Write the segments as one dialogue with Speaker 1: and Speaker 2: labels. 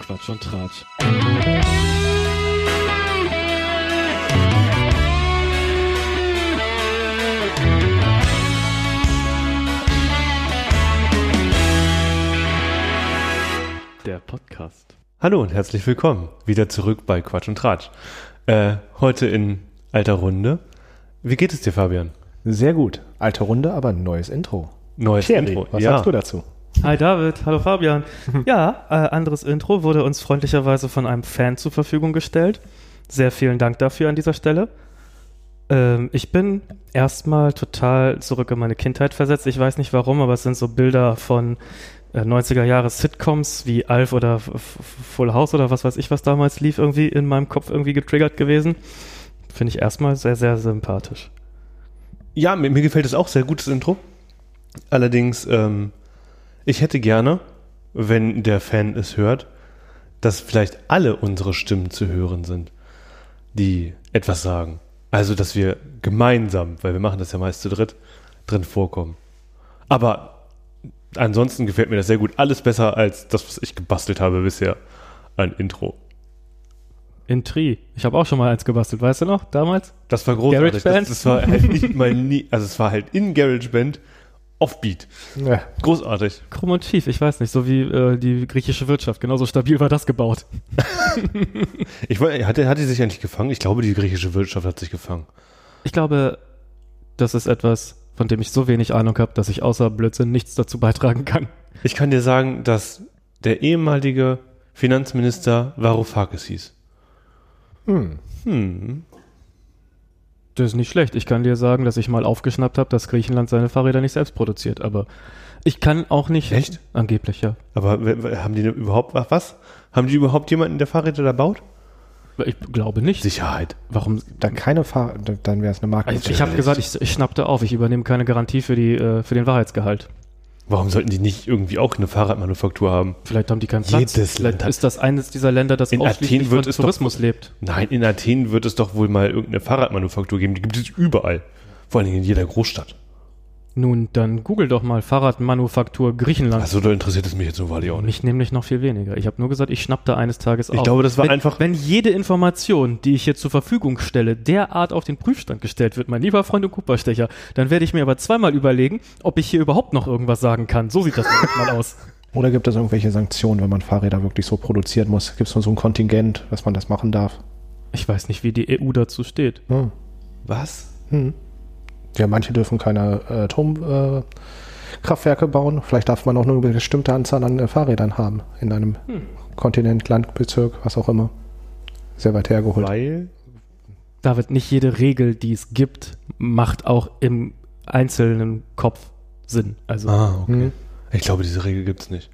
Speaker 1: Quatsch und Tratsch. Der Podcast.
Speaker 2: Hallo und herzlich willkommen wieder zurück bei Quatsch und Tratsch. Äh, heute in alter Runde. Wie geht es dir, Fabian?
Speaker 3: Sehr gut. Alte Runde, aber ein neues Intro.
Speaker 2: Neues
Speaker 3: Thierry,
Speaker 2: Intro.
Speaker 3: was
Speaker 2: ja.
Speaker 3: sagst du dazu?
Speaker 4: Hi David, hallo Fabian. Ja, äh, anderes Intro wurde uns freundlicherweise von einem Fan zur Verfügung gestellt. Sehr vielen Dank dafür an dieser Stelle. Ähm, ich bin erstmal total zurück in meine Kindheit versetzt. Ich weiß nicht warum, aber es sind so Bilder von äh, 90er Jahre Sitcoms wie Alf oder F- F- Full House oder was weiß ich, was damals lief, irgendwie in meinem Kopf irgendwie getriggert gewesen. Finde ich erstmal sehr, sehr sympathisch.
Speaker 2: Ja, mir, mir gefällt es auch sehr gutes Intro. Allerdings, ähm, ich hätte gerne, wenn der Fan es hört, dass vielleicht alle unsere Stimmen zu hören sind, die etwas sagen. Also, dass wir gemeinsam, weil wir machen das ja meist zu dritt, drin vorkommen. Aber ansonsten gefällt mir das sehr gut. Alles besser als das, was ich gebastelt habe bisher an Intro.
Speaker 4: Intri. Ich habe auch schon mal eins gebastelt, weißt du noch, damals?
Speaker 2: Das war großartig. Das,
Speaker 4: GarageBand?
Speaker 2: das war halt nicht mal nie, also es war halt in GarageBand Offbeat.
Speaker 3: Ja.
Speaker 2: Großartig.
Speaker 4: Krumm und schief, ich weiß nicht, so wie äh, die griechische Wirtschaft. Genauso stabil war das gebaut.
Speaker 2: Ich wollte, hat, die- hat die sich eigentlich gefangen? Ich glaube, die griechische Wirtschaft hat sich gefangen.
Speaker 4: Ich glaube, das ist etwas, von dem ich so wenig Ahnung habe, dass ich außer Blödsinn nichts dazu beitragen kann.
Speaker 2: Ich kann dir sagen, dass der ehemalige Finanzminister Varoufakis hieß.
Speaker 3: Hm.
Speaker 2: Hm.
Speaker 4: Das ist nicht schlecht. Ich kann dir sagen, dass ich mal aufgeschnappt habe, dass Griechenland seine Fahrräder nicht selbst produziert. Aber ich kann auch nicht.
Speaker 2: Echt?
Speaker 4: Angeblich, ja.
Speaker 2: Aber w- w- haben die denn überhaupt wa- was? Haben die überhaupt jemanden, der Fahrräder da baut?
Speaker 4: Ich glaube nicht.
Speaker 2: Sicherheit.
Speaker 4: Warum?
Speaker 3: Dann keine Fahr dann- dann wäre es eine Marke.
Speaker 4: Also ich habe gesagt, ich, ich schnappte auf. Ich übernehme keine Garantie für, die, äh, für den Wahrheitsgehalt.
Speaker 2: Warum sollten die nicht irgendwie auch eine Fahrradmanufaktur haben?
Speaker 4: Vielleicht haben die keinen Platz.
Speaker 2: Jedes
Speaker 4: Vielleicht
Speaker 2: Land hat-
Speaker 4: ist das eines dieser Länder, das
Speaker 2: In
Speaker 4: ausschließlich
Speaker 2: Athen wird
Speaker 4: von
Speaker 2: es doch-
Speaker 4: Tourismus lebt.
Speaker 2: Nein, in Athen wird es doch wohl mal irgendeine Fahrradmanufaktur geben. Die gibt es überall. Vor allen Dingen in jeder Großstadt.
Speaker 4: Nun, dann google doch mal Fahrradmanufaktur Griechenland.
Speaker 2: Also da interessiert es mich jetzt nun wahrlich auch nicht.
Speaker 4: mich nämlich noch viel weniger. Ich habe nur gesagt, ich schnappte eines Tages auf.
Speaker 2: Ich glaube, das war
Speaker 4: wenn,
Speaker 2: einfach-
Speaker 4: Wenn jede Information, die ich hier zur Verfügung stelle, derart auf den Prüfstand gestellt wird, mein lieber Freund und Cooperstecher, dann werde ich mir aber zweimal überlegen, ob ich hier überhaupt noch irgendwas sagen kann. So sieht das nämlich mal aus.
Speaker 3: Oder gibt es irgendwelche Sanktionen, wenn man Fahrräder wirklich so produzieren muss? Gibt es nur so ein Kontingent, dass man das machen darf?
Speaker 4: Ich weiß nicht, wie die EU dazu steht.
Speaker 3: Hm.
Speaker 2: Was?
Speaker 3: Hm. Ja, manche dürfen keine äh, Atomkraftwerke äh, Kraftwerke bauen. Vielleicht darf man auch nur eine bestimmte Anzahl an äh, Fahrrädern haben in einem
Speaker 4: Hm.
Speaker 3: Kontinent, Land, Bezirk, was auch immer. Sehr weit hergeholt.
Speaker 2: Weil?
Speaker 4: David, nicht jede Regel, die es gibt, macht auch im einzelnen Kopf Sinn. Also
Speaker 2: Ah, okay.
Speaker 3: Hm.
Speaker 2: Ich glaube, diese Regel gibt es nicht.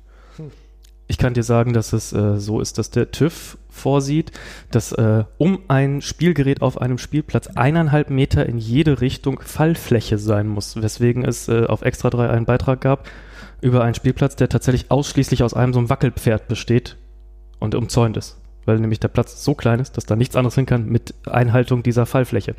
Speaker 4: Ich kann dir sagen, dass es äh, so ist, dass der TÜV vorsieht, dass äh, um ein Spielgerät auf einem Spielplatz eineinhalb Meter in jede Richtung Fallfläche sein muss, weswegen es äh, auf Extra 3 einen Beitrag gab über einen Spielplatz, der tatsächlich ausschließlich aus einem so einem Wackelpferd besteht und umzäunt ist, weil nämlich der Platz so klein ist, dass da nichts anderes hin kann mit Einhaltung dieser Fallfläche.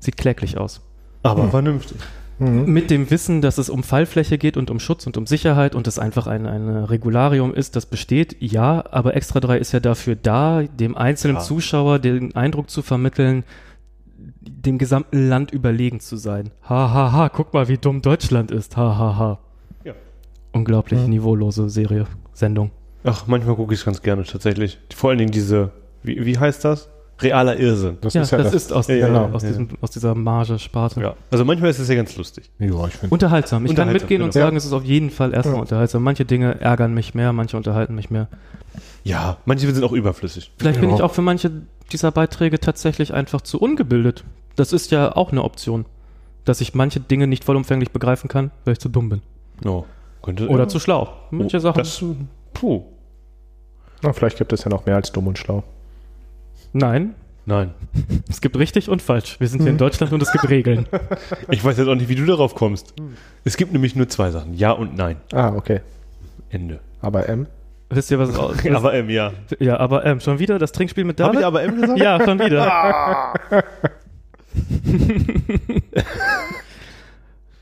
Speaker 4: Sieht kläglich aus.
Speaker 2: Aber vernünftig.
Speaker 3: Hm.
Speaker 4: Mit dem Wissen, dass es um Fallfläche geht und um Schutz und um Sicherheit und es einfach ein, ein Regularium ist, das besteht, ja, aber Extra 3 ist ja dafür da, dem einzelnen
Speaker 2: Ja.
Speaker 4: Zuschauer den Eindruck zu vermitteln, dem gesamten Land überlegen zu sein. Ha, ha, ha, guck mal, wie dumm Deutschland ist. Ha, ha, ha.
Speaker 2: Ja.
Speaker 4: Unglaublich niveaulose Serie, Sendung.
Speaker 2: Ach, manchmal gucke ich es ganz gerne tatsächlich. Vor allen Dingen diese, wie, wie heißt das? Realer Irrsinn.
Speaker 3: Das
Speaker 4: ja,
Speaker 3: ist ja
Speaker 4: das,
Speaker 3: das.
Speaker 4: ist aus,
Speaker 2: Ja,
Speaker 4: dieser,
Speaker 2: genau.
Speaker 4: aus,
Speaker 2: Ja.
Speaker 4: diesem, aus dieser Marge, Sparte.
Speaker 2: Ja. Also manchmal ist es ja ganz lustig.
Speaker 3: ja, ich finde.
Speaker 4: Unterhaltsam. Ich kann
Speaker 2: Unterhaltsam,
Speaker 4: mitgehen und
Speaker 2: genau.
Speaker 4: sagen, es ist auf jeden Fall erstmal
Speaker 3: Ja.
Speaker 4: unterhaltsam. Manche Dinge ärgern mich mehr, manche unterhalten mich mehr.
Speaker 2: Ja, manche sind auch überflüssig.
Speaker 4: Vielleicht bin
Speaker 3: Ja.
Speaker 4: ich auch für manche dieser Beiträge tatsächlich einfach zu ungebildet. Das ist ja auch eine Option, dass ich manche Dinge nicht vollumfänglich begreifen kann, weil ich zu dumm bin.
Speaker 2: No. Könnte,
Speaker 4: Oder zu schlau. Manche
Speaker 2: Oh,
Speaker 4: Sachen.
Speaker 2: Das, puh.
Speaker 3: Na, vielleicht gibt es ja noch mehr als dumm und schlau.
Speaker 4: Nein,
Speaker 2: Nein.
Speaker 4: es gibt richtig und falsch. Wir sind
Speaker 2: Hm.
Speaker 4: hier in Deutschland und es gibt Regeln.
Speaker 2: Ich weiß jetzt auch nicht, wie du darauf kommst. Es gibt nämlich nur zwei Sachen. Ja und Nein.
Speaker 3: Ah, okay.
Speaker 2: Ende.
Speaker 3: Aber M.
Speaker 4: Wisst ihr, was es aus
Speaker 2: Aber M, ja.
Speaker 4: Ja, aber ähm, schon wieder das Trinkspiel mit
Speaker 2: Habe
Speaker 4: David?
Speaker 2: ich aber M gesagt?
Speaker 4: ja, schon wieder.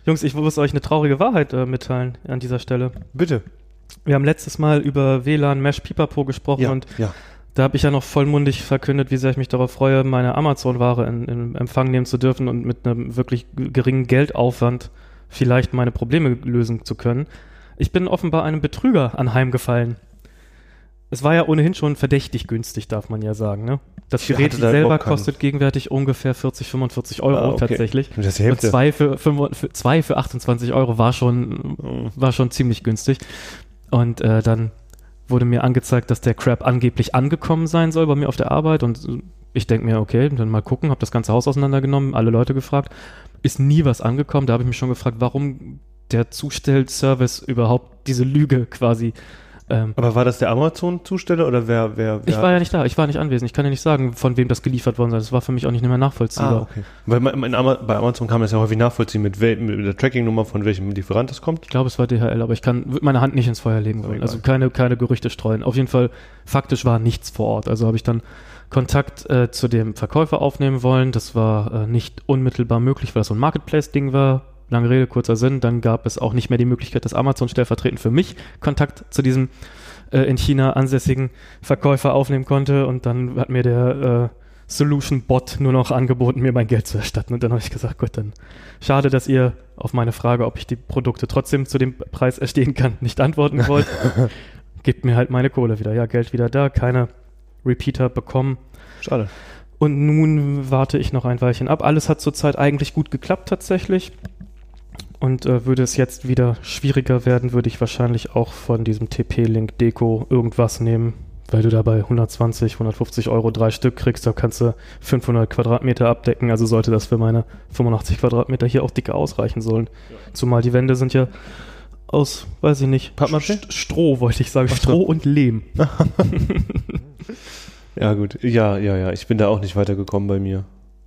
Speaker 4: Jungs, ich muss euch eine traurige Wahrheit äh, mitteilen an dieser Stelle.
Speaker 2: Bitte.
Speaker 4: Wir haben letztes Mal über WLAN Mesh Pipapo gesprochen
Speaker 2: Ja,
Speaker 4: und
Speaker 2: ja.
Speaker 4: da habe ich ja noch vollmundig verkündet, wie sehr ich mich darauf freue, meine Amazon-Ware in, in Empfang nehmen zu dürfen und mit einem wirklich g- geringen Geldaufwand vielleicht meine Probleme lösen zu können. Ich bin offenbar einem Betrüger anheimgefallen. Es war ja ohnehin schon verdächtig günstig, darf man ja sagen. Ne? Das
Speaker 2: Ich
Speaker 4: Gerät
Speaker 2: hatte da
Speaker 4: selber
Speaker 2: überhaupt keine-
Speaker 4: kostet gegenwärtig ungefähr 40, 45 Euro
Speaker 2: Ah, okay.
Speaker 4: tatsächlich.
Speaker 2: Das ist die
Speaker 4: Und
Speaker 2: Hälfte.
Speaker 4: zwei für, fünf- für, zwei für 28 Euro war schon
Speaker 2: Oh.
Speaker 4: war schon ziemlich günstig. Und äh, dann wurde mir angezeigt, dass der Crap angeblich angekommen sein soll bei mir auf der Arbeit. Und äh, ich denke mir, okay, dann mal gucken, habe das ganze Haus auseinandergenommen, alle Leute gefragt. Ist nie was angekommen. Da habe ich mich schon gefragt, warum der Zustellservice überhaupt diese Lüge quasi. Ähm,
Speaker 2: Aber war das der Amazon-Zusteller oder wer, wer, wer?
Speaker 4: Ich war ja nicht da, ich war nicht anwesend. Ich kann ja nicht sagen, von wem das geliefert worden sei. Das war für mich auch nicht mehr
Speaker 2: Ah,
Speaker 4: nachvollziehbar.
Speaker 2: okay. Weil man, in Ama bei Amazon kann man es ja häufig nachvollziehen, mit, wel mit der Tracking-Nummer von welchem Lieferant das kommt.
Speaker 4: Ich glaube, es war DHL, aber ich kann würd meine Hand nicht ins Feuer legen
Speaker 2: Aber
Speaker 4: wollen.
Speaker 2: egal.
Speaker 4: Also keine, keine Gerüchte streuen. Auf jeden Fall, faktisch war nichts vor Ort. Also habe ich dann Kontakt äh, zu dem Verkäufer aufnehmen wollen. Das war äh, nicht unmittelbar möglich, weil das so ein Marketplace-Ding war. Lange Rede, kurzer Sinn. Dann gab es auch nicht mehr die Möglichkeit, dass Amazon stellvertretend für mich Kontakt zu diesem äh, in China ansässigen Verkäufer aufnehmen konnte. Und dann hat mir der äh, Solution-Bot nur noch angeboten, mir mein Geld zu erstatten. Und dann habe ich gesagt, gut, dann schade, dass ihr auf meine Frage, ob ich die Produkte trotzdem zu dem Preis erstehen kann, nicht antworten wollt. Gebt mir halt meine Kohle wieder. Ja, Geld wieder da, keine Repeater bekommen.
Speaker 2: Schade.
Speaker 4: Und nun warte ich noch ein Weilchen ab. Alles hat zurzeit eigentlich gut geklappt tatsächlich. Und äh, würde es jetzt wieder schwieriger werden, würde ich wahrscheinlich auch von diesem TP-Link Deko irgendwas nehmen, weil du dabei 120, 150 Euro drei Stück kriegst. Da kannst du 500 Quadratmeter abdecken. Also sollte das für meine 85 Quadratmeter hier auch dicke ausreichen sollen. Zumal die Wände sind ja aus, weiß ich nicht,
Speaker 2: Pappmaché?
Speaker 4: St- Stroh, wollte ich sagen.
Speaker 2: Ach so.
Speaker 4: Stroh und Lehm.
Speaker 2: Ja, gut. Ja, ja, ja. Ich bin da auch nicht weitergekommen bei mir.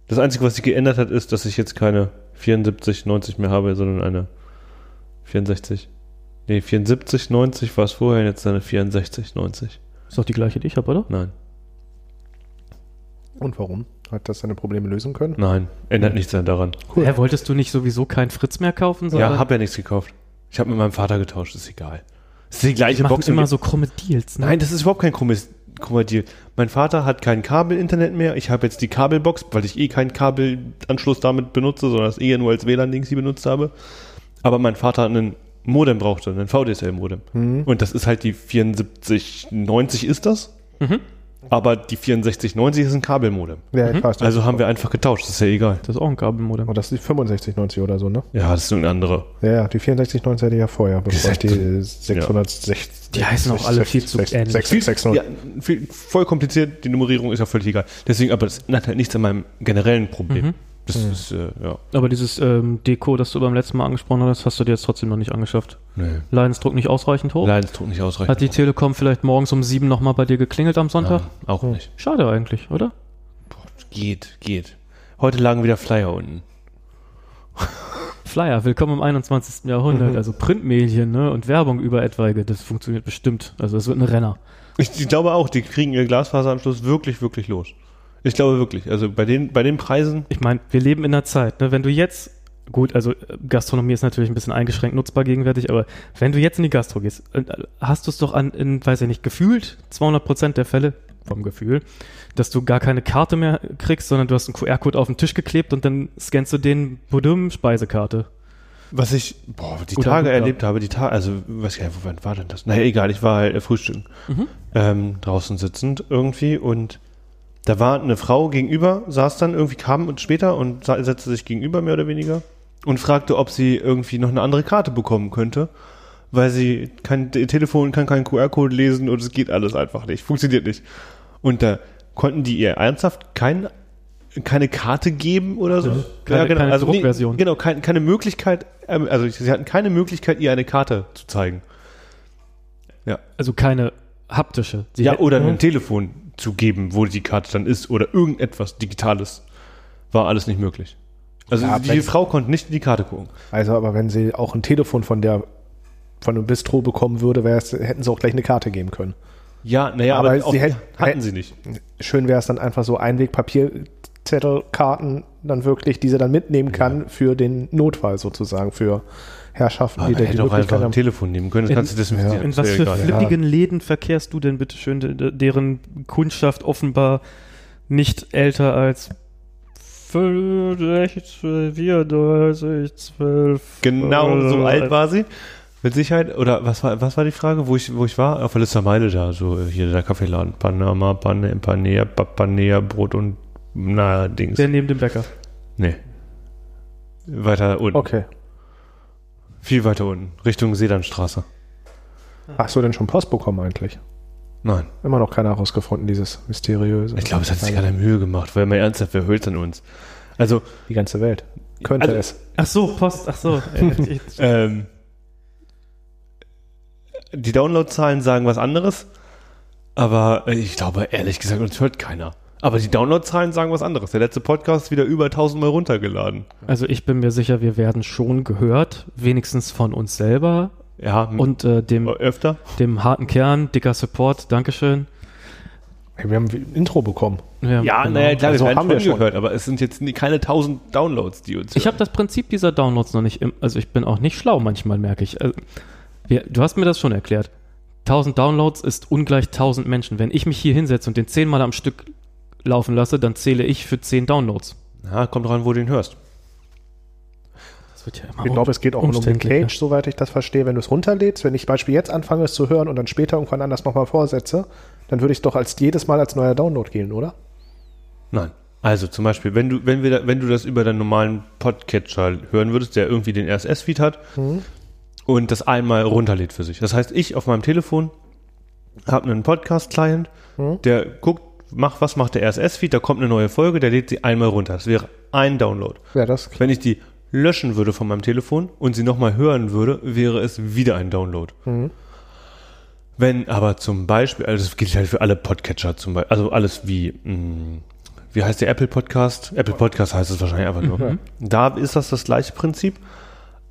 Speaker 2: Das Einzige, was sich geändert hat, ist, dass ich jetzt keine 74, 90 mehr habe, sondern eine 64. Nee, 74, 90 war es vorher, jetzt eine 64, 90.
Speaker 4: Ist doch die gleiche, die ich habe, oder?
Speaker 2: Nein,
Speaker 3: Und warum? Hat das seine Probleme lösen können?
Speaker 2: nein. Ändert nichts daran.
Speaker 3: Cool.
Speaker 4: Hä, wolltest du nicht sowieso keinen Fritz mehr kaufen?
Speaker 2: Ja, hab ja nichts gekauft. Ich habe mit meinem Vater getauscht, ist egal. Ist die gleiche
Speaker 4: Die machen
Speaker 2: Box im
Speaker 4: immer so krumme Deals, ne?
Speaker 2: Nein, das ist überhaupt kein krummes, krummer Deal. Mein Vater hat kein Kabelinternet mehr. Ich habe jetzt die Kabelbox, weil ich eh keinen Kabelanschluss damit benutze, sondern das eh nur als WLAN-Ding sie benutzt habe. Aber mein Vater einen Modem brauchte, einen VDSL-Modem. Und das ist halt die 7490 ist das.
Speaker 4: Mhm.
Speaker 2: Aber die 6490 ist ein Kabelmodem.
Speaker 3: Ja, ich weiß nicht.
Speaker 2: Also haben wir einfach getauscht, das ist ja egal.
Speaker 4: Das ist auch ein Kabelmodem.
Speaker 3: Und das ist die 6590 oder so, ne?
Speaker 2: Ja, das ist irgendeine andere.
Speaker 3: Ja, ja, die 6490 hatte ich ja vorher, bevor ich
Speaker 2: Gesagt.
Speaker 3: die 660.
Speaker 4: Die heißen auch alle viel zu ähnlich.
Speaker 3: 6660.
Speaker 2: Ja, viel, voll kompliziert, die Nummerierung ist ja völlig egal. Deswegen, aber das ändert halt nichts an meinem generellen Problem.
Speaker 4: Mhm.
Speaker 2: Das ist, äh, ja.
Speaker 4: Aber dieses ähm, Deko, das du beim letzten Mal angesprochen hast, hast du dir jetzt trotzdem noch nicht angeschafft.
Speaker 2: Nee.
Speaker 4: Leidensdruck nicht ausreichend hoch?
Speaker 2: Leidensdruck nicht ausreichend.
Speaker 4: Oh. Hat die Telekom vielleicht morgens um sieben nochmal bei dir geklingelt am Sonntag?
Speaker 2: ja, auch nicht.
Speaker 4: Schade eigentlich, oder?
Speaker 2: Geht, geht. Heute lagen wieder Flyer unten.
Speaker 4: Flyer, willkommen im 21. Jahrhundert.
Speaker 2: Mhm.
Speaker 4: Also Printmedien ne? und Werbung über etwaige, das funktioniert bestimmt. Also es wird ein Renner.
Speaker 2: Ich, ich glaube auch, die kriegen ihr Glasfaseranschluss wirklich, wirklich los. Ich glaube wirklich. Also bei den, bei den Preisen.
Speaker 4: Ich meine, wir leben in einer Zeit, ne? wenn du jetzt, gut, also äh, Gastronomie ist natürlich ein bisschen eingeschränkt nutzbar gegenwärtig, aber wenn du jetzt in die Gastro gehst, äh, hast du es doch an, in, weiß ich nicht, gefühlt 200 Prozent der Fälle, vom Gefühl, dass du gar keine Karte mehr kriegst, sondern du hast einen QR-Code auf den Tisch geklebt und dann scannst du den Budum Speisekarte.
Speaker 2: Was ich boah, die
Speaker 4: Guter
Speaker 2: Tage
Speaker 4: Hut,
Speaker 2: erlebt habe, die Tage, also weiß gar nicht, wann war denn das? Naja, egal, ich war halt äh, frühstücken.
Speaker 4: Mhm.
Speaker 2: Ähm, draußen sitzend irgendwie und da war eine Frau gegenüber, saß dann irgendwie, kam und später und sa- setzte sich gegenüber mehr oder weniger und fragte, ob sie irgendwie noch eine andere Karte bekommen könnte, weil sie kein Te- Telefon kann keinen QR-Code lesen und es geht alles einfach nicht, funktioniert nicht. Und da konnten die ihr ernsthaft kein, keine Karte geben oder so.
Speaker 4: Also Keine- keine
Speaker 2: nee,
Speaker 4: Druckversion.
Speaker 2: genau, kein, keine Möglichkeit, ähm, also sie hatten keine Möglichkeit, ihr eine Karte zu zeigen.
Speaker 4: Also keine haptische. Sie
Speaker 2: ja,
Speaker 4: hätten-
Speaker 2: oder ein Telefon zu geben, wo die Karte dann ist oder irgendetwas Digitales. War alles nicht möglich. Also
Speaker 3: Ja,
Speaker 2: die
Speaker 3: wenn-
Speaker 2: Frau konnte nicht in die Karte gucken.
Speaker 3: Also, aber wenn sie auch ein Telefon von der von einem Bistro bekommen würde, wär's, hätten sie auch gleich eine Karte geben können.
Speaker 2: Ja, naja,
Speaker 3: Aber
Speaker 2: aber,
Speaker 3: sie
Speaker 2: auch,
Speaker 3: hätt-
Speaker 2: hatten
Speaker 3: hätt-
Speaker 2: sie nicht.
Speaker 3: Schön wäre es dann einfach so Einwegpapierzettelkarten dann wirklich, die sie dann mitnehmen kann für den Notfall sozusagen, für Herrschaften,
Speaker 2: Aber
Speaker 3: die
Speaker 2: man
Speaker 3: der
Speaker 2: hätte doch
Speaker 3: Möglichkeit
Speaker 2: einfach ein
Speaker 3: haben.
Speaker 2: Telefon nehmen können, das
Speaker 4: In-
Speaker 2: kannst du desinfizieren.
Speaker 4: In
Speaker 2: das
Speaker 4: was
Speaker 2: ist
Speaker 4: für
Speaker 2: ja egal.
Speaker 4: flippigen Läden verkehrst du denn bitte schön, de- de- deren Kundschaft offenbar nicht älter als 65, 34, 12.
Speaker 2: Genau
Speaker 4: Oh,
Speaker 2: so alt war sie. Mit Sicherheit, oder was war, was war die Frage, wo ich, wo ich war? Auf der Lister Meile da, so äh, hier der Kaffeeladen. Panama, Panne, Panea, Pa- Panea, Brot und na, Dings.
Speaker 4: Der neben dem Bäcker.
Speaker 2: nee. Weiter unten.
Speaker 3: Okay.
Speaker 2: Viel weiter unten. Richtung Sedanstraße.
Speaker 3: Hast du denn schon Post bekommen eigentlich?
Speaker 2: Nein.
Speaker 3: Immer noch keiner herausgefunden, dieses mysteriöse.
Speaker 2: Ich glaube, es hat sich keiner Mühe gemacht, weil mal ernsthaft, wer hört an uns? Also,
Speaker 3: Die ganze Welt. Könnte
Speaker 2: Also-
Speaker 3: es.
Speaker 4: Ach so, Post, ach so. Äh, ich-
Speaker 2: ähm, die Downloadzahlen sagen was anderes, aber äh, ich glaube, ehrlich gesagt, uns hört keiner. Aber die Downloadzahlen sagen was anderes. Der letzte Podcast ist wieder über 1000 Mal runtergeladen.
Speaker 4: Also ich bin mir sicher, wir werden schon gehört, wenigstens von uns selber
Speaker 2: Ja, m-
Speaker 4: und äh, dem,
Speaker 2: öfter.
Speaker 4: dem harten Kern, dicker Support, Dankeschön.
Speaker 3: Hey, wir haben ein Intro bekommen.
Speaker 2: Ja,
Speaker 4: genau.
Speaker 2: naja, klar,
Speaker 3: Also
Speaker 2: wir haben
Speaker 3: haben wir
Speaker 2: wir schon
Speaker 3: schon.
Speaker 2: gehört, aber es sind jetzt nie- keine 1000 Downloads, die uns
Speaker 4: Ich
Speaker 2: hören.
Speaker 4: habe das Prinzip dieser Downloads noch nicht. Im, also ich bin auch nicht schlau manchmal, merke ich. Also, wir, du hast mir das schon erklärt. 1000 Downloads ist ungleich 1000 Menschen. Wenn ich mich hier hinsetze und den 10 Mal am Stück laufen lasse, dann zähle ich für 10 Downloads.
Speaker 2: Ja, kommt rein, wo du ihn hörst.
Speaker 4: Das wird ja immer
Speaker 3: Ich glaube, es geht auch nur um die
Speaker 4: umständlicher.
Speaker 2: ne?
Speaker 3: Cage, soweit ich das verstehe. Wenn du es runterlädst, wenn ich zum Beispiel jetzt anfange, es zu hören und dann später irgendwann anders nochmal vorsetze, dann würde ich doch als jedes Mal als neuer Download gehen, oder?
Speaker 2: Nein. Also zum Beispiel, wenn du, wenn wir, da, wenn du das über deinen normalen Podcatcher hören würdest, der irgendwie den RSS-Feed hat und das einmal runterlädt für sich. Das heißt, ich auf meinem Telefon habe einen Podcast-Client, der guckt, mach, was macht der RSS-Feed, da kommt eine neue Folge, der lädt sie einmal runter. Das wäre ein Download.
Speaker 3: Ja, das
Speaker 2: Wenn ich die löschen würde von meinem Telefon und sie nochmal hören würde, wäre es wieder ein Download.
Speaker 4: Mhm.
Speaker 2: Wenn aber zum Beispiel, also das gilt halt für alle Podcatcher zum Beispiel, also alles wie, mh, wie heißt der Apple Podcast? Apple Podcast heißt es wahrscheinlich einfach nur.
Speaker 4: Mhm.
Speaker 2: Da ist das das gleiche Prinzip.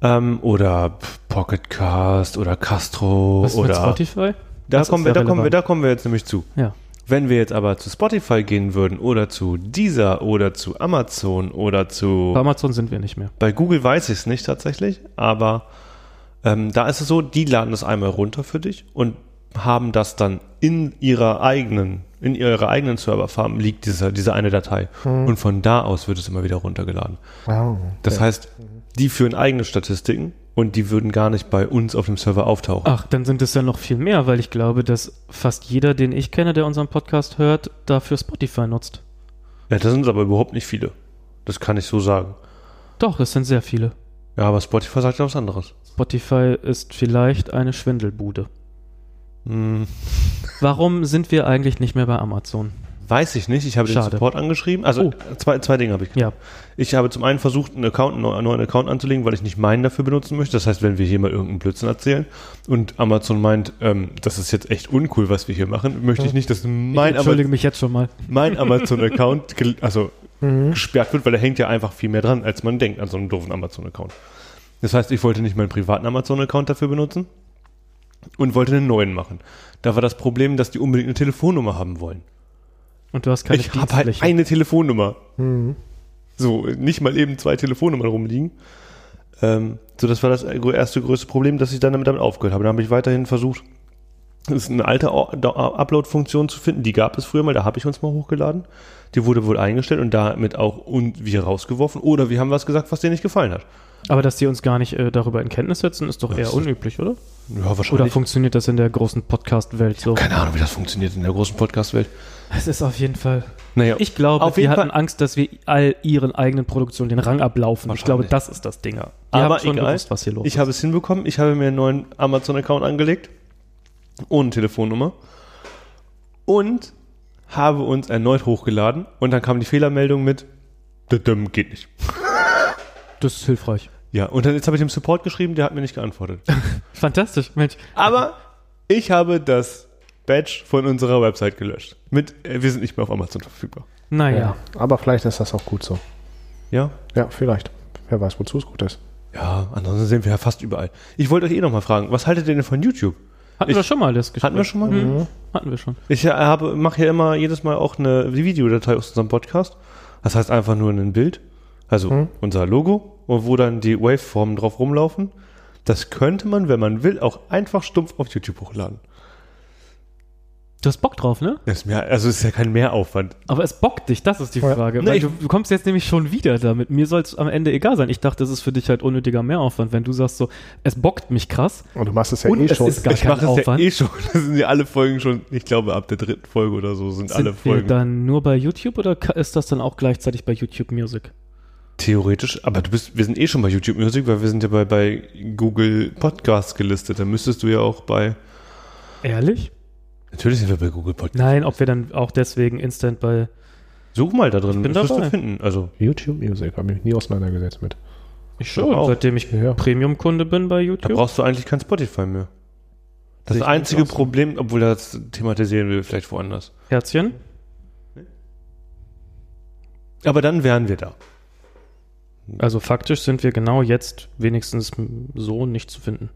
Speaker 2: Ähm, oder Pocket Cast oder Castro
Speaker 4: Was mit
Speaker 2: oder
Speaker 4: Spotify?
Speaker 2: da
Speaker 4: Das
Speaker 2: kommen wir,
Speaker 4: ist ja
Speaker 2: da kommen wir,
Speaker 4: relevant.
Speaker 2: da kommen wir jetzt nämlich zu.
Speaker 4: Ja.
Speaker 2: Wenn wir jetzt aber zu Spotify gehen würden oder zu Deezer oder zu Amazon oder zu
Speaker 4: Bei Amazon sind wir nicht mehr.
Speaker 2: bei Google weiß ich es nicht tatsächlich, aber ähm, da ist es so, die laden das einmal runter für dich und haben das dann in ihrer eigenen, in ihrer eigenen Serverfarm liegt diese, diese eine Datei.
Speaker 4: Hm.
Speaker 2: Und von da aus wird es immer wieder runtergeladen.
Speaker 3: Wow.
Speaker 2: Das heißt, die führen eigene Statistiken und die würden gar nicht bei uns auf dem Server auftauchen.
Speaker 4: Ach, dann sind es ja noch viel mehr, weil ich glaube, dass fast jeder, den ich kenne, der unseren Podcast hört, dafür Spotify nutzt.
Speaker 2: Ja, das sind aber überhaupt nicht viele. Das kann ich so sagen.
Speaker 4: Doch, es sind sehr viele.
Speaker 2: Ja, aber Spotify sagt ja was anderes.
Speaker 4: Spotify ist vielleicht eine Schwindelbude.
Speaker 2: Hm,
Speaker 4: Warum sind wir eigentlich nicht mehr bei Amazon?
Speaker 2: weiß ich nicht. Ich habe den
Speaker 4: Schade.
Speaker 2: Support angeschrieben. Also
Speaker 4: Oh.
Speaker 2: zwei, zwei Dinge habe ich
Speaker 4: Ja,
Speaker 2: Ich habe zum einen versucht, einen, Account, einen neuen Account anzulegen, weil ich nicht meinen dafür benutzen möchte. Das heißt, wenn wir hier mal irgendeinen Blödsinn erzählen und Amazon meint, ähm, das ist jetzt echt uncool, was wir hier machen, möchte ich nicht, dass
Speaker 4: ich
Speaker 2: mein,
Speaker 4: entschuldige
Speaker 2: Ama
Speaker 4: mich jetzt schon mal.
Speaker 2: mein Amazon-Account gel- also gesperrt wird, weil da hängt ja einfach viel mehr dran, als man denkt an so einen doofen Amazon-Account. Das heißt, ich wollte nicht meinen privaten Amazon-Account dafür benutzen und wollte einen neuen machen. Da war das Problem, dass die unbedingt eine Telefonnummer haben wollen.
Speaker 4: Und du hast keine
Speaker 2: Ich habe halt
Speaker 4: dienstliche.
Speaker 2: eine Telefonnummer.
Speaker 4: Mhm.
Speaker 2: So, nicht mal eben zwei Telefonnummern rumliegen. Ähm, so, das war das erste größte Problem, dass ich dann damit, damit aufgehört habe. Dann habe ich weiterhin versucht, es ist eine alte Au- Da- Upload-Funktion zu finden. Die gab es früher mal, da habe ich uns mal hochgeladen. Die wurde wohl eingestellt und damit auch und wir rausgeworfen. Oder wir haben was gesagt, was dir nicht gefallen hat.
Speaker 4: Aber dass die uns gar nicht äh, darüber in Kenntnis setzen, ist doch eher
Speaker 2: ist-
Speaker 4: unüblich, oder?
Speaker 2: Ja,
Speaker 4: Oder
Speaker 2: wahrscheinlich.
Speaker 4: funktioniert das in der großen Podcast-Welt so?
Speaker 2: Keine Ahnung, wie das funktioniert in der großen Podcast-Welt.
Speaker 4: Es ist auf jeden Fall.
Speaker 2: Naja,
Speaker 4: Ich glaube,
Speaker 2: Auf
Speaker 4: wir
Speaker 2: jeden
Speaker 4: hatten
Speaker 2: Fall.
Speaker 4: Angst, dass wir all ihren eigenen Produktionen den Rang ablaufen. Ich glaube,
Speaker 2: Wahrscheinlich.
Speaker 4: das ist das Ding. Wir
Speaker 2: Aber
Speaker 4: haben schon
Speaker 2: egal.
Speaker 4: gewusst, was hier los
Speaker 2: Ich habe es hinbekommen. Ich habe mir einen neuen Amazon-Account angelegt. Ohne Telefonnummer. Und habe uns erneut hochgeladen. Und dann kam die Fehlermeldung mit, "Dadum, geht nicht.
Speaker 4: ist. Das ist hilfreich.
Speaker 2: Ja, und dann jetzt habe ich dem Support geschrieben, der hat mir nicht geantwortet.
Speaker 4: Fantastisch, Mensch.
Speaker 2: Aber ich habe das Badge von unserer Website gelöscht. Mit, äh, wir sind nicht mehr auf Amazon verfügbar.
Speaker 4: Naja.
Speaker 3: Ah Ja. Aber vielleicht ist das auch gut so.
Speaker 2: Ja?
Speaker 3: Ja, vielleicht. Wer weiß, wozu es gut ist.
Speaker 2: Ja, ansonsten sind wir ja fast überall. Ich wollte euch eh nochmal fragen, was haltet ihr denn von YouTube?
Speaker 4: Hatten
Speaker 2: Ich-
Speaker 4: wir schon mal das Gespräch?
Speaker 2: Hatten wir schon mal?
Speaker 4: Mhm. Hatten wir schon.
Speaker 2: Ich äh, habe, mache ja immer jedes Mal auch eine Videodatei aus unserem Podcast. Das heißt einfach Mhm. nur ein Bild, also unser Logo, und wo dann die Waveformen drauf rumlaufen. Das könnte man, wenn man will, auch einfach stumpf auf YouTube hochladen.
Speaker 4: Du hast Bock drauf, ne?
Speaker 2: Das ist mehr, also ist ja kein Mehraufwand.
Speaker 4: Aber es bockt dich, das ist die
Speaker 3: Ja.
Speaker 4: Frage.
Speaker 2: Nee,
Speaker 4: Weil
Speaker 2: ich-
Speaker 4: du, du kommst jetzt nämlich schon wieder damit. Mir soll es am Ende egal sein. Ich dachte, es ist für dich halt unnötiger Mehraufwand, wenn du sagst so, es bockt mich krass.
Speaker 3: Und du machst es ja
Speaker 4: Und
Speaker 3: eh
Speaker 4: es
Speaker 3: schon.
Speaker 4: ist gar
Speaker 2: ich
Speaker 4: kein
Speaker 2: mache es ja
Speaker 4: Aufwand.
Speaker 2: eh schon. Das sind ja alle Folgen schon, ich glaube, ab der dritten Folge oder so sind, alle
Speaker 4: Sind wir
Speaker 2: Folgen.
Speaker 4: dann nur bei YouTube oder ka- ist das dann auch gleichzeitig bei YouTube Music?
Speaker 2: Theoretisch, aber du bist, wir sind eh schon bei YouTube Music, weil wir sind ja bei, bei Google Podcasts gelistet. Dann müsstest du ja auch bei.
Speaker 4: Ehrlich?
Speaker 2: Natürlich sind wir bei Google Podcasts.
Speaker 4: Nein, ob wir dann auch deswegen instant bei.
Speaker 2: Such mal da drin,
Speaker 4: bin
Speaker 2: müsstest
Speaker 4: dabei.
Speaker 2: du finden. Also,
Speaker 3: YouTube Music, habe ich mich nie auseinandergesetzt mit.
Speaker 4: Ich
Speaker 2: schon.
Speaker 4: Seitdem ich
Speaker 3: Ja, ja.
Speaker 4: Premium-Kunde bin bei
Speaker 2: da
Speaker 4: YouTube.
Speaker 2: brauchst du eigentlich kein Spotify mehr. Das
Speaker 4: Sehe ich
Speaker 2: einzige
Speaker 4: auch so.
Speaker 2: Problem, obwohl das thematisieren wir vielleicht woanders.
Speaker 4: Herzchen.
Speaker 2: Aber dann wären wir da.
Speaker 4: Also faktisch sind wir genau jetzt wenigstens so nicht zu finden.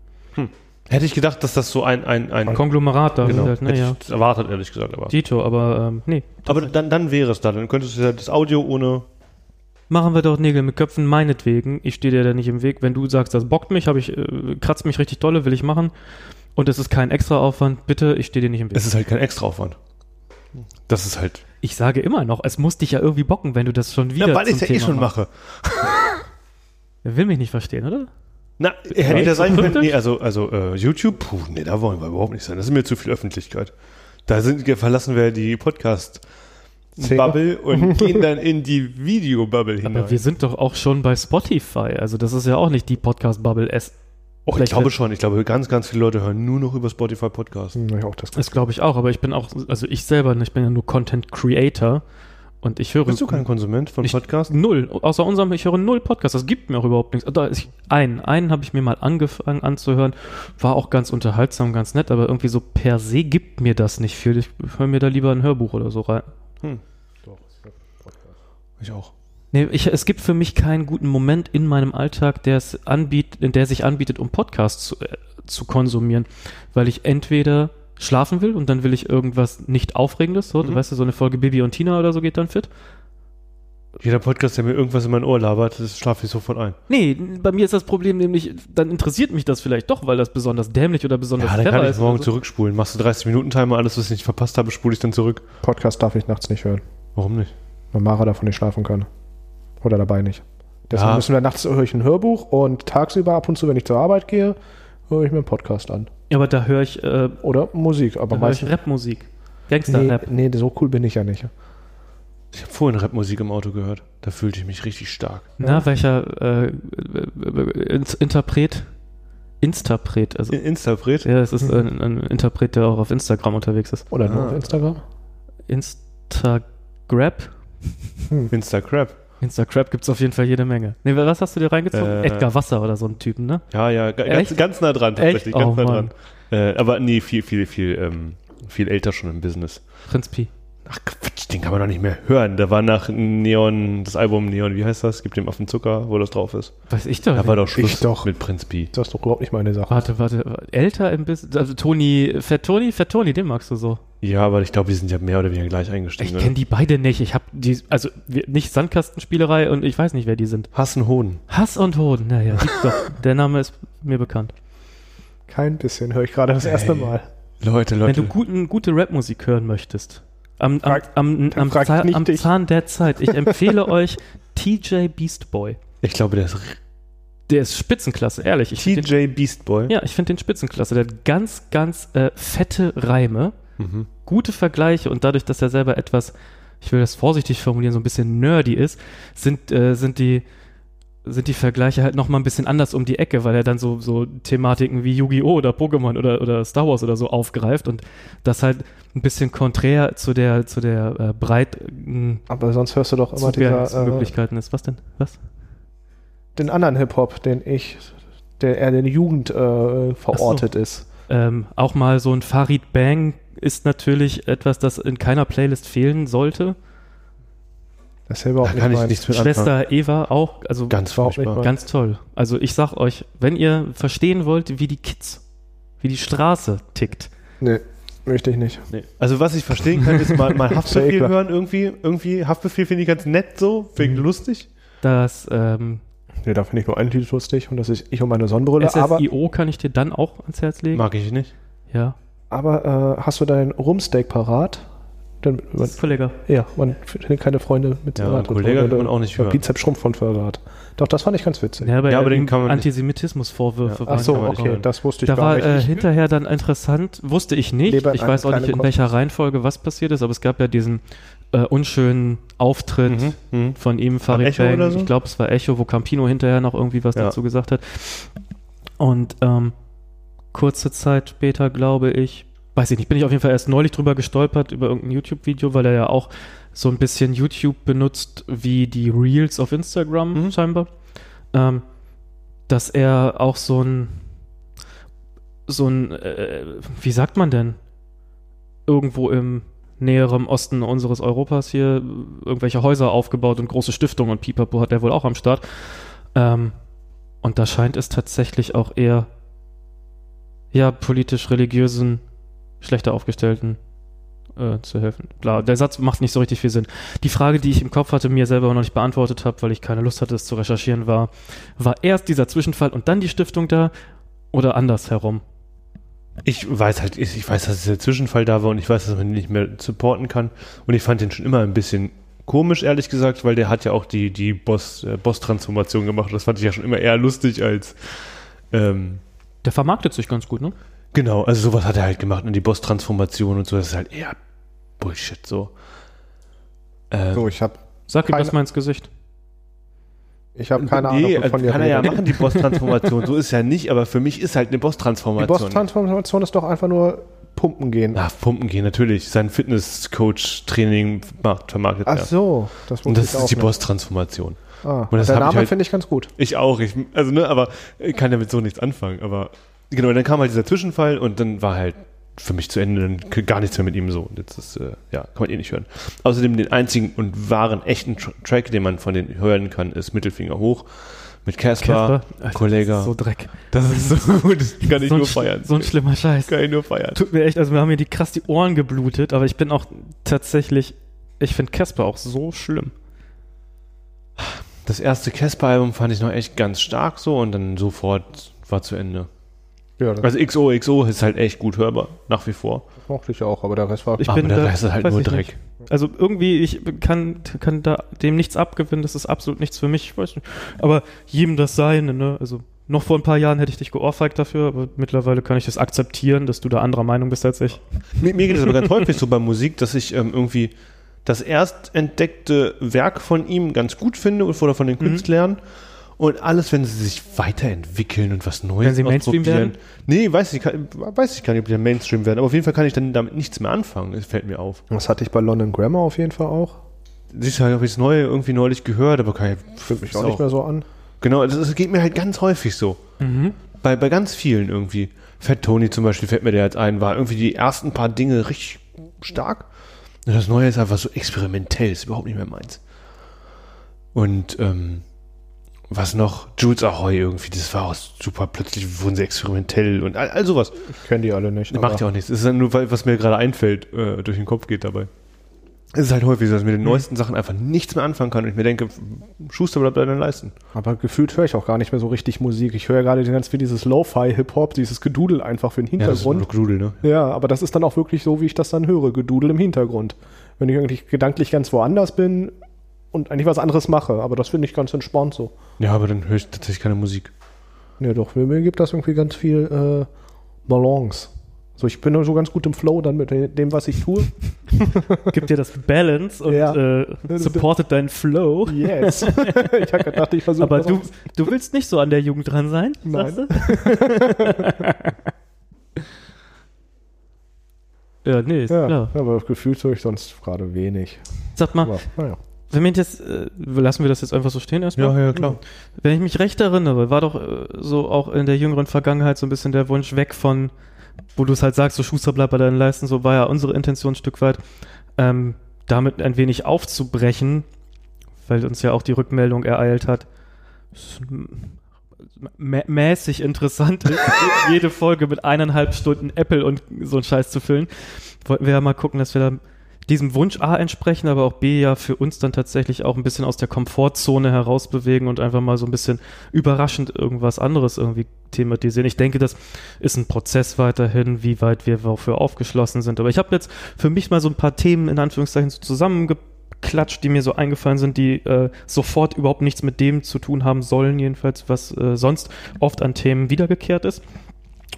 Speaker 2: Hätte ich gedacht, dass das so ein. ein, ein
Speaker 4: Konglomerat da
Speaker 2: genau,
Speaker 4: halt, ne?
Speaker 2: hätte
Speaker 4: Ja.
Speaker 2: ich erwartet, ehrlich gesagt. Aber,
Speaker 4: Dito, aber ähm, nee.
Speaker 2: aber dann, dann wäre es da. Dann könntest du ja das Audio ohne.
Speaker 4: Machen wir doch Nägel mit Köpfen, meinetwegen. Ich stehe dir da nicht im Weg. Wenn du sagst, das bockt mich, habe ich, äh, kratzt mich richtig dolle, will ich machen. Und es ist kein extra Aufwand, bitte, ich stehe dir nicht im Weg.
Speaker 2: Es ist halt kein Extraaufwand. Das ist halt.
Speaker 4: ich sage immer noch, es muss dich ja irgendwie bocken, wenn du das schon wieder.
Speaker 2: Ja, weil ich es ja
Speaker 4: zum
Speaker 2: eh
Speaker 4: Thema
Speaker 2: schon
Speaker 4: machst.
Speaker 2: mache.
Speaker 4: Er will mich nicht verstehen, oder?
Speaker 2: Na, hätte ich
Speaker 4: Echt?
Speaker 2: das sein können? Nee, also, also äh, YouTube, puh, nee, da wollen wir überhaupt nicht sein. Das ist mir zu viel Öffentlichkeit. Da sind, verlassen wir die Podcast-Bubble und gehen dann in die Video-Bubble hinein.
Speaker 4: Aber wir sind doch auch schon bei Spotify. Also, das ist ja auch nicht die Podcast-Bubble. Es
Speaker 2: oh, ich
Speaker 4: vielleicht-
Speaker 2: glaube schon. Ich glaube, ganz, ganz viele Leute hören nur noch über Spotify-Podcasts.
Speaker 3: Hm, ich auch das
Speaker 4: ist, glaube ich, auch. Aber ich bin auch, also ich selber, ich bin ja nur Content-Creator. Und ich höre.
Speaker 2: Bist du kein Konsument von
Speaker 4: Ich-
Speaker 2: Podcasts?
Speaker 4: Null. Außer unserem, ich höre null Podcasts. Das gibt mir auch überhaupt nichts. Da ist einen. Einen habe ich mir mal angefangen anzuhören. War auch ganz unterhaltsam, ganz nett, aber irgendwie so per se gibt mir das nicht viel. Ich höre mir da lieber ein Hörbuch oder so rein.
Speaker 2: Ich auch.
Speaker 4: Nee, ich, es gibt für mich keinen guten Moment in meinem Alltag, der es anbietet, in der sich anbietet, um Podcasts zu, äh, zu konsumieren, weil ich entweder schlafen will und dann will ich irgendwas nicht aufregendes, so, du weißt du, so eine Folge Bibi und Tina oder so geht dann fit.
Speaker 2: Jeder Podcast, der mir irgendwas in mein Ohr labert, das schlafe ich sofort ein.
Speaker 4: Nee, bei mir ist das Problem nämlich, dann interessiert mich das vielleicht doch, weil das besonders dämlich oder besonders
Speaker 2: Ja, dann kann ich
Speaker 4: ist. also-
Speaker 2: morgen
Speaker 4: oder so.
Speaker 2: zurückspulen. Machst du 30-Minuten-Timer, alles, was ich nicht verpasst habe, spule ich dann zurück.
Speaker 3: Podcast darf ich nachts nicht hören,
Speaker 2: Warum nicht?
Speaker 3: weil Mara davon nicht schlafen kann. Oder dabei nicht. Deswegen
Speaker 2: Ja.
Speaker 3: müssen wir nachts höre ich ein Hörbuch und tagsüber ab und zu, wenn ich zur Arbeit gehe, höre ich mir einen Podcast an.
Speaker 4: Ja, Aber da höre ich, äh,
Speaker 3: Oder Musik,
Speaker 4: da
Speaker 3: aber
Speaker 4: hör ich
Speaker 3: meistens.
Speaker 4: Rapmusik.
Speaker 3: Nee,
Speaker 4: Gangster-Rap.
Speaker 3: nee, so cool bin ich ja nicht.
Speaker 2: Ich habe vorhin Rapmusik im Auto gehört. Da fühlte ich mich richtig stark.
Speaker 4: Na, welcher äh, äh, Ins- Interpret? Instapret, also
Speaker 2: Instapret?
Speaker 4: Ja, es ist ein, ein Interpret, der auch auf Instagram unterwegs ist.
Speaker 3: Oder nur
Speaker 2: Ah.
Speaker 3: auf Instagram?
Speaker 4: Instagrab?
Speaker 2: Instacrap.
Speaker 4: Instagrab gibt's auf jeden Fall jede Menge. Nee, was hast du dir reingezogen?
Speaker 2: Äh.
Speaker 4: Edgar Wasser oder so ein Typen, ne?
Speaker 2: Ja, ja, ga-
Speaker 4: Echt?
Speaker 2: ganz, ganz nah dran tatsächlich.
Speaker 4: Echt?
Speaker 2: Ganz
Speaker 4: Oh,
Speaker 2: nah
Speaker 4: Mann.
Speaker 2: dran. Äh, aber nee, viel, viel, viel, ähm, viel älter schon im Business.
Speaker 4: Prinz Pi.
Speaker 2: Ach Quatsch, den kann man doch nicht mehr hören. Da war nach Neon, das Album Neon, wie heißt das? Gib dem Affen Zucker, wo das drauf ist.
Speaker 4: Weiß ich doch.
Speaker 2: Da
Speaker 4: nicht.
Speaker 2: war doch Schluss
Speaker 3: doch.
Speaker 2: mit Prinz Pi.
Speaker 3: Das ist doch überhaupt nicht meine Sache.
Speaker 4: Warte, warte, warte. Älter im Business. Also Toni, Fat Toni, Fat Toni, den magst du so.
Speaker 2: Ja, aber ich glaube, die sind ja mehr oder weniger gleich
Speaker 4: Ich
Speaker 2: eingestiegen.
Speaker 3: Ne?
Speaker 4: kenne die beide nicht. Ich habe die, also wir- nicht Sandkastenspielerei und ich weiß nicht, wer die sind.
Speaker 2: Hassen Hoden.
Speaker 4: Hass und Hoden, naja, gibt's doch. Der Name ist mir bekannt.
Speaker 3: Kein bisschen, höre ich gerade das erste Mal.
Speaker 2: Leute,
Speaker 4: Wenn
Speaker 2: Leute.
Speaker 4: du guten, gute Rapmusik hören möchtest, am, am,
Speaker 3: Frag-
Speaker 4: am, am,
Speaker 3: frag
Speaker 4: Zahn-
Speaker 3: nicht
Speaker 4: am
Speaker 3: dich.
Speaker 4: Zahn der Zeit, ich empfehle euch TJ Beast Boy.
Speaker 2: ich glaube, der ist
Speaker 4: Der ist Spitzenklasse, ehrlich. Ich find den,
Speaker 2: TJ Beast Boy.
Speaker 4: ja, ich finde den Spitzenklasse. Der hat ganz, ganz äh, fette Reime,
Speaker 2: Mhm.
Speaker 4: gute Vergleiche und dadurch, dass er selber etwas, ich will das vorsichtig formulieren, so ein bisschen nerdy ist, sind, äh, sind die sind die Vergleiche halt nochmal ein bisschen anders um die Ecke, weil er dann so, so Thematiken wie Yu-Gi-Oh! oder Pokémon oder, oder Star Wars oder so aufgreift und das halt ein bisschen konträr zu der, zu der äh, breiten
Speaker 3: Aber sonst hörst du doch immer dieser, äh,
Speaker 4: Zugehörigkeitsmöglichkeiten ist. Was denn? Was?
Speaker 3: den anderen Hip-Hop, den ich, der eher in der Jugend äh, verortet ist.
Speaker 4: Ähm, auch mal so ein Farid Bang ist natürlich etwas, das in keiner Playlist fehlen sollte.
Speaker 3: Das ist ja überhaupt
Speaker 2: Da kann
Speaker 3: nicht
Speaker 2: ich
Speaker 3: mein.
Speaker 2: nichts mit anfangen.
Speaker 4: Schwester Eva auch, also
Speaker 2: Ganz
Speaker 3: Überhaupt nicht
Speaker 2: furchtbar.
Speaker 3: mal.
Speaker 4: ganz toll. Also ich sag euch, wenn ihr verstehen wollt, wie die Kids, wie die Straße tickt,
Speaker 3: Nee, möchte ich nicht.
Speaker 2: Nee. Also was ich verstehen kann, ist mal, mal
Speaker 3: Sehr
Speaker 2: Haftbefehl
Speaker 3: klar.
Speaker 2: hören irgendwie. Irgendwie Haftbefehl finde ich ganz nett so, wegen lustig.
Speaker 4: dass ähm,
Speaker 3: Nee, da finde ich nur ein Lied lustig und das ist ich und meine Sonnenbrille. Aber,
Speaker 4: SSIO kann ich dir dann auch ans Herz legen.
Speaker 2: Mag ich nicht.
Speaker 4: Ja.
Speaker 3: aber äh, hast du deinen Rumsteak parat? Dann,
Speaker 4: Das ist voll lecker.
Speaker 3: ja, man findet keine Freunde mit
Speaker 2: Ja, und Kollege kann man auch nicht hören.
Speaker 3: Bizep Schrumpf von Verrat. Doch, das fand ich ganz witzig.
Speaker 4: Ja, aber,
Speaker 2: Ja, aber den kann man nicht-
Speaker 4: Antisemitismusvorwürfe
Speaker 3: Ach
Speaker 4: waren
Speaker 3: so,
Speaker 4: ja auch-
Speaker 3: okay, das wusste ich
Speaker 4: Da
Speaker 3: gar
Speaker 4: war
Speaker 3: nicht.
Speaker 4: äh, hinterher dann interessant, wusste ich nicht,
Speaker 3: Lebe in
Speaker 4: ich
Speaker 3: einem
Speaker 4: weiß auch nicht,
Speaker 3: kleinen
Speaker 4: in welcher Reihenfolge was passiert ist, aber es gab ja diesen äh, unschönen Auftritt
Speaker 2: Mhm. Mhm.
Speaker 4: von ihm, Farid
Speaker 2: Echo
Speaker 4: Bang.
Speaker 2: oder so?
Speaker 4: Ich glaube, es war Echo, wo Campino hinterher noch irgendwie was
Speaker 2: Ja.
Speaker 4: dazu gesagt hat. Und ähm, kurze Zeit später, glaube ich, weiß ich nicht, bin ich auf jeden Fall erst neulich drüber gestolpert, über irgendein YouTube-Video, weil er ja auch so ein bisschen YouTube benutzt wie die Reels auf Instagram
Speaker 2: Mhm.
Speaker 4: scheinbar. Ähm, dass er auch so ein so ein äh, wie sagt man denn irgendwo im näherem Osten unseres Europas hier äh, irgendwelche Häuser aufgebaut und große Stiftungen und Pipapo hat er wohl auch am Start. Ähm, und da scheint es tatsächlich auch eher ja politisch-religiösen schlechter aufgestellten äh, zu helfen. Bla, der Satz macht nicht so richtig viel Sinn. Die Frage, die ich im Kopf hatte, mir selber aber noch nicht beantwortet habe, weil ich keine Lust hatte, es zu recherchieren, war, war erst dieser Zwischenfall und dann die Stiftung da oder andersherum?
Speaker 2: Ich weiß halt, ich ich weiß, dass dieser Zwischenfall da war und ich weiß, dass man ihn nicht mehr supporten kann. Und ich fand den schon immer ein bisschen komisch, ehrlich gesagt, weil der hat ja auch die, die Boss, äh, Boss-Transformation gemacht. Das fand ich ja schon immer eher lustig als. Ähm,
Speaker 4: Der vermarktet sich ganz gut, ne?
Speaker 2: genau, also sowas hat er halt gemacht und die Boss-Transformation und so, das ist halt eher Bullshit so.
Speaker 4: äh,
Speaker 2: Ähm,
Speaker 3: so, ich habe
Speaker 4: Sag ihm
Speaker 3: Keine-
Speaker 4: das mal ins Gesicht.
Speaker 3: ich hab keine
Speaker 2: nee,
Speaker 3: Ahnung, wovon
Speaker 2: also
Speaker 3: ihr
Speaker 2: kann er ja
Speaker 3: redet.
Speaker 2: machen, die Boss-Transformation. so ist ja nicht, aber für mich ist halt eine
Speaker 3: Die
Speaker 2: Boss-Transformation.
Speaker 3: Boss-Transformation ist doch einfach nur pumpen gehen.
Speaker 2: Ach, pumpen gehen, natürlich. Sein Fitness-Coach-Training macht- vermarktet
Speaker 3: Ach
Speaker 2: er.
Speaker 3: so, das
Speaker 2: Und
Speaker 3: wusste
Speaker 2: das
Speaker 3: ich auch
Speaker 2: ist die
Speaker 4: ne?
Speaker 3: nicht.
Speaker 2: Boss-Transformation.
Speaker 3: Ah,
Speaker 2: das
Speaker 3: der
Speaker 2: hab ich
Speaker 3: Name
Speaker 2: halt-
Speaker 3: finde ich ganz gut.
Speaker 2: Ich auch, ich, also ne, aber ich kann damit so nichts anfangen. Aber genau, dann kam halt dieser Zwischenfall und dann war halt für mich zu Ende, dann k- gar nichts mehr mit ihm so. Und jetzt ist, äh, ja, kann man eh nicht hören. Außerdem den einzigen und wahren echten Tr Track, den man von denen hören kann, ist Mittelfinger hoch mit Casper,
Speaker 4: Alter,
Speaker 2: Kollege.
Speaker 4: das ist So Dreck.
Speaker 2: Das ist so gut, das kann ich
Speaker 4: so, ein
Speaker 2: nur
Speaker 4: sch-
Speaker 2: feiern.
Speaker 4: so ein schlimmer Scheiß.
Speaker 2: kann ich nur feiern.
Speaker 4: Tut mir echt, also wir haben mir die krass die Ohren geblutet, aber ich bin auch tatsächlich, ich finde Casper auch so schlimm.
Speaker 2: Das erste Casper-Album fand ich noch echt ganz stark so und dann sofort war zu Ende.
Speaker 3: Ja, das
Speaker 2: Also XOXO ist halt echt gut hörbar, nach wie vor.
Speaker 3: mochte ich auch, aber der Rest war.
Speaker 4: Ich
Speaker 2: Aber
Speaker 4: bin
Speaker 2: der
Speaker 4: da-
Speaker 2: Rest ist halt
Speaker 4: weiß
Speaker 2: nur
Speaker 4: ich
Speaker 2: Dreck.
Speaker 4: nicht. Also irgendwie, ich kann, kann da dem nichts abgewinnen, das ist absolut nichts für mich, ich weiß nicht. Aber jedem das Seine, ne? Also noch vor ein paar Jahren hätte ich dich geohrfeigt dafür, aber mittlerweile kann ich das akzeptieren, dass du da anderer Meinung bist als ich.
Speaker 2: Mir, mir geht es aber ganz häufig so bei Musik, dass ich ähm, irgendwie das erst entdeckte Werk von ihm ganz gut finde oder von den
Speaker 4: Mhm.
Speaker 2: Künstlern. Und alles, wenn sie sich weiterentwickeln und was Neues
Speaker 4: Wenn sie Mainstream
Speaker 2: ausprobieren. Nee, weiß ich, kann, weiß ich gar nicht, ob die dann Mainstream werden. Aber auf jeden Fall kann ich dann damit nichts mehr anfangen. Es fällt mir auf.
Speaker 3: Das hatte ich bei London Grammar auf jeden Fall auch.
Speaker 2: Siehst du, habe ich das Neue irgendwie neulich gehört, aber kann ich,
Speaker 3: Fühlt mich
Speaker 2: ist
Speaker 3: auch nicht mehr so an.
Speaker 2: Genau, das, das geht mir halt ganz häufig so. Bei, bei ganz vielen irgendwie. Fat Tony zum Beispiel fällt mir der jetzt ein, war irgendwie die ersten paar Dinge richtig stark. Und das Neue ist einfach so experimentell, ist überhaupt nicht mehr meins. Und ähm, was noch? Jules Ahoy irgendwie, das war auch super. Plötzlich wurden sie experimentell und all, all sowas.
Speaker 3: Ich kenne die alle nicht. aber-
Speaker 2: Macht ja auch nichts. Es ist dann nur, weil- was mir gerade einfällt, äh, durch den Kopf geht dabei. Es ist halt häufig so, dass ich mit den neuesten Sachen einfach nichts mehr anfangen kann und ich mir denke, Schuster bleibt bei deinen Leisten.
Speaker 3: Aber gefühlt höre ich auch gar nicht mehr so richtig Musik. Ich höre ja gerade ganz viel dieses Lo-Fi-Hip-Hop, dieses Gedudel einfach für den Hintergrund.
Speaker 2: Grudel, ne?
Speaker 3: Ja, aber das ist dann auch wirklich so, wie ich das dann höre, Gedudel im Hintergrund. Wenn ich eigentlich gedanklich ganz woanders bin und eigentlich was anderes mache, aber das finde ich ganz entspannt so.
Speaker 2: Ja, aber dann höre ich tatsächlich keine Musik.
Speaker 3: Ja doch, mir, mir gibt das irgendwie ganz viel äh, Balance. So, ich bin so ganz gut im Flow dann mit dem, was ich tue.
Speaker 4: Gibt dir das Balance und
Speaker 3: Ja.
Speaker 4: äh, supportet deinen Flow.
Speaker 3: Yes. ich habe gedacht, ich versuche
Speaker 4: Aber
Speaker 3: das
Speaker 4: du,
Speaker 3: aus.
Speaker 4: du willst nicht so an der Jugend dran sein,
Speaker 3: Nein.
Speaker 4: sagst du? ja, nee, ist
Speaker 3: Ja,
Speaker 4: klar. Ah.
Speaker 3: aber gefühlt höre ich sonst gerade wenig.
Speaker 4: Sag mal,
Speaker 3: Aber, naja.
Speaker 4: wenn mich jetzt, äh, lassen wir das jetzt einfach so stehen erstmal.
Speaker 2: ja, klar.
Speaker 4: Wenn ich mich recht erinnere, war doch äh, so auch in der jüngeren Vergangenheit so ein bisschen der Wunsch weg von, wo du es halt sagst, so Schuster bleibt bei deinen Leisten, so war ja unsere Intention ein Stück weit, ähm, damit ein wenig aufzubrechen, weil uns ja auch die Rückmeldung ereilt hat, es m- mä mäßig interessant ist, jede Folge mit eineinhalb Stunden Apple und so ein Scheiß zu füllen. Wollten wir ja mal gucken, dass wir da diesem Wunsch A entsprechen, aber auch B ja für uns dann tatsächlich auch ein bisschen aus der Komfortzone herausbewegen und einfach mal so ein bisschen überraschend irgendwas anderes irgendwie thematisieren. Ich denke, das ist ein Prozess weiterhin, wie weit wir dafür aufgeschlossen sind. Aber ich habe jetzt für mich mal so ein paar Themen in Anführungszeichen so zusammengeklatscht, die mir so eingefallen sind, die äh, sofort überhaupt nichts mit dem zu tun haben sollen, jedenfalls, was äh, sonst oft an Themen wiedergekehrt ist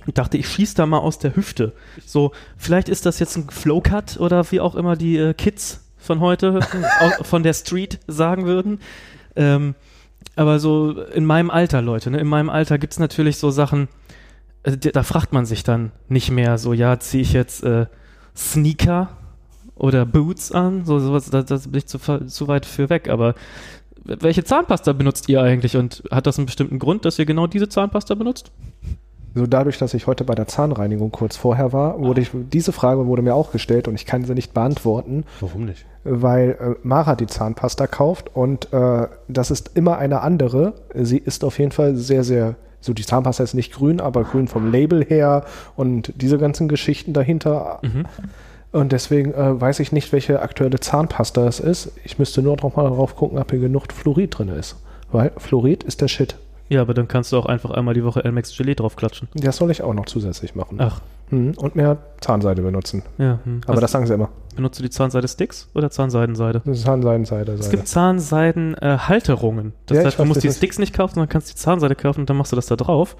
Speaker 4: und dachte, ich schieß da mal aus der Hüfte. So, vielleicht ist das jetzt ein Flowcut oder wie auch immer die äh, Kids von heute, au- von der Street sagen würden. Ähm, aber so in meinem Alter, Leute, ne, in meinem Alter gibt's natürlich so Sachen, äh, da, da fragt man sich dann nicht mehr so, ja, ziehe ich jetzt äh, Sneaker oder Boots an? So, sowas, da, da bin ich zu, ver- zu weit für weg, aber welche Zahnpasta benutzt ihr eigentlich und hat das einen bestimmten Grund, dass ihr genau diese Zahnpasta benutzt?
Speaker 3: So dadurch, dass ich heute bei der Zahnreinigung kurz vorher war, wurde ich, diese Frage wurde mir auch gestellt und ich kann sie nicht beantworten,
Speaker 2: Warum nicht?
Speaker 3: weil äh, Mara die Zahnpasta kauft und äh, das ist immer eine andere. Sie ist auf jeden Fall sehr, sehr, so die Zahnpasta ist nicht grün, aber grün vom Label her und diese ganzen Geschichten dahinter. Und deswegen äh, weiß ich nicht, welche aktuelle Zahnpasta es ist. Ich müsste nur noch mal drauf gucken, ob hier genug Fluorid drin ist. Weil Fluorid ist der Shit.
Speaker 4: Ja, aber dann kannst du auch einfach einmal die Woche Elmex Gelee draufklatschen.
Speaker 3: Das soll ich auch noch zusätzlich machen.
Speaker 4: Ach,
Speaker 3: Hm, Und mehr Zahnseide benutzen.
Speaker 4: ja. Hm.
Speaker 3: Aber das sagen sie immer.
Speaker 4: das benutzt du die Zahnseide-Sticks oder Zahnseidenseide?
Speaker 3: Das ist Hanseide,
Speaker 4: Es
Speaker 3: Seide.
Speaker 4: gibt Zahnseiden-Halterungen. Das
Speaker 3: Ja, ich
Speaker 4: heißt, du
Speaker 3: weiß,
Speaker 4: musst die
Speaker 3: das ist-
Speaker 4: Sticks nicht kaufen, sondern kannst die Zahnseide kaufen und dann machst du das da drauf.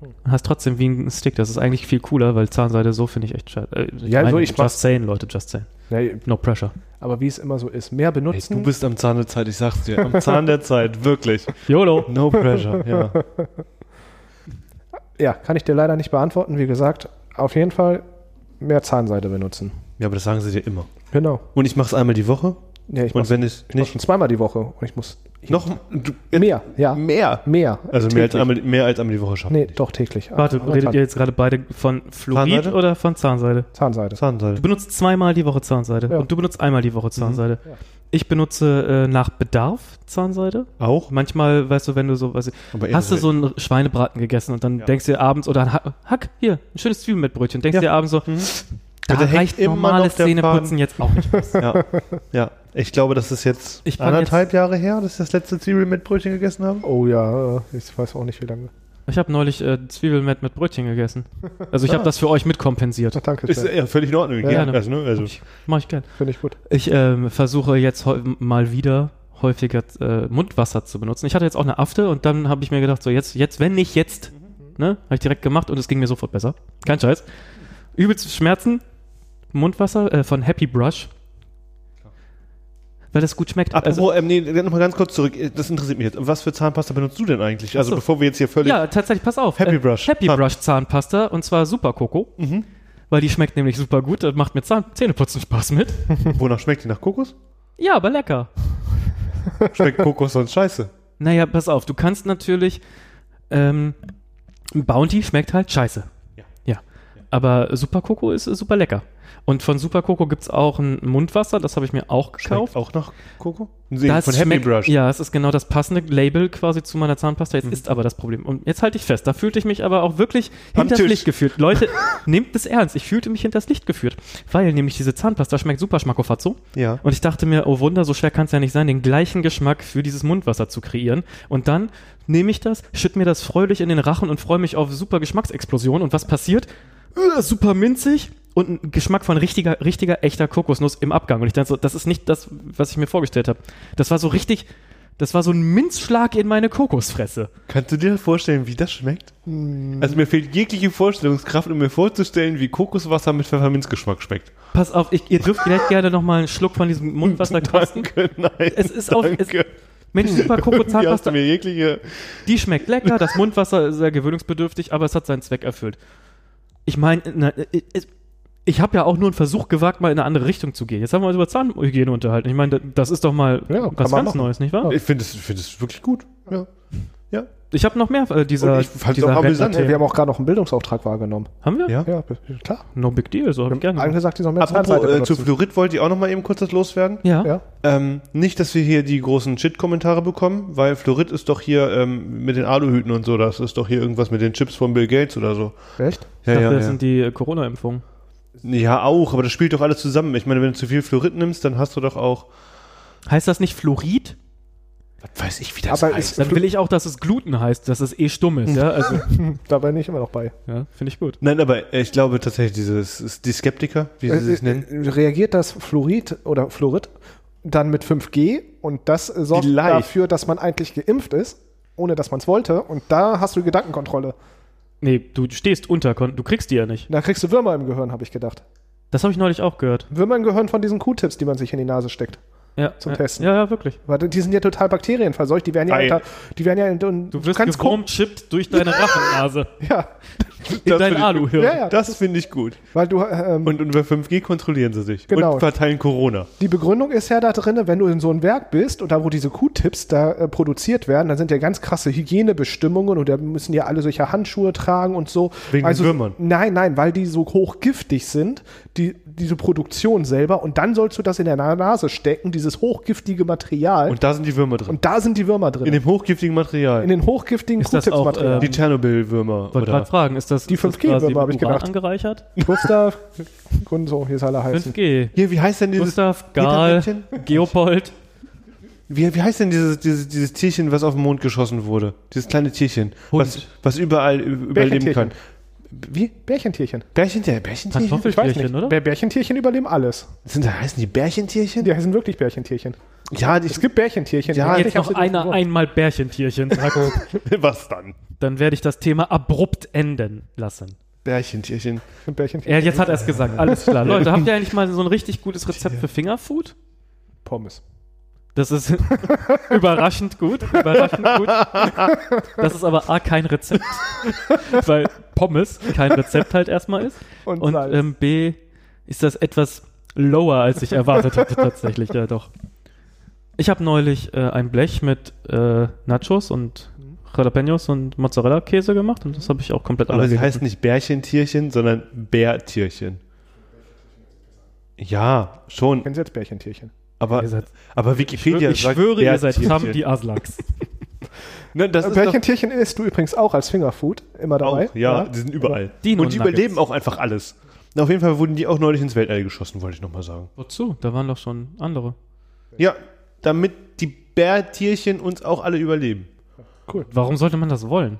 Speaker 3: Hm.
Speaker 4: Und Hast trotzdem wie einen Stick. Das ist eigentlich viel cooler, weil Zahnseide so finde ich echt scheiße. Äh,
Speaker 3: Ja, also ich mach-
Speaker 4: Just saying, Leute, just saying.
Speaker 3: Nee,
Speaker 4: No pressure.
Speaker 3: aber wie es immer so ist, mehr
Speaker 2: Ey,
Speaker 3: benutzen.
Speaker 2: du bist am Zahn der Zeit, ich sag's dir. Am Zahn der Zeit, wirklich.
Speaker 4: YOLO.
Speaker 2: No pressure, ja.
Speaker 3: ja, kann ich dir leider nicht beantworten. Wie gesagt, auf jeden Fall mehr Zahnseide benutzen.
Speaker 2: Ja, aber das sagen sie dir immer.
Speaker 3: Genau.
Speaker 2: Und ich mach's einmal die Woche.
Speaker 3: Ja, ich
Speaker 2: Und
Speaker 3: mache
Speaker 2: wenn ich nicht.
Speaker 3: schon zweimal die Woche und ich muss
Speaker 2: Noch du,
Speaker 3: mehr, ja,
Speaker 2: mehr.
Speaker 3: mehr.
Speaker 2: Also mehr als,
Speaker 3: Täglich.
Speaker 2: einmal, mehr als einmal die Woche schaffen.
Speaker 3: Nee, doch täglich. Also
Speaker 4: Warte,
Speaker 3: Aber
Speaker 4: redet
Speaker 3: Zahn-
Speaker 4: ihr jetzt gerade beide von Fluorid
Speaker 2: Zahnseide?
Speaker 4: oder von Zahnseide?
Speaker 3: Zahnseide.
Speaker 2: Zahnseide.
Speaker 4: Du benutzt zweimal die Woche Zahnseide
Speaker 3: Ja. Mhm.
Speaker 4: und du benutzt einmal die Woche Zahnseide.
Speaker 3: Ja.
Speaker 4: Ich benutze äh, nach Bedarf Zahnseide.
Speaker 2: Auch?
Speaker 4: Manchmal, weißt du, wenn du so, weiß ich,
Speaker 2: Aber eher
Speaker 4: hast du
Speaker 2: so
Speaker 4: so einen Schweinebraten gegessen und dann
Speaker 2: Ja.
Speaker 4: denkst du dir abends oder ein Ha- Hack, hier, ein schönes Zwiebelmettbrötchen, denkst
Speaker 2: Ja.
Speaker 4: dir abends so, da
Speaker 2: Ja, da hängt
Speaker 4: reicht
Speaker 2: immer
Speaker 4: normales
Speaker 2: noch der
Speaker 4: Zähneputzen
Speaker 2: Faden.
Speaker 4: jetzt auch nicht.
Speaker 2: Ja, ja. Ich glaube, das ist jetzt
Speaker 4: Ich fang
Speaker 2: anderthalb Jahre her, dass ich das letzte Cereal mit Brötchen gegessen habe.
Speaker 3: Oh ja, äh, ich weiß auch nicht, wie lange.
Speaker 4: Ich habe neulich äh, Zwiebelmett mit Brötchen gegessen. Also ich habe das für euch mitkompensiert.
Speaker 3: Ach, danke,
Speaker 2: Ist
Speaker 3: Sven.
Speaker 2: ja völlig in Ordnung.
Speaker 3: Ja,
Speaker 2: Ja,
Speaker 4: ja.
Speaker 2: Also, ne? also,
Speaker 4: Ich, mach ich gern.
Speaker 3: Finde ich gut.
Speaker 4: Ich ähm, versuche jetzt heu- mal wieder häufiger äh, Mundwasser zu benutzen. Ich hatte jetzt auch eine Afte und dann habe ich mir gedacht, so jetzt, jetzt, wenn nicht jetzt,
Speaker 2: Mhm.
Speaker 4: ne, habe ich direkt gemacht und es ging mir sofort besser. Kein Scheiß. Übelste Schmerzen, Mundwasser äh, von Happy Brush. Weil das gut schmeckt.
Speaker 2: Apropos,
Speaker 4: Also,
Speaker 2: ähm, nee, nochmal ganz kurz zurück. Das interessiert mich jetzt. Was für Zahnpasta benutzt du denn eigentlich? Also
Speaker 4: Ach so.
Speaker 2: bevor wir jetzt hier völlig...
Speaker 4: ja, tatsächlich, pass auf. Äh,
Speaker 2: Happy Brush.
Speaker 4: Happy
Speaker 2: Zahn-
Speaker 4: Brush Zahnpasta und zwar Super Coco.
Speaker 2: Mhm.
Speaker 4: Weil die schmeckt nämlich super gut. Das macht mir Zahn Zähneputzen Spaß mit.
Speaker 2: Wonach schmeckt die? Nach Kokos?
Speaker 4: Ja, aber lecker.
Speaker 2: Schmeckt Kokos sonst scheiße.
Speaker 4: Naja, pass auf, du kannst natürlich. Ähm, Bounty schmeckt halt scheiße.
Speaker 2: Ja.
Speaker 4: Ja. Aber Super Coco ist äh, super lecker. Und von Super Coco gibt es auch ein Mundwasser, das habe ich mir auch gekauft.
Speaker 2: Schmeckt auch nach Koko? Nee,
Speaker 4: das
Speaker 2: von Happy
Speaker 4: schmeckt-
Speaker 2: Brush. Mhm.
Speaker 4: Ja, es ist genau das passende Label quasi zu meiner Zahnpasta. Jetzt ist aber das Problem. Und jetzt halte ich fest, da fühlte ich mich aber auch wirklich
Speaker 2: Am
Speaker 4: hinters
Speaker 2: Tisch.
Speaker 4: Licht geführt. Leute, nehmt es ernst. Ich fühlte mich hinters Licht geführt. Weil nämlich diese Zahnpasta schmeckt super Schmackofazzo.
Speaker 2: Ja.
Speaker 4: Und ich dachte mir, oh Wunder, so schwer kann es ja nicht sein, den gleichen Geschmack für dieses Mundwasser zu kreieren. Und dann nehme ich das, schütt mir das freudig in den Rachen und freue mich auf super Geschmacksexplosion. Und was passiert? Äh, super minzig und ein Geschmack von richtiger, richtiger, echter Kokosnuss im Abgang. Und ich dachte so, das ist nicht das, was ich mir vorgestellt habe. Das war so richtig, das war so ein Minzschlag in meine Kokosfresse.
Speaker 2: Kannst du dir vorstellen, wie das schmeckt?
Speaker 4: Mm.
Speaker 2: Also mir fehlt jegliche Vorstellungskraft, um mir vorzustellen, wie Kokoswasser mit Pfefferminzgeschmack schmeckt.
Speaker 4: Pass auf, ich, ihr dürft vielleicht gerne nochmal einen Schluck von diesem Mundwasser kosten.
Speaker 2: nein.
Speaker 4: Es ist auf- es- Mensch, super
Speaker 2: Irgendwie hast du
Speaker 4: Kokozahnpasta,
Speaker 2: mir jegliche...
Speaker 4: die schmeckt lecker, das Mundwasser ist sehr gewöhnungsbedürftig, aber es hat seinen Zweck erfüllt. Ich meine, na, ich- ich- ich habe ja auch nur einen Versuch gewagt, mal in eine andere Richtung zu gehen. Jetzt haben wir uns über Zahnhygiene unterhalten. Ich meine, da- das ist doch mal
Speaker 3: Ja, kann
Speaker 4: was
Speaker 3: man
Speaker 4: ganz
Speaker 3: machen.
Speaker 4: Neues, nicht wahr?
Speaker 2: Ich finde es find es wirklich gut. Ja.
Speaker 4: Ich habe noch mehr äh,
Speaker 2: Und
Speaker 4: dieser,
Speaker 2: ich fand's
Speaker 4: dieser
Speaker 2: auch amüsant.
Speaker 4: Rentner-Themen.
Speaker 3: Wir haben auch gerade noch einen Bildungsauftrag wahrgenommen.
Speaker 4: Haben wir?
Speaker 2: Ja.
Speaker 3: Ja, klar.
Speaker 4: No big deal, so habe ich
Speaker 3: Wir haben
Speaker 4: gerne.
Speaker 3: angesagt, die sollen mehr
Speaker 2: Apropos,
Speaker 3: Zahnseide
Speaker 2: äh, zu
Speaker 3: benutzen.
Speaker 2: Fluorid wollte ich auch noch mal eben kurz das loswerden.
Speaker 4: Ja.
Speaker 3: Ja,
Speaker 2: Ähm, nicht, dass wir hier die großen Shit-Kommentare bekommen, weil Fluorid ist doch hier ähm, mit den Aluhüten und so, das ist doch hier irgendwas mit den Chips von Bill Gates oder so.
Speaker 3: recht?
Speaker 4: ich dachte, das sind die äh, Corona-Impfungen.
Speaker 2: Ja, auch, aber das spielt doch alles zusammen. Ich meine, wenn du zu viel Fluorid nimmst, dann hast du doch auch.
Speaker 4: Heißt das nicht Fluorid?
Speaker 2: Was weiß ich, wie
Speaker 3: Aber ist
Speaker 4: Dann will ich auch, dass es Gluten heißt, dass es eh stumm ist. Ja, also,
Speaker 3: dabei nicht immer noch bei.
Speaker 4: ja finde ich gut.
Speaker 2: Nein, aber ich glaube tatsächlich, dieses ist die Skeptiker, wie
Speaker 3: Äh,
Speaker 2: sie sich nennen.
Speaker 3: Reagiert das Fluorid oder Fluorid dann mit 5G und das äh, sorgt
Speaker 2: Vielleicht.
Speaker 3: dafür, dass man eigentlich geimpft ist, ohne dass man es wollte und da hast du Gedankenkontrolle.
Speaker 4: Nee, du stehst unter, Kon- du kriegst die ja nicht.
Speaker 3: Da kriegst du Würmer im Gehirn, habe ich gedacht.
Speaker 4: Das habe ich neulich auch gehört.
Speaker 3: Würmer im Gehirn von diesen Q-Tips, die man sich in die Nase steckt.
Speaker 4: Ja,
Speaker 3: Zum
Speaker 4: ja,
Speaker 3: Testen.
Speaker 4: Ja, ja, wirklich.
Speaker 3: Weil die sind ja total bakterienverseucht, die werden ja,
Speaker 2: Ei.
Speaker 3: unter, die werden ja, in- in-
Speaker 4: Du wirst gewurmt, chippt durch deine Rachennase.
Speaker 3: ja,
Speaker 4: in
Speaker 2: Das
Speaker 4: dein
Speaker 2: finde ich gut.
Speaker 4: Aluhirn.
Speaker 3: Ja, ja.
Speaker 2: Das finde ich gut.
Speaker 3: weil du, ähm,
Speaker 2: Und über 5G kontrollieren sie sich.
Speaker 3: Genau.
Speaker 2: Und verteilen Corona.
Speaker 3: Die Begründung ist ja da drin, wenn du in so einem Werk bist und da, wo diese Q-Tips da äh, produziert werden, dann sind ja ganz krasse Hygienebestimmungen und da müssen ja alle solche Handschuhe tragen und so. Also,
Speaker 2: Wegen Würmern.
Speaker 3: Nein, nein, weil die so hochgiftig sind, die, diese Produktion selber. Und dann sollst du das in der Na- Nase stecken, dieses hochgiftige Material. Und,
Speaker 2: Und da sind die Würmer drin.
Speaker 3: da sind die Würmer drin.
Speaker 2: In dem hochgiftigen Material.
Speaker 3: In den hochgiftigen
Speaker 4: Ist das auch,
Speaker 3: Q-Tips-Material.
Speaker 2: die Tschernobyl-Würmer.
Speaker 4: Wollte gerade
Speaker 2: Oder
Speaker 4: fragen, ist das
Speaker 3: Die
Speaker 4: ist das
Speaker 3: 5G
Speaker 4: quasi
Speaker 3: Würmer, hab ich
Speaker 4: mit Uran
Speaker 3: gedacht.
Speaker 4: angereichert?
Speaker 3: Gustav, Kunden, so, hier ist alle heißen.
Speaker 4: 5G.
Speaker 2: hier, wie heißt denn dieses.
Speaker 4: Gustav, Gahl,
Speaker 2: Metermännchen?
Speaker 4: Geopold.
Speaker 2: Wie, wie heißt denn dieses, dieses, dieses Tierchen, was auf den Mond geschossen wurde? Dieses kleine Tierchen. Was, was überall ü- überleben kann.
Speaker 3: Bärchentierchen.
Speaker 2: Wie?
Speaker 3: Bärchentierchen.
Speaker 2: Bärchentierchen? Bärchentierchen?
Speaker 4: Kartoffeltierchen, oder?
Speaker 3: Bär- Bärchentierchen überleben alles.
Speaker 2: Sind da, heißen die Bärchentierchen?
Speaker 3: Die heißen wirklich Bärchentierchen.
Speaker 2: Ja, ich,
Speaker 3: Es gibt Bärchentierchen.
Speaker 2: Ja,
Speaker 3: Ich
Speaker 4: Jetzt
Speaker 3: hab's
Speaker 4: noch
Speaker 3: dir nicht
Speaker 4: einer
Speaker 3: gesagt.
Speaker 4: einmal Bärchentierchen sagt,
Speaker 2: was dann?
Speaker 4: dann werde ich das Thema abrupt enden lassen.
Speaker 2: Bärchentierchen.
Speaker 3: Ein Bärchentierchen.
Speaker 4: Ja, jetzt hat er es gesagt, alles klar. Leute, habt ihr eigentlich mal so ein richtig gutes Rezept für Fingerfood?
Speaker 3: Pommes.
Speaker 4: Das ist überraschend gut, überraschend gut. Das ist aber A, kein Rezept, weil Pommes kein Rezept halt erstmal ist. Und
Speaker 3: Salz.
Speaker 4: ähm, B, ist das etwas lower, als ich erwartet hatte tatsächlich, ja doch. Ich habe neulich äh, ein Blech mit äh, Nachos und Jalapenos und Mozzarella-Käse gemacht und das habe ich auch komplett
Speaker 2: Aber
Speaker 4: alle
Speaker 2: sie
Speaker 4: gegessen.
Speaker 2: heißt nicht Bärchentierchen, sondern Bärtierchen. Ja, schon.
Speaker 3: Kennen Sie jetzt Bärchentierchen?
Speaker 2: Aber,
Speaker 4: Ihr seid-
Speaker 2: aber Wikipedia
Speaker 4: ich
Speaker 2: sagt
Speaker 4: schwöre, ihr seid
Speaker 2: Bärtierchen.
Speaker 4: Sam die Aslaks.
Speaker 2: Ne, das
Speaker 3: Äh,
Speaker 2: ist doch
Speaker 3: Bärchentierchen isst du übrigens auch als Fingerfood immer dabei. ne?
Speaker 2: auch, ja, die sind überall.
Speaker 4: Dino
Speaker 2: Und die
Speaker 4: Nuggets.
Speaker 2: überleben auch einfach alles. Na, auf jeden Fall wurden die auch neulich ins Weltall geschossen, wollte ich nochmal sagen.
Speaker 4: Wozu? Da waren doch schon andere.
Speaker 2: Ja, damit die Bärtierchen uns auch alle überleben.
Speaker 4: Warum sollte man das wollen?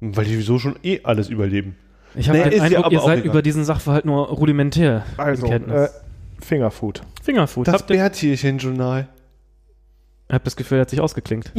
Speaker 2: Weil die sowieso schon eh alles überleben.
Speaker 4: Ich habe
Speaker 2: Nee,
Speaker 4: den
Speaker 2: ist ja
Speaker 4: Eindruck,
Speaker 2: aber
Speaker 4: ihr
Speaker 2: auch
Speaker 4: seid
Speaker 2: egal.
Speaker 4: über diesen Sachverhalt nur rudimentär
Speaker 3: Also,
Speaker 4: in
Speaker 3: äh,
Speaker 4: Kenntnis.
Speaker 3: Fingerfood.
Speaker 4: Fingerfood.
Speaker 2: Das
Speaker 4: Habt ihr,
Speaker 2: Bärtierchen-Journal.
Speaker 4: ich habe das Gefühl, er hat sich ausgeklinkt.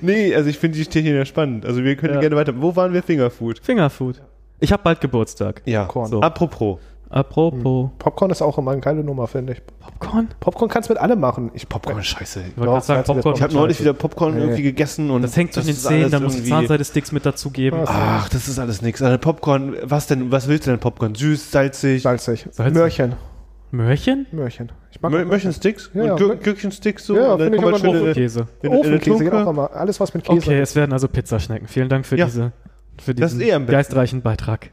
Speaker 2: Nee, also ich finde die Tierchen ja spannend. Also wir können
Speaker 4: Ja.
Speaker 2: gerne weiter. Wo waren wir Fingerfood?
Speaker 4: Fingerfood. Ich habe bald Geburtstag.
Speaker 2: Ja.
Speaker 3: Korn.
Speaker 4: So.
Speaker 2: Apropos.
Speaker 4: Apropos
Speaker 3: Popcorn ist auch immer eine geile Nummer, finde ich.
Speaker 4: Popcorn?
Speaker 3: Popcorn kannst du mit allem machen. Ich
Speaker 2: Popcorn, scheiße.
Speaker 4: Ich wollte gerade sagen,
Speaker 3: Doch,
Speaker 4: Popcorn.
Speaker 2: Ich habe
Speaker 4: und
Speaker 2: neulich
Speaker 4: Scheiße.
Speaker 2: wieder Popcorn
Speaker 3: Nee.
Speaker 2: irgendwie gegessen und
Speaker 4: Das hängt zwischen den
Speaker 2: ist alles
Speaker 4: Zähnen, da musst du
Speaker 2: irgendwie- Ah.
Speaker 4: Zahnseide-Sticks mit dazugeben.
Speaker 3: Was?
Speaker 2: Ach, das ist alles nix. Also Popcorn, was denn, was willst du denn Popcorn? Süß, salzig?
Speaker 3: salzig.
Speaker 4: Salzig.
Speaker 3: Möhrchen.
Speaker 4: Möhrchen?
Speaker 3: Möhrchen. Ich mag
Speaker 2: Mö- Möchensticks?
Speaker 3: Ja, ja.
Speaker 2: und Gür Gürkchensticks so?
Speaker 3: Ja,
Speaker 2: und dann halt
Speaker 3: finde ich
Speaker 2: kommt man
Speaker 3: aber
Speaker 2: schön in,
Speaker 4: Käse.
Speaker 2: in, in, in
Speaker 3: Ofenkäse
Speaker 2: den
Speaker 3: geht auch
Speaker 2: Tunke.
Speaker 3: immer. Alles, was mit Käse
Speaker 4: Okay, es werden also Pizzaschnecken. Vielen Dank für,
Speaker 2: Ja.
Speaker 4: diese, für
Speaker 2: Das
Speaker 4: diesen
Speaker 2: ist eh am besten.
Speaker 4: geistreichen Beitrag.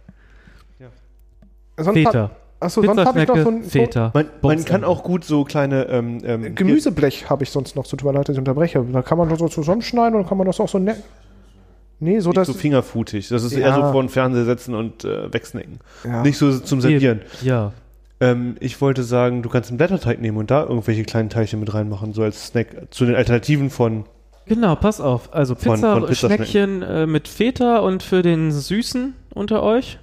Speaker 3: Sonst hab-
Speaker 4: Feta.
Speaker 3: Achso, sonst habe ich noch so
Speaker 4: Pizzaschnecke,
Speaker 3: ein so
Speaker 4: Feta.
Speaker 2: Man, man
Speaker 4: Bums.
Speaker 2: kann auch gut so kleine ähm, ähm,
Speaker 3: Gemüseblech habe ich sonst noch. So, tut mir leid, dass ich unterbreche. Da kann man das so zusammenschneiden und dann kann man das auch so nett. Nee, so
Speaker 2: hier-
Speaker 3: dass.
Speaker 2: so fingerfutig. Das ist eher
Speaker 3: Ja.
Speaker 2: so vor den Fernseher setzen und äh, wegsnacken.
Speaker 3: ja.
Speaker 2: Nicht so zum Servieren.
Speaker 4: Ja.
Speaker 2: Ähm, ich wollte sagen, du kannst einen Blätterteig nehmen und da irgendwelche kleinen Teilchen mit reinmachen, so als Snack zu den Alternativen von.
Speaker 4: Genau, pass auf. Also
Speaker 2: Von-
Speaker 4: Pizza,
Speaker 2: von Pizzaschnecken.
Speaker 4: Schneckchen äh, mit Feta und für den Süßen unter euch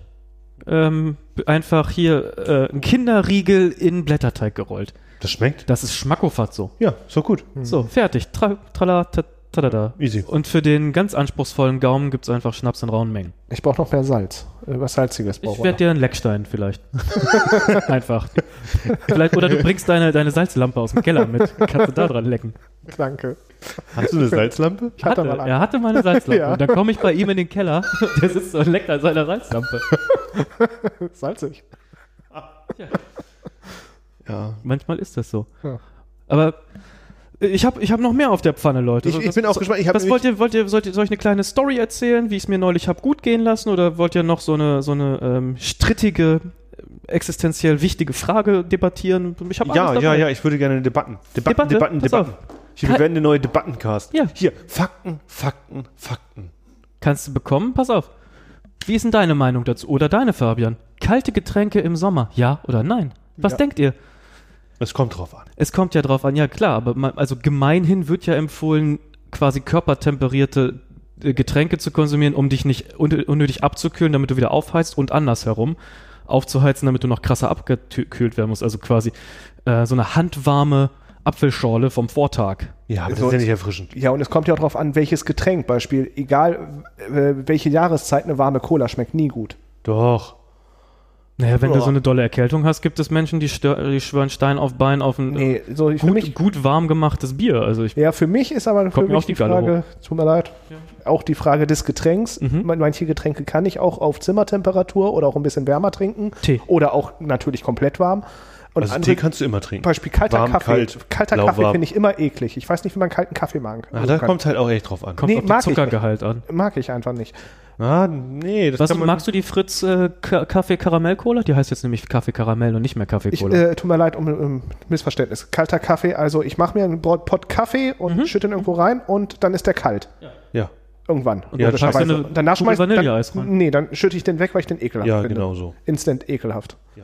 Speaker 4: ähm, einfach hier äh, ein Kinderriegel in Blätterteig gerollt.
Speaker 2: Das schmeckt?
Speaker 4: Das ist Schmackofazzo.
Speaker 2: Ja, ist doch gut.
Speaker 4: So, fertig. Tra, trala, ta, tadada.
Speaker 2: Easy.
Speaker 4: Und für den ganz anspruchsvollen Gaumen gibt es einfach Schnaps in rauen Mengen.
Speaker 3: Ich brauche noch mehr Salz. Äh, Was Salziges brauche
Speaker 4: Ich werde dir einen Leckstein vielleicht. einfach. Vielleicht, oder du bringst deine, deine Salzlampe aus dem Keller mit. Kannst du da dran lecken.
Speaker 3: Danke.
Speaker 2: Hast du eine Salzlampe?
Speaker 3: Ich hatte mal eine.
Speaker 4: er hatte meine Salzlampe.
Speaker 3: Ja.
Speaker 4: Und dann komme ich bei ihm in den Keller. Der sitzt und leckt an seiner Salzlampe.
Speaker 3: Salzig.
Speaker 2: Ja.
Speaker 4: Manchmal ist das so.
Speaker 3: Ja.
Speaker 4: Aber ich habe ich hab noch mehr auf der Pfanne, Leute.
Speaker 2: Ich, ich bin auch gespannt. Ich hab
Speaker 4: was
Speaker 2: nämlich-
Speaker 4: wollt ihr, wollt ihr, sollt ihr, soll ich eine kleine Story erzählen, wie ich es mir neulich hab gut gehen lassen? Oder wollt ihr noch so eine, so eine ähm, strittige, existenziell wichtige Frage debattieren? Ich hab
Speaker 2: ja,
Speaker 4: alles
Speaker 2: ja,
Speaker 4: dabei.
Speaker 2: ja, ich würde gerne Debatten. Debatten,
Speaker 4: Debatte?
Speaker 2: Debatten,
Speaker 4: Pass
Speaker 2: Debatten. Hier, wir
Speaker 4: Ka-
Speaker 2: werden eine neue Debattencast.
Speaker 4: Ja.
Speaker 2: Hier, Fakten, Fakten, Fakten.
Speaker 4: Kannst du bekommen? Pass auf. Wie ist denn deine Meinung dazu? Oder deine, Fabian? Kalte Getränke im Sommer, ja oder nein? Was
Speaker 3: Ja.
Speaker 4: denkt ihr?
Speaker 2: Es kommt drauf an.
Speaker 4: Es kommt ja drauf an, ja klar, aber man, also gemeinhin wird ja empfohlen, quasi körpertemperierte äh, Getränke zu konsumieren, um dich nicht un unnötig abzukühlen, damit du wieder aufheizt und andersherum aufzuheizen, damit du noch krasser abgekühlt werden musst. Also quasi äh, so eine handwarme Apfelschorle vom Vortag.
Speaker 2: Ja, aber
Speaker 3: So
Speaker 2: das ist ja
Speaker 3: ist-
Speaker 2: nicht erfrischend.
Speaker 3: Ja, und es kommt ja auch darauf an, welches Getränk. Beispiel, egal äh, welche Jahreszeit, eine warme Cola schmeckt nie gut.
Speaker 2: Doch.
Speaker 4: Naja, wenn
Speaker 3: Ja.
Speaker 4: du so eine dolle Erkältung hast, gibt es Menschen, die, stör die schwören Stein auf Bein auf ein
Speaker 3: Nee, so ich, für
Speaker 4: gut,
Speaker 3: mich.
Speaker 4: gut warm gemachtes Bier. Also ich,
Speaker 3: Ja, für mich ist aber für
Speaker 4: Kommt mir
Speaker 3: mich
Speaker 4: auch
Speaker 3: die
Speaker 4: die Galle
Speaker 3: Frage, tut mir leid, auch die Frage des Getränks. Man- Manche Getränke kann ich auch auf Zimmertemperatur oder auch ein bisschen wärmer trinken.
Speaker 4: Tee.
Speaker 3: Oder auch natürlich komplett warm. Und
Speaker 2: Also
Speaker 3: andere,
Speaker 2: Tee kannst du immer trinken.
Speaker 3: zum Beispiel kalter
Speaker 2: warm,
Speaker 3: Kaffee.
Speaker 2: kalt,
Speaker 3: kalter Kaffee
Speaker 2: lauwarm.
Speaker 3: finde ich immer eklig. Ich weiß nicht, wie man kalten Kaffee mag.
Speaker 2: Ah, da kommt halt auch echt drauf an.
Speaker 4: kommt
Speaker 3: nee,
Speaker 4: auf den
Speaker 3: mag ich nicht.
Speaker 4: Zuckergehalt an.
Speaker 3: Mag ich einfach nicht.
Speaker 2: Ah, nee, das
Speaker 4: Was,
Speaker 2: kann man
Speaker 4: magst du die Fritz äh, Ka- Kaffee Karamell Cola? Die heißt jetzt nämlich Kaffee Karamell und nicht mehr Kaffee
Speaker 3: Ich,
Speaker 4: Cola.
Speaker 3: äh, tut mir leid um, um Missverständnis. Kalter Kaffee, also ich mache mir einen Pot Pot Kaffee und
Speaker 4: Mhm.
Speaker 3: schütte ihn irgendwo rein und dann ist der kalt.
Speaker 2: Ja,
Speaker 3: Irgendwann.
Speaker 4: Und dann
Speaker 3: logischerweise.
Speaker 4: packst du eine
Speaker 3: Und danach
Speaker 4: Kugel
Speaker 3: schmeiß
Speaker 4: Vanilleeis
Speaker 3: dann,
Speaker 4: rein.
Speaker 3: Nee, dann schütte ich den weg, weil ich den ekelhaft
Speaker 2: ja
Speaker 3: finde.
Speaker 2: genau so.
Speaker 3: Instant ekelhaft.
Speaker 2: Ja.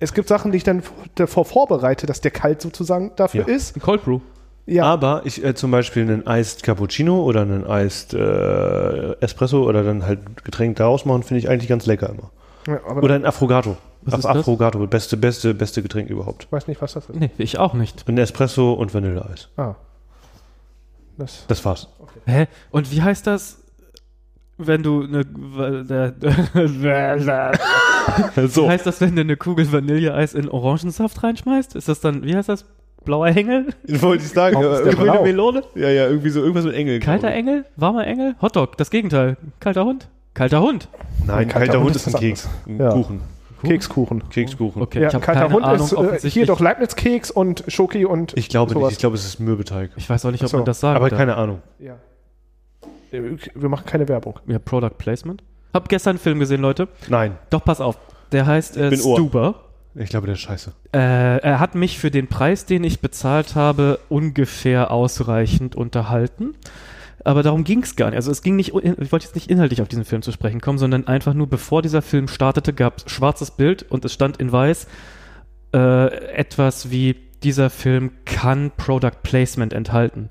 Speaker 3: Es gibt Sachen, die ich dann v- davor vorbereite, dass der kalt sozusagen dafür
Speaker 2: Ja.
Speaker 3: ist.
Speaker 4: Ein Cold Brew.
Speaker 3: Ja.
Speaker 2: Aber ich äh, zum Beispiel einen Iced Cappuccino oder einen Iced äh, Espresso oder dann halt Getränk daraus machen, finde ich eigentlich ganz lecker immer.
Speaker 3: Ja, aber
Speaker 2: Oder ein Affogato.
Speaker 4: Was ist das?
Speaker 2: Affogato, beste, beste, beste Getränk überhaupt.
Speaker 3: ich weiß nicht, was das ist.
Speaker 4: Nee, ich auch nicht.
Speaker 2: Ein Espresso und Vanilleeis.
Speaker 3: Ah. Das,
Speaker 2: Das war's.
Speaker 4: Hä? Und wie heißt das, wenn du eine
Speaker 2: So.
Speaker 4: Wie heißt das, wenn du eine Kugel Vanilleeis in Orangensaft reinschmeißt? Ist das dann, wie heißt das? Blauer Engel?
Speaker 2: Wollte ich sagen.
Speaker 3: Warum ist
Speaker 2: äh,
Speaker 3: der
Speaker 2: grüne
Speaker 3: blau?
Speaker 2: Melone? Ja, ja, irgendwie so irgendwas mit Engel.
Speaker 4: Kalter Engel? Warmer Engel? Hotdog, das Gegenteil. Kalter Hund? Kalter Hund.
Speaker 2: Nein,
Speaker 3: Kalter
Speaker 2: kalter
Speaker 3: Hund
Speaker 2: Hund
Speaker 3: ist
Speaker 2: ist ein
Speaker 3: was
Speaker 2: Keks. Ein
Speaker 3: Ja.
Speaker 2: Kuchen.
Speaker 3: Kekskuchen.
Speaker 2: Kekskuchen.
Speaker 4: Okay,
Speaker 3: Ja,
Speaker 4: ich habe
Speaker 3: kalter
Speaker 4: keine
Speaker 3: Hund
Speaker 4: Ahnung,
Speaker 3: ist äh,
Speaker 4: offensichtlich.
Speaker 3: hier doch Leibniz-Keks und Schoki und
Speaker 2: Ich glaube
Speaker 3: sowas.
Speaker 2: nicht. Ich glaube, es ist Mürbeteig.
Speaker 4: Ich weiß auch nicht, ob
Speaker 3: Achso,
Speaker 4: man das sagen
Speaker 2: Aber
Speaker 4: darf.
Speaker 2: keine Ahnung.
Speaker 3: Ja. Äh, Wir machen keine Werbung.
Speaker 4: ja, Product Placement. Hab gestern einen Film gesehen, Leute.
Speaker 2: Nein.
Speaker 4: Doch, pass auf. Der heißt äh,
Speaker 2: bin Ohr.
Speaker 4: Stuber.
Speaker 2: Ich glaube, der ist scheiße.
Speaker 4: Äh, er hat mich für den Preis, den ich bezahlt habe, ungefähr ausreichend unterhalten. Aber darum ging es gar nicht. Also es ging nicht, ich wollte jetzt nicht inhaltlich auf diesen Film zu sprechen kommen, sondern einfach nur, bevor dieser Film startete, gab es schwarzes Bild und es stand in weiß äh, etwas wie, dieser Film kann Product Placement enthalten.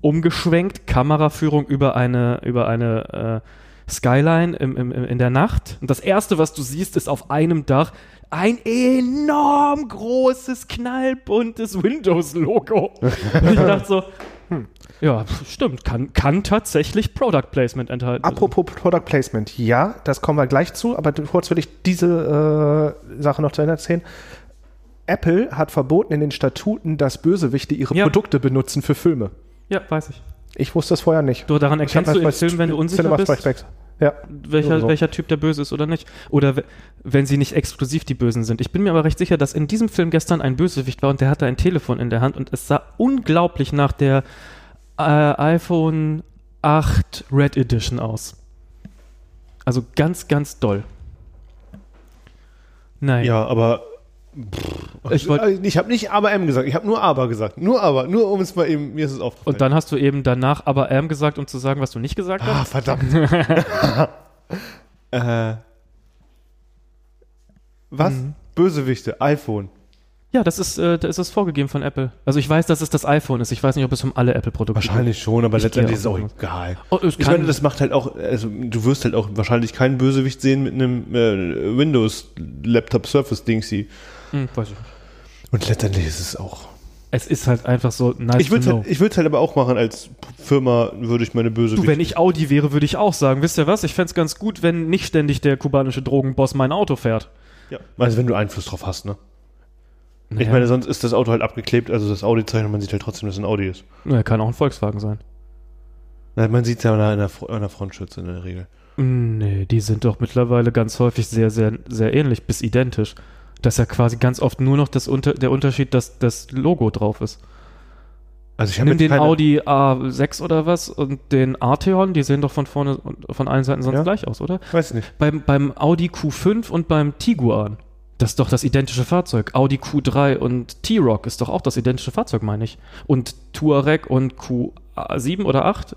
Speaker 4: Umgeschwenkt, Kameraführung über eine, über eine äh, Skyline im, im, im, in der Nacht. Und das Erste, was du siehst, ist auf einem Dach ein enorm großes, knallbuntes Windows-Logo. Und ich dachte so, hm, ja, pf, stimmt, kann, kann tatsächlich Product Placement enthalten.
Speaker 3: Apropos Product Placement, ja, das kommen wir gleich zu, aber kurz will ich diese äh, Sache noch zu Ende erzählen. Apple hat verboten in den Statuten, dass Bösewichte ihre
Speaker 4: Ja.
Speaker 3: Produkte benutzen für Filme.
Speaker 4: Ja, weiß ich.
Speaker 3: Ich wusste das vorher nicht.
Speaker 4: Du, daran
Speaker 3: Ich hab erst
Speaker 4: erkennst du im
Speaker 3: mal
Speaker 4: Film, wenn du unsicher
Speaker 3: Cinema
Speaker 4: bist.
Speaker 3: Strikes Back. Ja,
Speaker 4: welcher,
Speaker 3: So.
Speaker 4: welcher Typ der böse ist oder nicht. Oder we- wenn sie nicht exklusiv die Bösen sind. Ich bin mir aber recht sicher, dass in diesem Film gestern ein Bösewicht war und der hatte ein Telefon in der Hand und es sah unglaublich nach der äh, iPhone 8 Red Edition aus. Also ganz, ganz doll. Nein.
Speaker 2: Ja, aber.
Speaker 4: Ich wollt-
Speaker 2: Also, ich habe nicht aber M gesagt. Ich habe nur aber gesagt. Nur aber. Nur um es mal eben. Mir ist es aufgefallen.
Speaker 4: Und dann hast du eben danach aber ähm gesagt, um zu sagen, was du nicht gesagt hast.
Speaker 2: Ah, verdammt. äh, was?
Speaker 4: Mhm.
Speaker 2: Bösewichte, iPhone.
Speaker 4: Ja, das ist, äh, das ist vorgegeben von Apple. Also ich weiß, dass es das iPhone ist. Ich weiß nicht, ob es um alle Apple-Produkte geht.
Speaker 2: Wahrscheinlich schon, aber
Speaker 4: Ich
Speaker 2: letztendlich
Speaker 4: gehe
Speaker 2: ist es auch
Speaker 4: auch davon
Speaker 2: egal.
Speaker 4: Oh, es
Speaker 2: Ich
Speaker 4: kann-
Speaker 2: meine, das macht halt auch, also du wirst halt auch wahrscheinlich keinen Bösewicht sehen mit einem äh, Windows-Laptop-Surface-Dingsy.
Speaker 4: Hm, weiß ich nicht.
Speaker 2: Und letztendlich ist es auch.
Speaker 4: Es ist halt einfach so nice
Speaker 2: Ich würde es halt, ich würd's halt aber auch machen, als Firma würde ich meine
Speaker 4: Du,
Speaker 2: Bösewichte.
Speaker 4: wenn ich Audi wäre, würde ich auch sagen, wisst ihr was, ich fänd's ganz gut, wenn nicht ständig der kubanische Drogenboss mein Auto fährt.
Speaker 2: ja. Also wenn du Einfluss drauf hast, ne? Ich meine, sonst ist das Auto halt abgeklebt, also das Audi-Zeichen, man sieht halt trotzdem, dass es ein Audi ist.
Speaker 4: Ja, kann auch ein Volkswagen sein.
Speaker 2: Na, Man sieht es ja an der- an der, Fr- an der Frontschürze in der Regel.
Speaker 4: Mm, Nee, die sind doch mittlerweile ganz häufig sehr, sehr, sehr ähnlich, bis identisch. Das ist ja quasi ganz oft nur noch das Unter der Unterschied, dass das Logo drauf ist.
Speaker 2: Also ich hab
Speaker 4: Nimm
Speaker 2: jetzt
Speaker 4: den
Speaker 2: keine-
Speaker 4: Audi A6 oder was und den Arteon, die sehen doch von vorne und von allen Seiten sonst
Speaker 2: Ja.
Speaker 4: gleich aus, oder?
Speaker 2: Weiß nicht.
Speaker 4: beim, beim Audi Q5 und beim Tiguan. Das ist doch das identische Fahrzeug. Audi Q3 und T-Rock ist doch auch das identische Fahrzeug, meine ich. Und Touareg und Q7 oder 8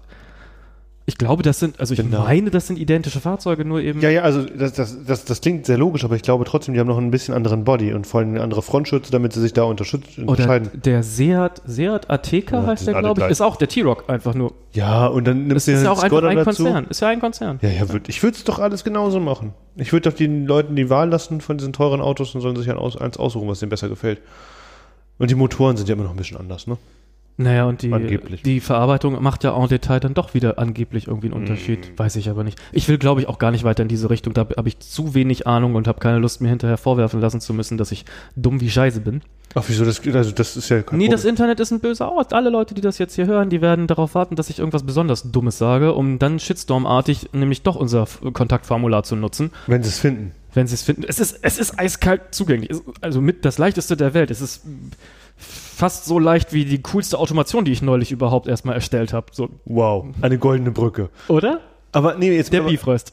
Speaker 4: Ich glaube, das sind, also ich
Speaker 2: Genau.
Speaker 4: meine, das sind identische Fahrzeuge, nur eben.
Speaker 2: Ja, ja, also das, das, das, das klingt sehr logisch, aber ich glaube trotzdem, die haben noch einen bisschen anderen Body und vor allem eine andere Frontschürze, damit sie sich da unterschütz-
Speaker 4: Oder
Speaker 2: unterscheiden.
Speaker 4: der Seat, Seat Ateca
Speaker 2: Ja, die
Speaker 4: heißt
Speaker 2: sind
Speaker 4: der,
Speaker 2: alle
Speaker 4: glaube ich.
Speaker 2: gleich.
Speaker 4: Ist auch der T-Rock einfach nur.
Speaker 2: ja, und dann nimmst
Speaker 4: Das
Speaker 2: du
Speaker 4: ist
Speaker 2: den
Speaker 4: ja auch einfach
Speaker 2: Skoda
Speaker 4: ein
Speaker 2: dazu.
Speaker 4: Konzern. Ist ja ein Konzern.
Speaker 2: Ja, ja, würd, ich würde es doch alles genauso machen. Ich würde doch den Leuten die Wahl lassen von diesen teuren Autos und sollen sich ein aus, eins aussuchen, was denen besser gefällt. Und die Motoren sind ja immer noch ein bisschen anders, ne?
Speaker 4: Naja, und die,
Speaker 2: Angeblich.
Speaker 4: die Verarbeitung macht ja en Detail dann doch wieder angeblich irgendwie einen Unterschied.
Speaker 2: Hm.
Speaker 4: Weiß ich aber nicht. Ich will, glaube ich, auch gar nicht weiter in diese Richtung. Da habe ich zu wenig Ahnung und habe keine Lust, mir hinterher vorwerfen lassen zu müssen, dass ich dumm wie Scheiße bin.
Speaker 2: Ach, wieso? Das, also das ist ja kein
Speaker 4: nee, das
Speaker 2: Problem.
Speaker 4: Internet ist ein böser Ort. Alle Leute, die das jetzt hier hören, die werden darauf warten, dass ich irgendwas besonders Dummes sage, um dann Shitstorm-artig nämlich doch unser F- Kontaktformular zu nutzen,
Speaker 2: Wenn sie es finden.
Speaker 4: wenn sie es finden. Es ist, es ist eiskalt zugänglich. Es, also mit das leichteste der Welt. Es ist mm, fast so leicht wie die coolste Automation, die ich neulich überhaupt erstmal erstellt habe. So,
Speaker 2: Wow, eine goldene Brücke.
Speaker 4: oder?
Speaker 2: Aber nee, jetzt
Speaker 4: Der
Speaker 2: aber-
Speaker 4: Bifrost.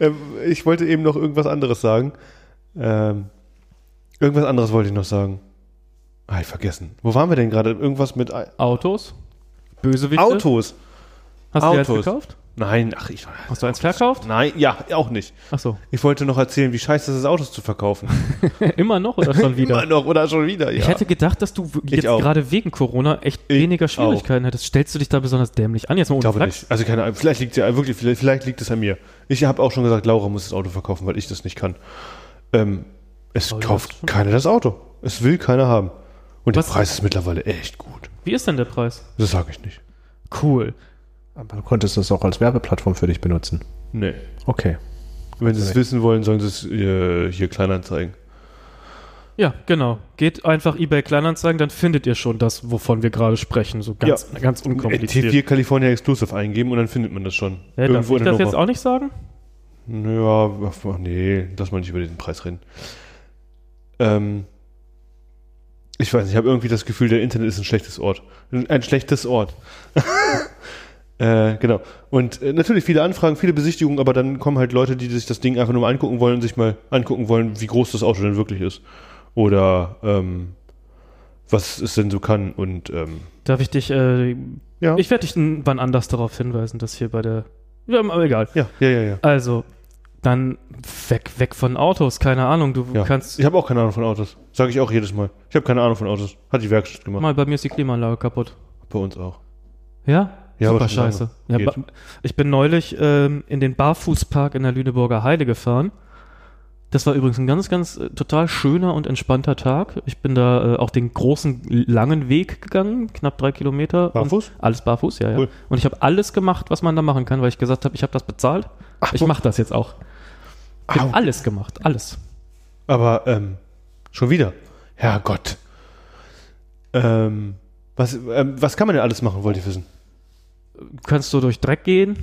Speaker 2: Ähm, ich wollte eben noch irgendwas anderes sagen. Ähm, irgendwas anderes wollte ich noch sagen. Ah, ich vergessen. Wo waren wir denn gerade? Irgendwas mit Ei-
Speaker 4: Autos. Bösewichte.
Speaker 2: Autos.
Speaker 4: Hast du dir eins
Speaker 2: Autos.
Speaker 4: gekauft?
Speaker 2: Nein, ach, ich.
Speaker 4: Hast du eins verkauft?
Speaker 2: Nein, ja, auch nicht.
Speaker 4: Ach so.
Speaker 2: Ich wollte noch erzählen, wie scheiße es ist, Autos zu verkaufen.
Speaker 4: Immer noch oder schon wieder?
Speaker 2: Immer noch oder schon wieder, ja.
Speaker 4: Ich hätte gedacht, dass du w-
Speaker 2: Ich
Speaker 4: jetzt
Speaker 2: auch.
Speaker 4: gerade wegen Corona echt
Speaker 2: Ich
Speaker 4: weniger Schwierigkeiten hättest. Stellst du dich da besonders dämlich an? Jetzt mal
Speaker 2: ich
Speaker 4: ohne
Speaker 2: glaube
Speaker 4: Flachs.
Speaker 2: nicht. Also keine Ahnung. Vielleicht liegt ja wirklich, vielleicht, vielleicht liegt es an mir. Ich habe auch schon gesagt, Laura muss das Auto verkaufen, weil ich das nicht kann. Ähm, es
Speaker 4: Aber du hast
Speaker 2: kauft
Speaker 4: schon-
Speaker 2: keiner das Auto. Es will keiner haben. Und
Speaker 4: Was-
Speaker 2: der Preis ist mittlerweile echt gut.
Speaker 4: Wie ist denn der Preis?
Speaker 2: Das sage ich nicht.
Speaker 4: Cool.
Speaker 3: Aber du konntest das auch als Werbeplattform für dich benutzen.
Speaker 2: Nee.
Speaker 3: Okay.
Speaker 2: Wenn sie es
Speaker 3: Vielleicht.
Speaker 2: wissen wollen, sollen sie es äh, hier kleiner zeigen.
Speaker 4: Ja, genau. Geht einfach eBay Kleinanzeigen, dann findet ihr schon das, wovon wir gerade sprechen. So ganz, ganz unkompliziert.
Speaker 2: T4 California Exclusive eingeben und dann findet man das schon.
Speaker 4: Äh, darf ich
Speaker 2: in der
Speaker 4: das jetzt
Speaker 2: Nummer.
Speaker 4: auch nicht sagen?
Speaker 2: Ja, ach, nee, lass mal nicht über diesen Preis reden. Ähm, ich weiß nicht, ich habe irgendwie das Gefühl, der Internet ist ein schlechtes Ort. Ein schlechtes Ort. äh, genau. Und äh, natürlich viele Anfragen, viele Besichtigungen, aber dann kommen halt Leute, die sich das Ding einfach nur mal angucken wollen und sich mal angucken wollen, wie groß das Auto denn wirklich ist. Oder ähm, was es denn so kann. Und ähm,
Speaker 4: Darf ich dich, äh,
Speaker 2: ja.
Speaker 4: ich werde dich n- wann anders darauf hinweisen, dass hier bei der, ja, aber egal.
Speaker 2: ja, ja, ja, ja.
Speaker 4: Also, dann weg, weg von Autos, keine Ahnung, du
Speaker 2: Ja.
Speaker 4: kannst,
Speaker 2: Ich habe auch keine Ahnung von Autos. Sage ich auch jedes Mal. Ich habe keine Ahnung von Autos. Hat die Werkstatt gemacht.
Speaker 4: mal bei mir ist die Klimaanlage kaputt.
Speaker 2: Bei uns auch.
Speaker 4: Ja?
Speaker 2: Ja,
Speaker 4: Super
Speaker 2: aber schon
Speaker 4: scheiße. Ja,
Speaker 2: lange.
Speaker 4: ba- ich bin neulich ähm, in den Barfußpark in der Lüneburger Heide gefahren. Das war übrigens ein ganz, ganz äh, total schöner und entspannter Tag. Ich bin da äh, auch den großen, langen Weg gegangen, knapp drei Kilometer. um
Speaker 2: Barfuß?
Speaker 4: Und alles barfuß, ja, ja.
Speaker 2: Cool.
Speaker 4: Und ich habe alles gemacht, was man da machen kann, weil ich gesagt habe, ich habe das bezahlt. ich mache das jetzt auch. Ich
Speaker 2: Au.
Speaker 4: habe alles gemacht, alles.
Speaker 2: Aber ähm, schon wieder. Herrgott. Ähm, was, ähm, was kann man denn alles machen, wollte ich wissen.
Speaker 4: Kannst du durch Dreck gehen,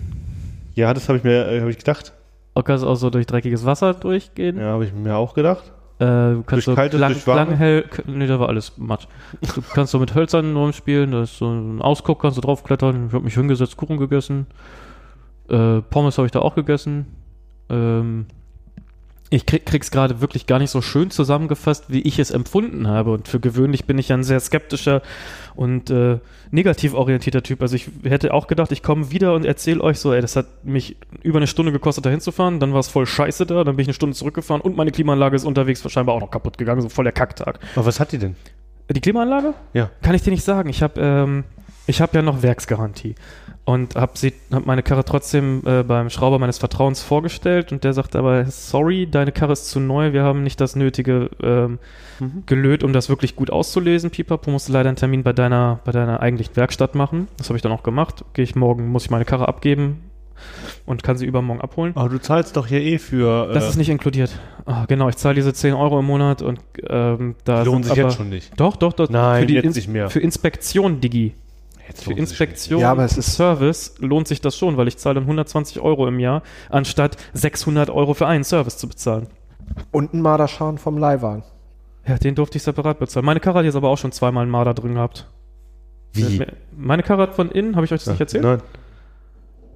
Speaker 2: Ja, das habe ich mir äh, hab ich gedacht.
Speaker 4: auch kannst auch so durch dreckiges Wasser durchgehen.
Speaker 2: Ja, habe ich mir auch gedacht.
Speaker 4: Äh, du kannst
Speaker 2: Durch
Speaker 4: so
Speaker 2: kaltes,
Speaker 4: lang,
Speaker 2: durch warmes?
Speaker 4: lang hell, k- nee, da war alles matt. Du kannst so mit Hölzern rumspielen, da ist so ein Ausguck, kannst du draufklettern. Ich habe mich hingesetzt, Kuchen gegessen. Äh, Pommes habe ich da auch gegessen. Ähm, ich krieg, krieg's gerade wirklich gar nicht so schön zusammengefasst, wie ich es empfunden habe. Und für gewöhnlich bin ich ja ein sehr skeptischer und äh, negativ orientierter Typ. Also ich hätte auch gedacht, ich komme wieder und erzähle euch so, ey, das hat mich über eine Stunde gekostet, da hinzufahren, dann war es voll scheiße da, dann bin ich eine Stunde zurückgefahren und meine Klimaanlage ist unterwegs scheinbar auch noch kaputt gegangen, so voll der Kacktag.
Speaker 2: Aber was hat die denn?
Speaker 4: Die Klimaanlage?
Speaker 2: Ja.
Speaker 4: Kann ich dir nicht sagen. Ich habe ähm, ich hab ja noch Werksgarantie und habe hab meine Karre trotzdem äh, beim Schrauber meines Vertrauens vorgestellt und der sagt aber, sorry, deine Karre ist zu neu, wir haben nicht das nötige ähm,
Speaker 2: Mhm.
Speaker 4: gelöt, um das wirklich gut auszulesen. Pipapo musste leider einen Termin bei deiner, bei deiner eigentlichen Werkstatt machen. Das habe ich dann auch gemacht. Gehe ich morgen, muss ich meine Karre abgeben und kann sie übermorgen abholen.
Speaker 2: Aber du zahlst doch hier eh für.
Speaker 4: Das ist nicht inkludiert. Ah, genau, ich zahle diese 10 Euro im Monat und ähm, da
Speaker 2: lohnt
Speaker 4: sind
Speaker 2: sich
Speaker 4: aber-
Speaker 2: jetzt schon nicht.
Speaker 4: Doch, doch, doch.
Speaker 2: Nein,
Speaker 4: für die
Speaker 2: jetzt
Speaker 4: Ins-
Speaker 2: nicht mehr.
Speaker 4: Für Inspektion, Digi.
Speaker 2: Jetzt
Speaker 4: Für
Speaker 2: lohnt sich
Speaker 4: Inspektion
Speaker 3: Ja, aber es
Speaker 4: und
Speaker 3: ist-
Speaker 4: Service lohnt sich das schon, weil ich zahle dann 120 Euro im Jahr, anstatt 600 Euro für einen Service zu bezahlen.
Speaker 3: Und ein Marderschaden vom Leihwagen.
Speaker 4: Ja, den durfte ich separat bezahlen. Meine Karre hat jetzt aber auch schon zweimal einen Marder drin gehabt.
Speaker 2: Nicht. Wie?
Speaker 4: Meine Karre hat von innen, habe ich euch das nicht erzählt?
Speaker 2: Nein.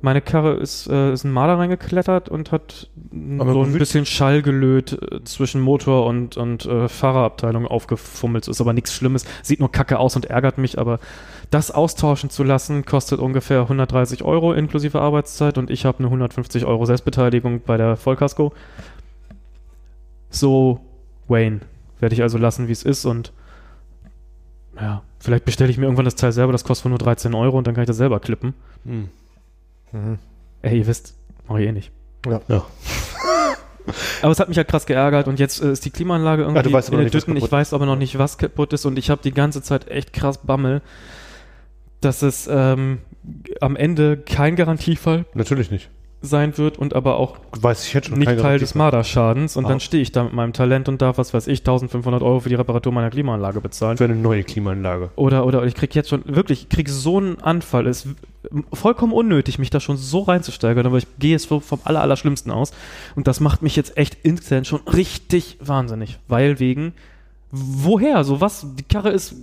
Speaker 4: Meine Karre ist, äh, ist ein Maler reingeklettert und hat n-
Speaker 2: Aber
Speaker 4: so
Speaker 2: gut,
Speaker 4: ein
Speaker 2: wie-
Speaker 4: bisschen Schall gelöt äh, zwischen Motor und, und äh, Fahrerabteilung aufgefummelt. Ist aber nichts Schlimmes. Sieht nur kacke aus und ärgert mich, aber das austauschen zu lassen, kostet ungefähr 130 Euro inklusive Arbeitszeit und ich habe eine 150 Euro Selbstbeteiligung bei der Vollkasko. So, Wayne. Werde ich also lassen, wie es ist und ja, vielleicht bestelle ich mir irgendwann das Teil selber, das kostet nur 13 Euro und dann kann ich das selber klippen.
Speaker 2: Hm.
Speaker 3: Mhm.
Speaker 4: Ey, ihr wisst, mach ich eh nicht.
Speaker 3: Ja.
Speaker 2: Ja.
Speaker 4: aber es hat mich halt krass geärgert und jetzt äh, ist die Klimaanlage irgendwie
Speaker 2: Ah, du weißt aber noch
Speaker 4: in
Speaker 2: nicht,
Speaker 4: den
Speaker 2: was
Speaker 4: Dütten. Ich
Speaker 2: kaputt
Speaker 4: weiß aber noch nicht, was kaputt ist und ich habe die ganze Zeit echt krass Bammel, dass es ähm, am Ende kein Garantiefall
Speaker 2: Natürlich nicht.
Speaker 4: sein wird und aber auch
Speaker 2: Weiß ich jetzt schon.
Speaker 4: nicht
Speaker 2: keine
Speaker 4: Teil
Speaker 2: Garantie.
Speaker 4: des Marderschadens und
Speaker 2: Ah.
Speaker 4: dann stehe ich da mit meinem Talent und darf, was weiß ich, 1500 Euro für die Reparatur meiner Klimaanlage bezahlen.
Speaker 2: Für eine neue Klimaanlage.
Speaker 4: Oder, oder, oder ich krieg jetzt schon, wirklich, ich krieg so einen Anfall. Es ist w- vollkommen unnötig, mich da schon so reinzusteigern, aber ich gehe es vom vom aller, Allerschlimmsten aus. Und das macht mich jetzt echt instant schon richtig wahnsinnig. Weil wegen, woher? So was? Die Karre ist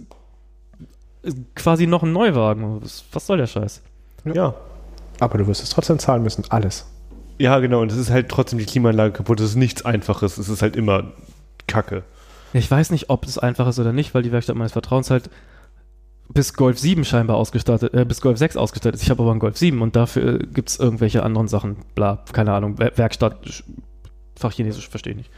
Speaker 4: ist quasi noch ein Neuwagen. Was, was soll der Scheiß?
Speaker 2: Ja.
Speaker 3: Aber du wirst es trotzdem zahlen müssen, alles.
Speaker 2: Ja, genau. Und es ist halt trotzdem die Klimaanlage kaputt. Es ist nichts Einfaches. Es ist halt immer Kacke.
Speaker 4: Ich weiß nicht, ob es einfach ist oder nicht, weil die Werkstatt meines Vertrauens halt bis Golf 7 scheinbar ausgestattet, äh, bis Golf 6 ausgestattet ist. Ich habe aber einen Golf 7 und dafür gibt es irgendwelche anderen Sachen. Bla, keine Ahnung. Wer- Werkstatt, Sch- Fachchinesisch verstehe ich nicht.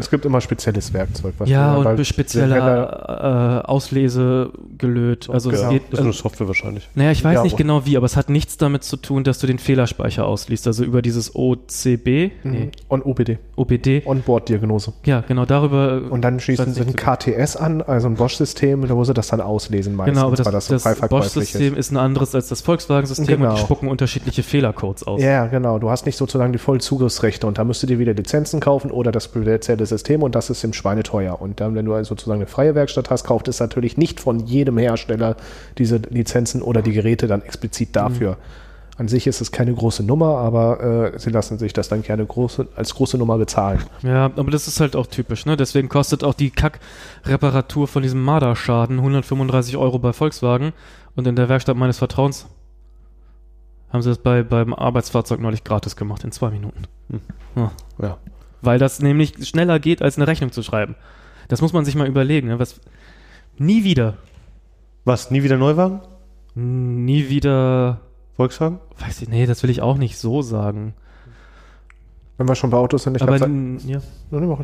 Speaker 3: Es gibt immer spezielles Werkzeug. was du-
Speaker 4: ja,
Speaker 3: weil-
Speaker 4: und
Speaker 3: wenn er-
Speaker 4: spezielle äh, Auslese gelöt. Also
Speaker 2: ja.
Speaker 4: es geht,
Speaker 2: das ist
Speaker 4: also,
Speaker 2: nur Software wahrscheinlich.
Speaker 4: naja, ich weiß
Speaker 3: genau. Ja, oh.
Speaker 4: nicht
Speaker 3: wo-
Speaker 4: genau wie, aber es hat nichts damit zu tun, dass du den Fehlerspeicher ausliest. Also über dieses OCB, nee,
Speaker 3: Mhm. Und OBD,
Speaker 4: OBD.
Speaker 3: Onboard-Diagnose.
Speaker 4: Ja, genau, darüber.
Speaker 3: Und dann schließen
Speaker 4: Statt
Speaker 3: sie ein
Speaker 4: nicht
Speaker 3: KTS an, also ein Bosch-System, wo sie das dann auslesen meistens,
Speaker 4: Genau, aber das,
Speaker 3: weil
Speaker 4: das,
Speaker 3: das so frei verkäuflich ist.
Speaker 4: Bosch-System ist ein anderes als das Volkswagen-System und
Speaker 3: Genau.
Speaker 4: die spucken unterschiedliche Fehlercodes aus.
Speaker 3: Ja, genau. Du hast nicht sozusagen die vollen Zugriffsrechte und da müsst ihr dir wieder Lizenzen kaufen oder das spezielle System und das ist im Schweine teuer. Und dann, wenn du also sozusagen eine freie Werkstatt hast, kauft es natürlich nicht von jedem Hersteller diese Lizenzen oder die Geräte dann
Speaker 4: Mhm.
Speaker 3: explizit dafür. An sich ist es keine große Nummer, aber äh, sie lassen sich das dann gerne große, als große Nummer bezahlen.
Speaker 4: Ja, aber das ist halt auch typisch, ne? Deswegen kostet auch die Kack-Reparatur von diesem Marder-Schaden 135 Euro bei Volkswagen und in der Werkstatt meines Vertrauens haben sie das bei, beim Arbeitsfahrzeug neulich gratis gemacht, in zwei Minuten.
Speaker 2: Hm.
Speaker 4: Ja.
Speaker 2: Ja.
Speaker 4: Weil das nämlich schneller geht, als eine Rechnung zu schreiben. Das muss man sich mal überlegen, ne? Was, nie wieder,
Speaker 2: Was? Nie wieder Neuwagen?
Speaker 4: nie wieder,
Speaker 2: Volkswagen?
Speaker 4: weiß ich, nee, das will ich auch nicht so sagen.
Speaker 3: Wenn wir schon bei Autos sind, ich
Speaker 4: aber
Speaker 3: habe
Speaker 4: n- ja,
Speaker 3: Nö,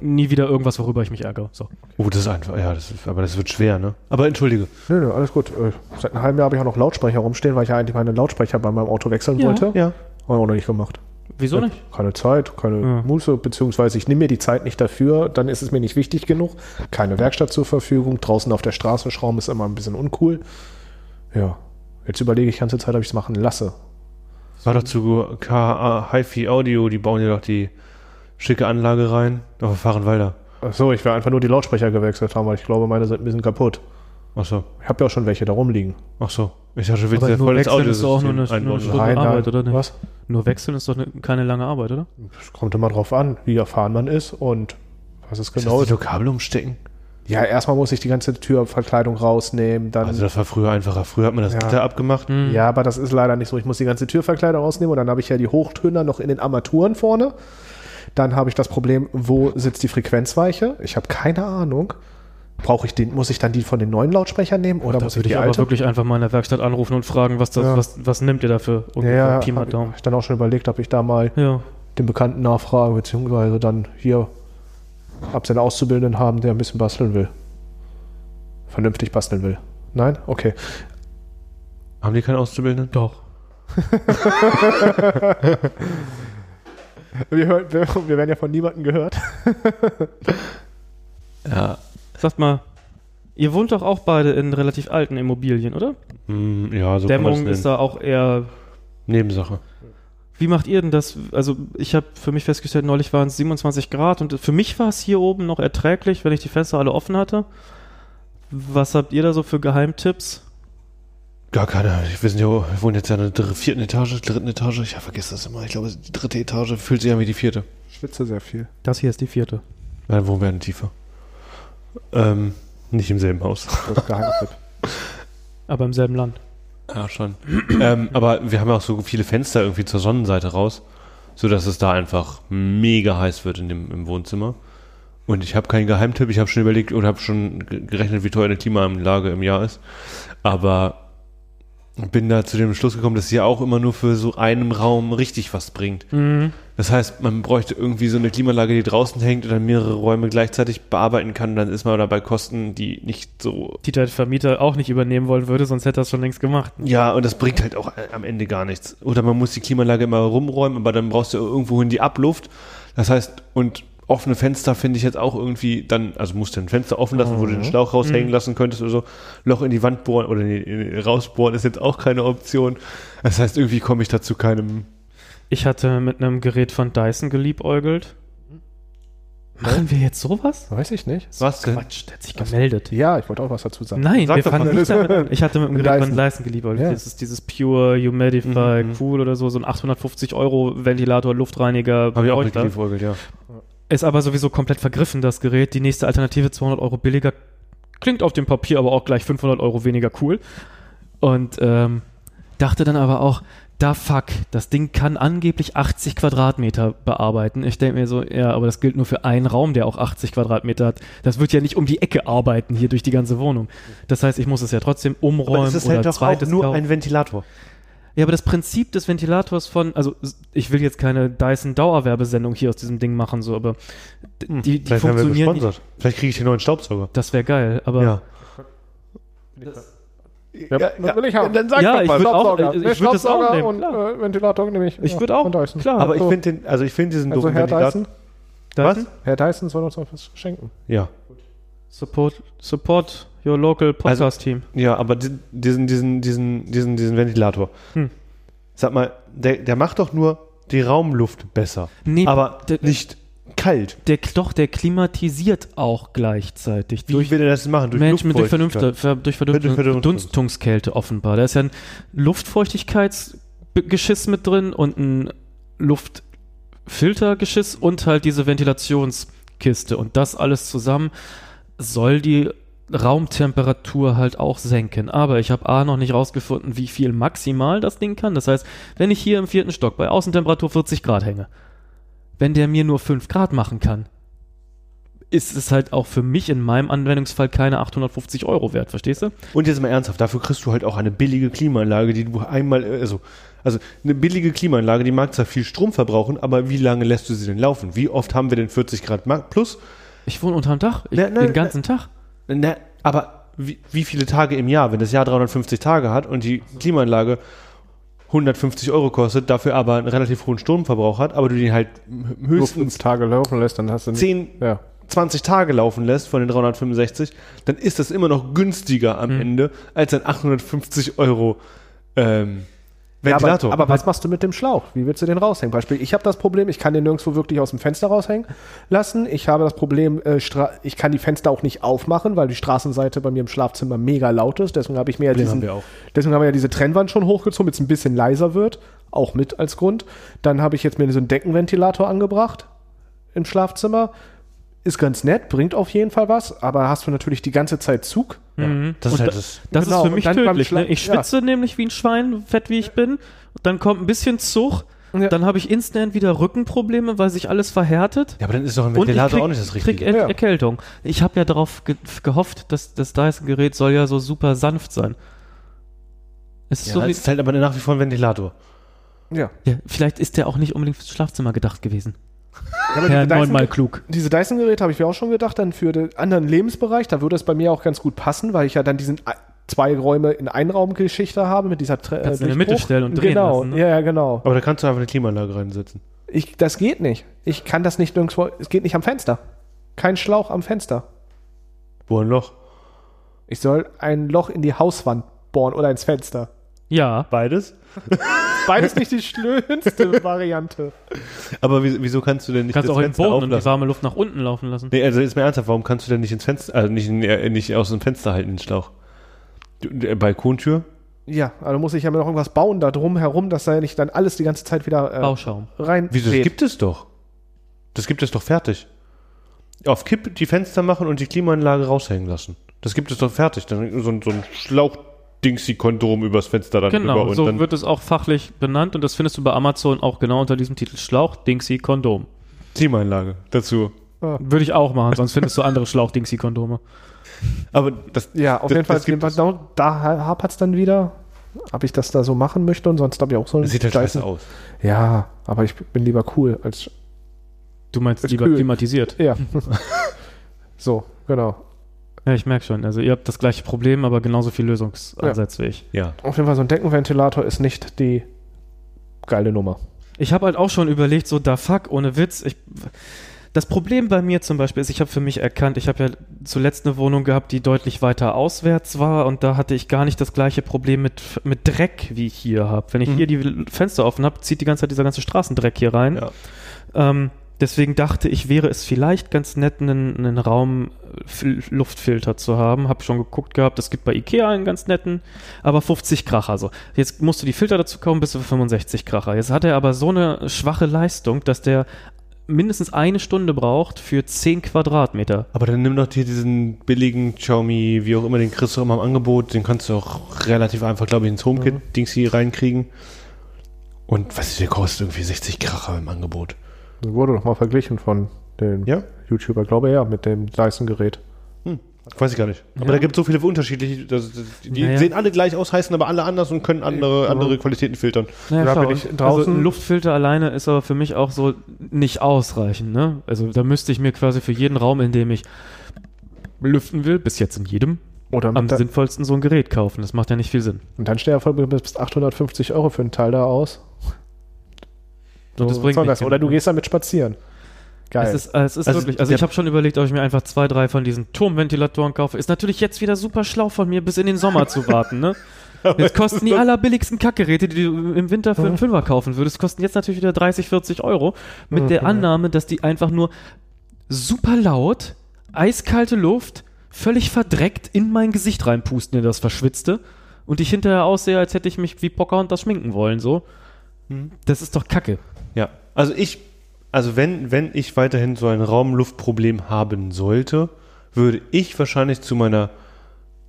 Speaker 4: nie wieder irgendwas, worüber ich mich ärgere. So.
Speaker 2: Oh, das ist einfach. Ja, das ist, aber das wird schwer, ne? Aber entschuldige.
Speaker 3: nö, alles gut. Äh, Seit einem halben Jahr habe ich auch noch Lautsprecher rumstehen, weil ich ja eigentlich meine Lautsprecher bei meinem Auto wechseln
Speaker 4: Ja.
Speaker 3: wollte.
Speaker 2: Ja.
Speaker 3: Haben wir auch noch nicht gemacht.
Speaker 4: Wieso nicht?
Speaker 3: Keine Zeit, keine
Speaker 4: Ja.
Speaker 3: Muße, beziehungsweise ich nehme mir die Zeit nicht dafür, dann ist es mir nicht wichtig genug. Keine Werkstatt zur Verfügung, draußen auf der Straße schrauben ist immer ein bisschen uncool. Ja, jetzt überlege ich die ganze Zeit, ob ich es machen lasse.
Speaker 2: War doch zu KA HiFi Audio. Die bauen ja doch die schicke Anlage rein. Auf Fahrenwalder.
Speaker 3: Achso, ich werde einfach nur die Lautsprecher gewechselt haben, weil ich glaube, meine sind ein bisschen kaputt.
Speaker 2: Ach so.
Speaker 3: Ich habe ja auch schon welche da rumliegen.
Speaker 2: Ach so. Ich dachte, du willst
Speaker 4: Aber
Speaker 2: ja
Speaker 4: nur
Speaker 2: voll das
Speaker 4: wechseln
Speaker 2: Audio
Speaker 4: ist doch auch nur eine- nur eine Stunde.
Speaker 2: Nein.
Speaker 4: Arbeit, oder nicht?
Speaker 3: Was?
Speaker 4: Nur wechseln ist doch ne, keine lange Arbeit, oder?
Speaker 3: Es kommt immer drauf an, wie erfahren man ist und was es
Speaker 2: Genau.
Speaker 3: genau
Speaker 2: Ist
Speaker 3: ist.
Speaker 2: das nicht so Kabel umstecken?
Speaker 3: Ja, erstmal muss ich die ganze Türverkleidung rausnehmen, dann
Speaker 2: Also das war früher einfacher. Früher hat man das
Speaker 3: Ja.
Speaker 2: Gitter abgemacht.
Speaker 4: Hm.
Speaker 3: Ja, aber das ist leider nicht so. Ich muss die ganze Türverkleidung rausnehmen und dann habe ich ja die Hochtöner noch in den Armaturen vorne. Dann habe ich das Problem, wo sitzt die Frequenzweiche? Ich habe keine Ahnung. Brauche ich den, muss ich dann die von den neuen Lautsprechern nehmen oder muss ich
Speaker 4: Würde
Speaker 3: die
Speaker 4: ich aber
Speaker 3: alte?
Speaker 4: wirklich einfach mal in der Werkstatt anrufen und fragen, was, das,
Speaker 3: Ja.
Speaker 4: was, was nimmt ihr dafür?
Speaker 3: Ja,
Speaker 4: Ungefähr
Speaker 3: ja
Speaker 4: Pi mal
Speaker 3: habe
Speaker 4: Daumen.
Speaker 3: ich dann auch schon überlegt, ob ich da mal
Speaker 4: Ja.
Speaker 3: den Bekannten nachfrage, beziehungsweise dann hier ab seinen Auszubildenden haben, der ein bisschen basteln will. Vernünftig basteln will. Nein? Okay.
Speaker 2: Haben die keinen Auszubildenden?
Speaker 4: Doch.
Speaker 3: Wir, hören, wir, wir werden ja von niemandem gehört.
Speaker 2: Ja.
Speaker 4: Sagt mal, ihr wohnt doch auch beide in relativ alten Immobilien, oder?
Speaker 2: Hm, ja, so kann
Speaker 4: Dämmung
Speaker 2: man das
Speaker 4: ist
Speaker 2: nennen.
Speaker 4: da auch eher.
Speaker 2: Nebensache.
Speaker 4: Wie macht ihr denn das? Also, ich habe für mich festgestellt, neulich waren es 27 Grad und für mich war es hier oben noch erträglich, wenn ich die Fenster alle offen hatte. Was habt ihr da so für Geheimtipps?
Speaker 2: Gar keine. Ich weiß nicht, wir wohnen jetzt ja in der dr- vierten Etage, dritten Etage. Ich ja, vergesse das immer. Ich glaube, die dritte Etage fühlt sich an wie die vierte.
Speaker 3: Schwitze sehr viel.
Speaker 4: Das hier ist die vierte.
Speaker 2: Ja, Dann wohnen wir in der Tiefe. Ähm, nicht im selben Haus.
Speaker 3: Das ist Geheimtipp.
Speaker 4: Aber im selben Land.
Speaker 2: Ja, schon. ähm, aber wir haben ja auch so viele Fenster irgendwie zur Sonnenseite raus, sodass es da einfach mega heiß wird in dem, im Wohnzimmer. Und ich habe keinen Geheimtipp, ich habe schon überlegt und habe schon ge- gerechnet, wie teuer eine Klimaanlage im Jahr ist. Aber bin da zu dem Schluss gekommen, dass sie ja auch immer nur für so einen Raum richtig was bringt. Das heißt, man bräuchte irgendwie so eine Klimaanlage, die draußen hängt und dann mehrere Räume gleichzeitig bearbeiten kann. Dann ist man dabei Kosten, die nicht so
Speaker 4: Die der Vermieter auch nicht übernehmen wollen würde, sonst hätte er es schon längst gemacht.
Speaker 2: ja, und das bringt halt auch am Ende gar nichts. Oder man muss die Klimaanlage immer rumräumen, aber dann brauchst du irgendwohin die Abluft. Das heißt, und offene Fenster finde ich jetzt auch irgendwie dann, also musst du ein Fenster offen lassen, wo du den Schlauch raushängen lassen könntest oder so. Loch in die Wand bohren oder in die, in, rausbohren ist jetzt auch keine Option. Das heißt, irgendwie komme ich dazu keinem.
Speaker 4: Ich hatte mit einem Gerät von Dyson geliebäugelt. Machen wir jetzt sowas?
Speaker 3: Weiß ich nicht.
Speaker 2: Was denn?
Speaker 4: Quatsch, der hat sich gemeldet.
Speaker 3: Ja, ich wollte auch was dazu sagen.
Speaker 4: Nein,
Speaker 2: Sag
Speaker 4: wir
Speaker 2: doch
Speaker 4: fangen
Speaker 2: mal.
Speaker 4: nicht damit. an. Ich hatte mit einem Gerät von
Speaker 3: Dyson.
Speaker 4: Dyson geliebäugelt.
Speaker 3: Ja.
Speaker 4: Das ist dieses Pure Humidify
Speaker 2: Mhm.
Speaker 4: Cool oder so, so ein 850 Euro Ventilator, Luftreiniger.
Speaker 2: Habe ich auch
Speaker 4: Leuchter.
Speaker 2: mitgeliefert, ja.
Speaker 4: Ist aber sowieso komplett vergriffen, das Gerät. Die nächste Alternative, 200 Euro billiger, klingt auf dem Papier aber auch gleich 500 Euro weniger cool. Und ähm, dachte dann aber auch, da fuck, das Ding kann angeblich 80 Quadratmeter bearbeiten. Ich denke mir so, ja, aber das gilt nur für einen Raum, der auch 80 Quadratmeter hat. Das wird ja nicht um die Ecke arbeiten, hier durch die ganze Wohnung. Das heißt, ich muss es ja trotzdem umräumen oder
Speaker 2: halt
Speaker 4: zweites kaufen.
Speaker 2: Ventilator.
Speaker 4: Ja, aber das Prinzip des Ventilators von, also s- ich will jetzt keine Dyson Dauerwerbesendung hier aus diesem Ding machen, so, aber d- die, die
Speaker 2: Hm, Vielleicht werden wir
Speaker 4: funktionieren. nicht.
Speaker 2: gesponsert. Vielleicht kriege ich den neuen Staubsauger.
Speaker 4: Das wäre geil, aber
Speaker 2: Ja.
Speaker 3: Ja, das will ich haben. Dann sag
Speaker 4: Ja, doch ich mal. würd auch- äh,
Speaker 3: Staubsauger.
Speaker 4: ich- ich
Speaker 3: Nee,
Speaker 4: würd das auch
Speaker 3: Staubsauger
Speaker 4: nehmen,
Speaker 3: und
Speaker 4: klar.
Speaker 3: äh, Ventilator nehme ich.
Speaker 4: ich
Speaker 3: Ja,
Speaker 4: würde auch,
Speaker 3: von Dyson.
Speaker 4: klar,
Speaker 2: Aber ich
Speaker 3: Also-
Speaker 2: finde den, also ich finde diesen
Speaker 3: Also
Speaker 2: doofen
Speaker 3: Herr Dyson,
Speaker 4: Dyson,
Speaker 3: Herr Dyson soll uns noch was schenken.
Speaker 2: Ja.
Speaker 4: Support, support your local
Speaker 2: Also,
Speaker 4: Podcast Team.
Speaker 2: Ja, aber di- diesen, diesen, diesen, diesen, diesen Ventilator.
Speaker 4: Hm.
Speaker 2: Sag mal, der, der macht doch nur die Raumluft besser.
Speaker 4: Nee,
Speaker 2: aber
Speaker 4: der-
Speaker 2: nicht kalt.
Speaker 4: der, doch, der klimatisiert auch gleichzeitig
Speaker 2: Wie will er das machen? Durch
Speaker 4: Management durch,
Speaker 2: Luftfeuchtigkeit.
Speaker 4: Vernünfte, ver, durch
Speaker 2: Durch
Speaker 4: Verdunst-
Speaker 2: Verdunst-
Speaker 4: Verdunstungskälte offenbar. Da ist ja ein Luftfeuchtigkeitsgeschiss mit drin und ein Luftfiltergeschiss und halt diese Ventilationskiste. Und das alles zusammen soll die Raumtemperatur halt auch senken. Aber ich habe A noch nicht rausgefunden, wie viel maximal das Ding kann. Das heißt, wenn ich hier im vierten Stock bei Außentemperatur 40 Grad hänge, wenn der mir nur 5 Grad machen kann, ist es halt auch für mich in meinem Anwendungsfall keine 850 Euro wert, verstehst du?
Speaker 2: Und jetzt mal ernsthaft, dafür kriegst du halt auch eine billige Klimaanlage, die du einmal, äh, also, also eine billige Klimaanlage, die mag zwar viel Strom verbrauchen, aber wie lange lässt du sie denn laufen? Wie oft haben wir denn 40 Grad Ma- plus?
Speaker 4: Ich wohne unterm Dach, ich,
Speaker 2: Nein, nein,
Speaker 4: den ganzen
Speaker 2: Na,
Speaker 4: Tag.
Speaker 2: Ne, aber wie, wie viele Tage im Jahr, wenn das Jahr 350 Tage hat und die Klimaanlage 150 Euro kostet, dafür aber einen relativ hohen Stromverbrauch hat, aber du den halt m-
Speaker 3: Nur
Speaker 2: höchstens
Speaker 3: fünf Tage laufen lässt, dann hast du nicht.
Speaker 2: 10,
Speaker 3: Ja.
Speaker 2: 20 Tage laufen lässt von den 365, dann ist das immer noch günstiger
Speaker 4: Hm.
Speaker 2: am Ende als ein 850 Euro ähm, Ventilator.
Speaker 3: aber, aber was machst du mit dem Schlauch? Wie willst du den raushängen? Beispiel, ich habe das Problem, ich kann den nirgendwo wirklich aus dem Fenster raushängen lassen. Ich habe das Problem, äh, Stra- ich kann die Fenster auch nicht aufmachen, weil die Straßenseite bei mir im Schlafzimmer mega laut ist. Deswegen habe ich mir ja diesen,
Speaker 2: haben wir auch.
Speaker 3: deswegen haben wir ja diese Trennwand schon hochgezogen, jetzt ein bisschen leiser wird, auch mit als Grund. Dann habe ich jetzt mir so einen Deckenventilator angebracht im Schlafzimmer. Ist ganz nett, bringt auf jeden Fall was, aber hast du natürlich die ganze Zeit Zug.
Speaker 2: das ist
Speaker 4: Mhm. Und
Speaker 2: halt
Speaker 4: da-
Speaker 2: das.
Speaker 4: Das
Speaker 3: Genau,
Speaker 4: ist für
Speaker 3: und
Speaker 4: mich
Speaker 3: dann beim
Speaker 4: tödlich. Ne?
Speaker 3: Schlag-
Speaker 4: Ich
Speaker 3: ja.
Speaker 4: schwitze nämlich wie ein Schwein, fett wie ich bin. Dann kommt ein bisschen Zug.
Speaker 3: Ja.
Speaker 4: Dann habe ich instant wieder Rückenprobleme, weil sich alles verhärtet.
Speaker 2: Ja, aber dann ist doch ein
Speaker 4: Und ich
Speaker 2: Ventilator
Speaker 4: krieg,
Speaker 2: auch nicht das
Speaker 4: krieg
Speaker 2: Richtige.
Speaker 4: Er
Speaker 3: Ja.
Speaker 4: Erkältung. Ich habe ja darauf ge gehofft, dass das Dyson-Gerät soll ja so super sanft sein. Es ist
Speaker 2: Ja,
Speaker 4: so wie,
Speaker 2: das ist halt aber nach wie vor ein Ventilator.
Speaker 3: Ja.
Speaker 4: ja, vielleicht ist der auch nicht unbedingt fürs Schlafzimmer gedacht gewesen.
Speaker 3: Aber
Speaker 4: Ja,
Speaker 3: die Dyson-
Speaker 4: neunmal klug.
Speaker 3: diese Dyson-Geräte habe ich mir auch schon gedacht, dann für den anderen Lebensbereich, da würde es bei mir auch ganz gut passen, weil ich ja dann diesen a- zwei Räume in einen Raumgeschichte habe mit dieser Tre äh,
Speaker 4: Kannst du in der
Speaker 3: Durchbruch.
Speaker 4: Mitte stellen und drehen
Speaker 3: genau,
Speaker 4: lassen, ne?
Speaker 3: Ja, ja, genau.
Speaker 2: Aber da kannst du einfach eine Klimaanlage reinsetzen.
Speaker 3: Ich, das geht nicht. Ich kann das nicht nirgendwo, es geht nicht am Fenster. Kein Schlauch am Fenster.
Speaker 2: Boah, ein Loch.
Speaker 3: Ich soll ein Loch in die Hauswand bohren oder ins Fenster.
Speaker 4: Ja.
Speaker 2: Beides.
Speaker 3: Beides nicht die schönste Variante.
Speaker 2: Aber wie- wieso kannst du denn nicht
Speaker 4: Kannst
Speaker 2: das
Speaker 4: auch den
Speaker 2: Fenster
Speaker 4: Boden und die
Speaker 2: auflassen?
Speaker 4: warme Luft nach unten laufen lassen.
Speaker 2: Nee, also jetzt mal ernsthaft, warum kannst du denn nicht ins Fenster, also nicht, in, äh, nicht aus dem Fenster halten, den Schlauch? Du- Der Balkontür?
Speaker 3: Ja, also muss ich ja mir noch irgendwas bauen da drum herum, dass da nicht dann alles die ganze Zeit wieder äh,
Speaker 4: Bauschaum.
Speaker 3: rein.
Speaker 2: Wieso? Das
Speaker 3: dreht.
Speaker 2: gibt es doch. Das gibt es doch fertig. Auf Kipp die Fenster machen und die Klimaanlage raushängen lassen. Das gibt es doch fertig. Dann so, ein- so ein Schlauch Dingsy-Kondom übers Fenster dann rüber
Speaker 4: Genau,
Speaker 2: und
Speaker 4: so
Speaker 2: dann
Speaker 4: wird es auch fachlich benannt und das findest du bei Amazon auch genau unter diesem Titel Schlauch Dingsy Kondom.
Speaker 2: Teameinlage dazu.
Speaker 4: Würde ich auch machen, sonst findest du andere Schlauch Dingsy Kondome.
Speaker 2: Aber das,
Speaker 3: Ja, auf
Speaker 2: das,
Speaker 3: jeden Fall,
Speaker 2: das gibt,
Speaker 3: genau da hapert es dann wieder, ob ich das da so machen möchte und sonst habe ich auch so einen
Speaker 2: das sieht halt scheiße aus.
Speaker 3: Ja, aber ich bin lieber cool als.
Speaker 4: Du meinst
Speaker 3: Ist
Speaker 4: lieber
Speaker 3: kühl.
Speaker 4: klimatisiert.
Speaker 3: Ja. so, genau.
Speaker 4: Ja, ich merke schon. Also ihr habt das gleiche Problem, aber genauso viel Lösungsansatz wie ich.
Speaker 2: Ja.
Speaker 3: Auf jeden Fall, so ein Deckenventilator ist nicht die geile Nummer.
Speaker 1: Ich habe halt auch schon überlegt, so da fuck, ohne Witz. Ich, das Problem bei mir zum Beispiel ist, ich habe für mich erkannt, ich habe ja zuletzt eine Wohnung gehabt, die deutlich weiter auswärts war und da hatte ich gar nicht das gleiche Problem mit, mit Dreck, wie ich hier habe. Wenn ich hier die Fenster offen habe, zieht die ganze Zeit dieser ganze Straßendreck hier rein.
Speaker 2: Ja.
Speaker 1: Ähm, deswegen dachte ich, wäre es vielleicht ganz nett, einen, einen Raum äh, Fil- Luftfilter zu haben. Hab schon geguckt gehabt, es gibt bei Ikea einen ganz netten, aber 50 Kracher. So. Jetzt musst du die Filter dazu kaufen, bist du bei 65 Kracher. Jetzt hat er aber so eine schwache Leistung, dass der mindestens eine Stunde braucht für 10 Quadratmeter.
Speaker 2: Aber dann nimm doch dir diesen billigen Xiaomi, wie auch immer, den kriegst du immer im Angebot. Den kannst du auch relativ einfach, glaube ich, ins HomeKit-Dings hier reinkriegen. Und was der kostet irgendwie 60 Kracher im Angebot.
Speaker 3: Das wurde doch mal verglichen von dem
Speaker 2: Ja?
Speaker 3: YouTuber, glaube ich, ja, mit dem Dyson-Gerät.
Speaker 2: Weiß ich gar nicht. Aber da gibt es so viele unterschiedliche. Das, das, die
Speaker 1: Naja.
Speaker 2: sehen alle gleich aus, heißen aber alle anders und können andere, andere Qualitäten filtern.
Speaker 4: Naja,
Speaker 3: Da
Speaker 4: klar,
Speaker 3: bin ich
Speaker 4: und-
Speaker 3: draußen.
Speaker 4: Also ein Luftfilter alleine ist aber für mich auch so nicht ausreichend. Ne? Also da müsste ich mir quasi für jeden Raum, in dem ich lüften will, bis jetzt in jedem,
Speaker 3: Oder
Speaker 4: am
Speaker 3: mit da,
Speaker 4: sinnvollsten so ein Gerät kaufen. Das macht ja nicht viel Sinn.
Speaker 3: und dann stell dir vor, du gibst bis 850 Euro für einen Teil da aus.
Speaker 4: Und das
Speaker 3: So,
Speaker 4: bringt
Speaker 3: soll
Speaker 4: nichts.
Speaker 3: das. Oder du gehst damit spazieren. Geil.
Speaker 4: Es ist, äh, es ist
Speaker 2: Also
Speaker 4: wirklich, also
Speaker 2: der-
Speaker 4: ich habe schon überlegt, ob ich mir einfach zwei, drei von diesen Turmventilatoren kaufe. Ist natürlich jetzt wieder super schlau von mir, bis in den Sommer zu warten, ne? Jetzt kosten die allerbilligsten Kackgeräte, die du im Winter für einen Fünfer kaufen würdest, kosten jetzt natürlich wieder 30, 40 Euro. Mit der Annahme, dass die einfach nur super laut, eiskalte Luft, völlig verdreckt in mein Gesicht reinpusten, in das Verschwitzte. Und ich hinterher aussehe, als hätte ich mich wie Pocahontas schminken wollen, so. Das ist doch Kacke.
Speaker 2: Ja, also ich, also wenn, wenn ich weiterhin so ein Raumluftproblem haben sollte, würde ich wahrscheinlich zu meiner,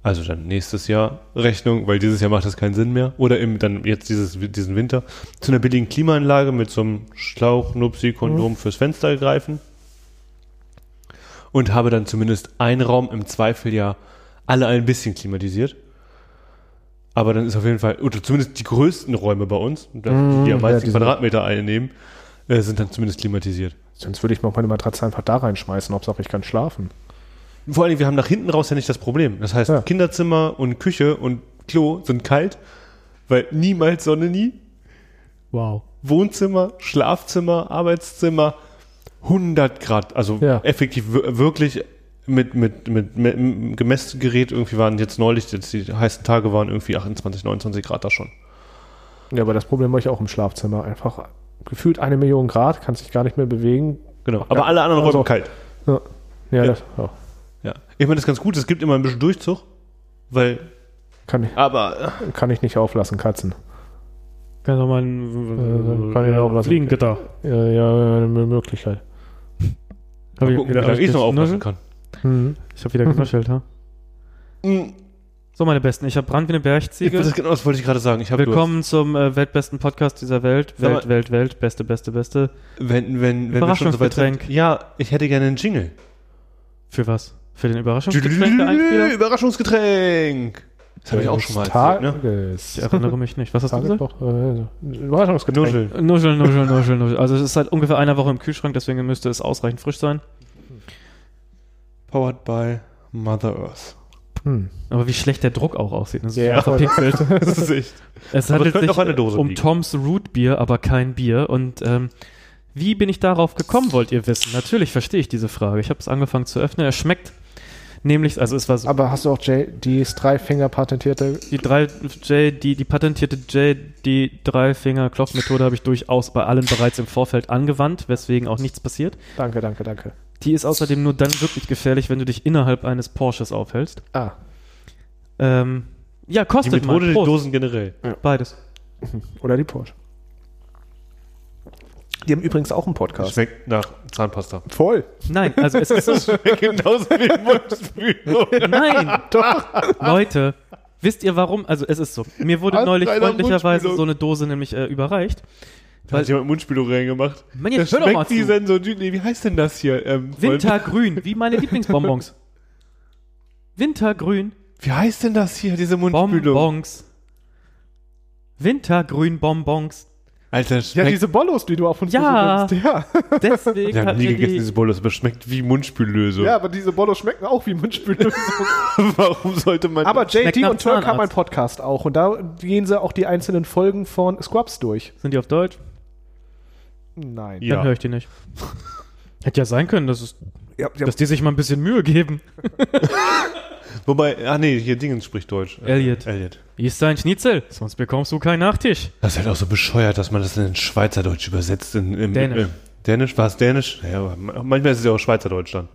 Speaker 2: also dann nächstes Jahr Rechnung, weil dieses Jahr macht das keinen Sinn mehr, oder im, dann jetzt dieses, diesen Winter, zu einer billigen Klimaanlage mit so einem Schlauch-Nupsi-Kondom
Speaker 3: Mhm.
Speaker 2: fürs Fenster greifen und habe dann zumindest einen Raum im Zweifel ja alle ein bisschen klimatisiert. Aber dann ist auf jeden Fall, oder zumindest die größten Räume bei uns, die am
Speaker 3: Mhm. ja,
Speaker 2: meisten
Speaker 3: die sind-
Speaker 2: Quadratmeter einnehmen, äh, sind dann zumindest klimatisiert.
Speaker 3: Sonst würde ich mir auch meine Matratze einfach da reinschmeißen, Hauptsache ich kann schlafen.
Speaker 2: Vor allen Dingen, wir haben nach hinten raus ja nicht das Problem. Das heißt,
Speaker 3: Ja.
Speaker 2: Kinderzimmer und Küche und Klo sind kalt, weil niemals Sonne nie.
Speaker 4: Wow.
Speaker 2: Wohnzimmer, Schlafzimmer, Arbeitszimmer, 100 Grad. Also
Speaker 3: Ja.
Speaker 2: effektiv wir- wirklich mit, mit, mit, mit, mit Gemessgerät irgendwie waren jetzt neulich, jetzt die heißen Tage waren irgendwie 28, 29 Grad da schon.
Speaker 3: Ja, aber das Problem habe ich auch im Schlafzimmer. Einfach gefühlt eine Million Grad, kannst dich gar nicht mehr bewegen.
Speaker 2: Genau. Aber alle anderen
Speaker 3: Also-
Speaker 2: Räume kalt.
Speaker 3: Ja, ja, Das, ja.
Speaker 2: Ja. Ich meine, das ist ganz gut. Es gibt immer ein bisschen Durchzug, weil,
Speaker 3: Kann, ich-
Speaker 2: aber äh,
Speaker 3: kann ich nicht auflassen, Katzen.
Speaker 4: Kann doch mal
Speaker 3: Äh, kann ich auch lassen.
Speaker 4: Fliegengitter.
Speaker 3: Ja, ja, eine Möglichkeit.
Speaker 4: Hab
Speaker 2: Mal gucken, wie lange ich noch aufpassen kann.
Speaker 3: Hm.
Speaker 4: Ich habe wieder genuschelt, ha? So, meine Besten, ich habe Brand wie eine
Speaker 2: Ich,
Speaker 4: Bergziege.
Speaker 2: das, genau, das wollte ich gerade sagen. Ich hab
Speaker 4: Willkommen zum äh, weltbesten Podcast dieser Welt.
Speaker 2: Sag mal-
Speaker 4: Welt, Welt, Welt. Beste, beste, beste.
Speaker 2: Durst. Wenn, wenn, wenn wir schon so weit sind.
Speaker 4: Überraschungsgetränk.
Speaker 2: Ja, ich hätte gerne einen Jingle.
Speaker 4: Für was? Für den Überraschungsgetränk der Einspieler?
Speaker 2: Überraschungsgetränk. Das habe ich auch schon mal erzählt, ne?
Speaker 3: Tages.
Speaker 4: Ich erinnere mich nicht. Was hast du gesagt?
Speaker 3: Tageswoch, äh, Überraschungsgetränk.
Speaker 2: Nuscheln.
Speaker 4: Nuscheln, nuscheln, nuscheln, nuscheln. Also es ist seit ungefähr einer Woche im Kühlschrank, deswegen müsste es ausreichend frisch sein.
Speaker 2: Powered by Mother Earth.
Speaker 3: Hm.
Speaker 4: Aber wie schlecht der Druck auch aussieht. ne? Es ist
Speaker 3: Ja,
Speaker 4: ja, verpixelt.
Speaker 2: Das ist echt.
Speaker 4: Es
Speaker 2: Aber es
Speaker 4: handelt
Speaker 2: könnte
Speaker 4: sich
Speaker 2: auch eine Dose
Speaker 4: um
Speaker 2: liegen.
Speaker 4: Toms Root Bier, aber kein Bier. Und ähm, wie bin ich darauf gekommen, wollt ihr wissen? Natürlich verstehe ich diese Frage. Ich habe es angefangen zu öffnen. Er schmeckt nämlich, also es war so,
Speaker 3: Aber hast du auch J D's drei Finger patentierte?
Speaker 4: die drei J, die, die patentierte J, die drei Finger Klopf Methode habe ich durchaus bei allen bereits im Vorfeld angewandt, weswegen auch nichts passiert.
Speaker 3: Danke, danke, danke.
Speaker 4: Die ist außerdem nur dann wirklich gefährlich, wenn du dich innerhalb eines Porsches aufhältst.
Speaker 3: Ah,
Speaker 4: Ähm, ja,
Speaker 2: Die
Speaker 4: kostet
Speaker 2: Methode,
Speaker 4: mal.
Speaker 2: die
Speaker 4: Prost.
Speaker 2: Dosen generell.
Speaker 4: Beides.
Speaker 3: oder die Porsche. Die haben übrigens auch einen Podcast.
Speaker 2: Schmeckt nach Zahnpasta.
Speaker 3: Voll.
Speaker 4: Nein, also es ist
Speaker 2: Genauso wie Mundspülung.
Speaker 4: Nein! Doch! Leute, Wisst ihr warum? Also es ist so. Mir wurde
Speaker 2: An
Speaker 4: neulich
Speaker 2: deiner
Speaker 4: freundlicherweise
Speaker 2: Mundspülung.
Speaker 4: so eine Dose nämlich äh, überreicht.
Speaker 2: Da hat jemand Mundspülung reingemacht.
Speaker 4: Mann,
Speaker 2: Das
Speaker 4: jetzt hör doch mal
Speaker 2: schmeckt die
Speaker 4: zu.
Speaker 2: Sensor. Nee, wie heißt denn das hier? Ähm, Freund?
Speaker 4: Wintergrün, wie meine Lieblingsbonbons. Wintergrün,
Speaker 2: Wie heißt denn das hier, diese Mundspülung?
Speaker 4: Bonbons. Wintergrün Bonbons.
Speaker 2: Alter,
Speaker 3: Ja,
Speaker 2: schmeckt.
Speaker 3: diese Bollos, die du auf uns
Speaker 4: Ja.
Speaker 3: besuchst. Ja.
Speaker 4: Deswegen
Speaker 2: ich habe
Speaker 4: hat
Speaker 2: nie
Speaker 4: mir
Speaker 2: gegessen,
Speaker 4: die,
Speaker 2: diese Bolus, aber schmeckt wie Mundspüllösung.
Speaker 3: ja, aber diese Bollos schmecken auch wie Mundspülung.
Speaker 2: Warum sollte man.
Speaker 3: aber JT
Speaker 4: Schmecken nach
Speaker 3: und Turk haben
Speaker 4: Zahnarzt.
Speaker 3: einen Podcast auch und da gehen sie auch die einzelnen Folgen von Scrubs durch.
Speaker 4: Sind die auf Deutsch?
Speaker 3: Nein.
Speaker 4: Dann höre
Speaker 2: ja.
Speaker 4: ich die nicht. Hätte ja sein können, dass, es,
Speaker 3: Ja, ja.
Speaker 4: dass die sich mal ein bisschen Mühe geben.
Speaker 2: Wobei, ah nee, hier Dingens spricht Deutsch. Äh,
Speaker 4: Elliot.
Speaker 2: Elliot.
Speaker 4: Ist dein Schnitzel, sonst bekommst du keinen Nachtisch.
Speaker 2: Das ist halt auch so bescheuert, dass man das in Schweizerdeutsch übersetzt. In, im,
Speaker 4: Dänisch.
Speaker 2: Äh, Dänisch? War es Dänisch? Ja, aber ma- manchmal ist es ja auch Schweizerdeutsch dann.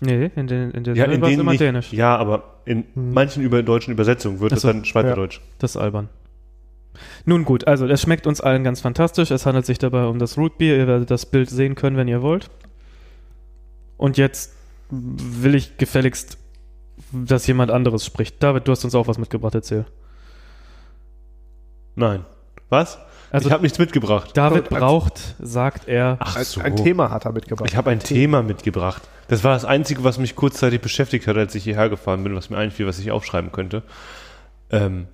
Speaker 4: Nee, in, den, in der
Speaker 2: Ja,
Speaker 4: Serie
Speaker 2: in
Speaker 4: war's
Speaker 2: denen
Speaker 4: immer
Speaker 2: nicht,
Speaker 4: dänisch. Hm.
Speaker 2: Ja, aber in manchen über, deutschen Übersetzungen wird
Speaker 4: Ach
Speaker 2: das
Speaker 4: so,
Speaker 2: dann Schweizerdeutsch.
Speaker 4: Das ist albern. Nun gut, also es schmeckt uns allen ganz fantastisch. Es handelt sich dabei um das Rootbier. Ihr werdet das Bild sehen können, wenn ihr wollt. Und jetzt will ich gefälligst, dass jemand anderes spricht. David, du hast uns auch was mitgebracht, erzähl.
Speaker 2: Nein. Was?
Speaker 4: Also
Speaker 2: ich habe nichts mitgebracht.
Speaker 4: David braucht, sagt er,
Speaker 2: Ach
Speaker 3: Ein, ein Thema hat er mitgebracht.
Speaker 2: Ich habe ein Thema mitgebracht. Das war das Einzige, was mich kurzzeitig beschäftigt hat, als ich hierher gefahren bin, was mir einfiel, was ich aufschreiben könnte. Ähm,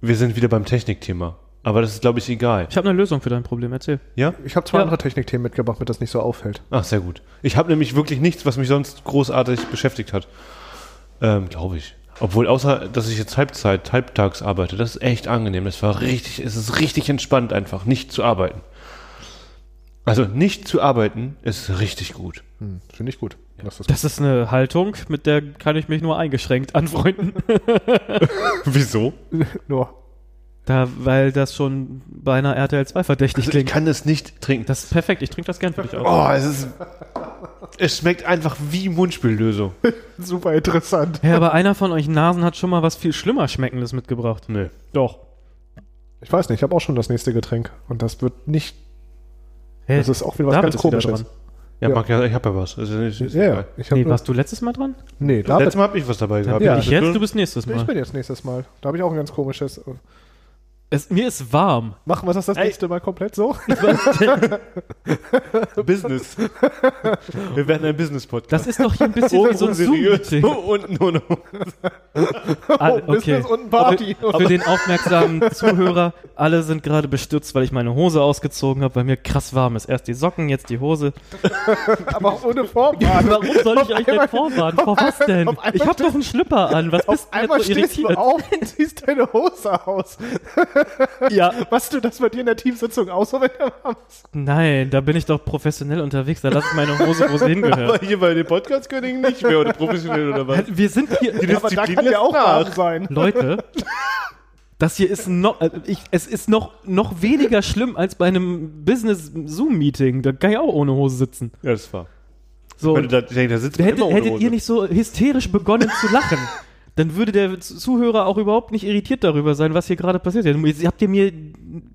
Speaker 2: wir sind wieder beim Technikthema. Aber das ist, glaube ich, egal.
Speaker 4: ich habe eine Lösung für dein Problem, erzähl.
Speaker 2: Ja?
Speaker 3: Ich habe zwei
Speaker 4: Ja.
Speaker 3: andere Technikthemen mitgebracht, damit das nicht so auffällt.
Speaker 2: Ach, sehr gut. Ich habe nämlich wirklich nichts, was mich sonst großartig beschäftigt hat. Ähm, glaube ich. Obwohl, außer, dass ich jetzt Halbzeit, halbtags arbeite, das ist echt angenehm. Das war richtig, es ist richtig entspannt einfach, nicht zu arbeiten. Also, nicht zu arbeiten ist richtig gut.
Speaker 3: Hm, Finde ich gut. Das ist
Speaker 4: Das ist eine Haltung, mit der kann ich mich nur eingeschränkt anfreunden.
Speaker 2: Wieso?
Speaker 3: nur.
Speaker 4: da, weil das schon bei einer RTL 2 verdächtig
Speaker 2: Also ich
Speaker 4: klingt.
Speaker 2: kann es nicht trinken.
Speaker 4: Das ist perfekt, ich trinke das gern für dich auch.
Speaker 2: Oh, es ist. Es schmeckt einfach wie Mundspüllösung.
Speaker 3: Super interessant.
Speaker 4: Ja, aber einer von euch Nasen hat schon mal was viel schlimmer schmeckendes mitgebracht.
Speaker 2: Nee.
Speaker 4: Doch.
Speaker 3: Ich weiß nicht, ich habe auch schon das nächste Getränk. Und das wird nicht.
Speaker 4: Hey,
Speaker 3: Das ist auch wieder was ganz Komisches.
Speaker 2: Ja,
Speaker 3: Ja.
Speaker 2: Marc, ja, ich habe ja was. Also, ich,
Speaker 3: Ja, ja. Ich hab
Speaker 4: Nee,
Speaker 3: nur-
Speaker 4: warst du letztes Mal dran?
Speaker 3: nee
Speaker 2: Letztes
Speaker 3: David.
Speaker 2: Mal habe ich was dabei gehabt.
Speaker 3: bin Ja.
Speaker 4: Ich jetzt, du bist nächstes
Speaker 3: Ich
Speaker 4: Mal.
Speaker 3: bin jetzt nächstes Mal. Da habe ich auch ein ganz komisches.
Speaker 4: Es, mir ist warm.
Speaker 3: Machen wir das das
Speaker 2: Ey.
Speaker 3: nächste Mal komplett so?
Speaker 2: Business. Wir werden ein Business-Podcast.
Speaker 4: Das ist doch hier ein bisschen
Speaker 3: Oh,
Speaker 4: wie so ein
Speaker 2: seriös.
Speaker 4: Zoom-Meeting.
Speaker 2: Und nur noch.
Speaker 4: Ah,
Speaker 3: Oh, Business und Party.
Speaker 4: Für, für den aufmerksamen Zuhörer, alle sind gerade bestürzt, weil ich meine Hose ausgezogen habe, weil mir krass warm ist. Erst die Socken, jetzt die Hose.
Speaker 3: Aber auch ohne Form.
Speaker 4: Warum soll ich euch denn vorwarnen? Vor was denn?
Speaker 3: auf einmal
Speaker 4: Ich habe doch einen Schlüpper an. Was bist denn
Speaker 3: Einmal
Speaker 4: jetzt so
Speaker 3: stehst du
Speaker 4: irritiert?
Speaker 3: auf und ziehst deine Hose aus.
Speaker 4: Ja,
Speaker 3: Was du das bei dir in der Teamsitzung auch so, wenn du abends-
Speaker 4: nein, da bin ich doch professionell unterwegs. Da lasse ich meine Hose, wo sie hingehört.
Speaker 2: Aber hier bei den Podcast-Königen nicht mehr oder professionell oder was?
Speaker 4: Wir sind hier.
Speaker 3: Aber da
Speaker 2: Disziplin
Speaker 3: kann ja
Speaker 2: lässt
Speaker 3: auch
Speaker 2: nach.
Speaker 3: warm sein.
Speaker 4: Leute, das hier ist noch, äh, ich, es ist noch, noch weniger schlimm als bei einem Business-Zoom-Meeting. Da kann ich auch ohne Hose sitzen.
Speaker 2: Ja, das war.
Speaker 4: So,
Speaker 2: Wenn du da, ich denke, da sitzt man
Speaker 4: hättet,
Speaker 2: immer ohne
Speaker 4: hättet
Speaker 2: Hose.
Speaker 4: ihr nicht so hysterisch begonnen zu lachen, dann würde der Z- Zuhörer auch überhaupt nicht irritiert darüber sein, was hier gerade passiert. Jetzt habt ihr mir,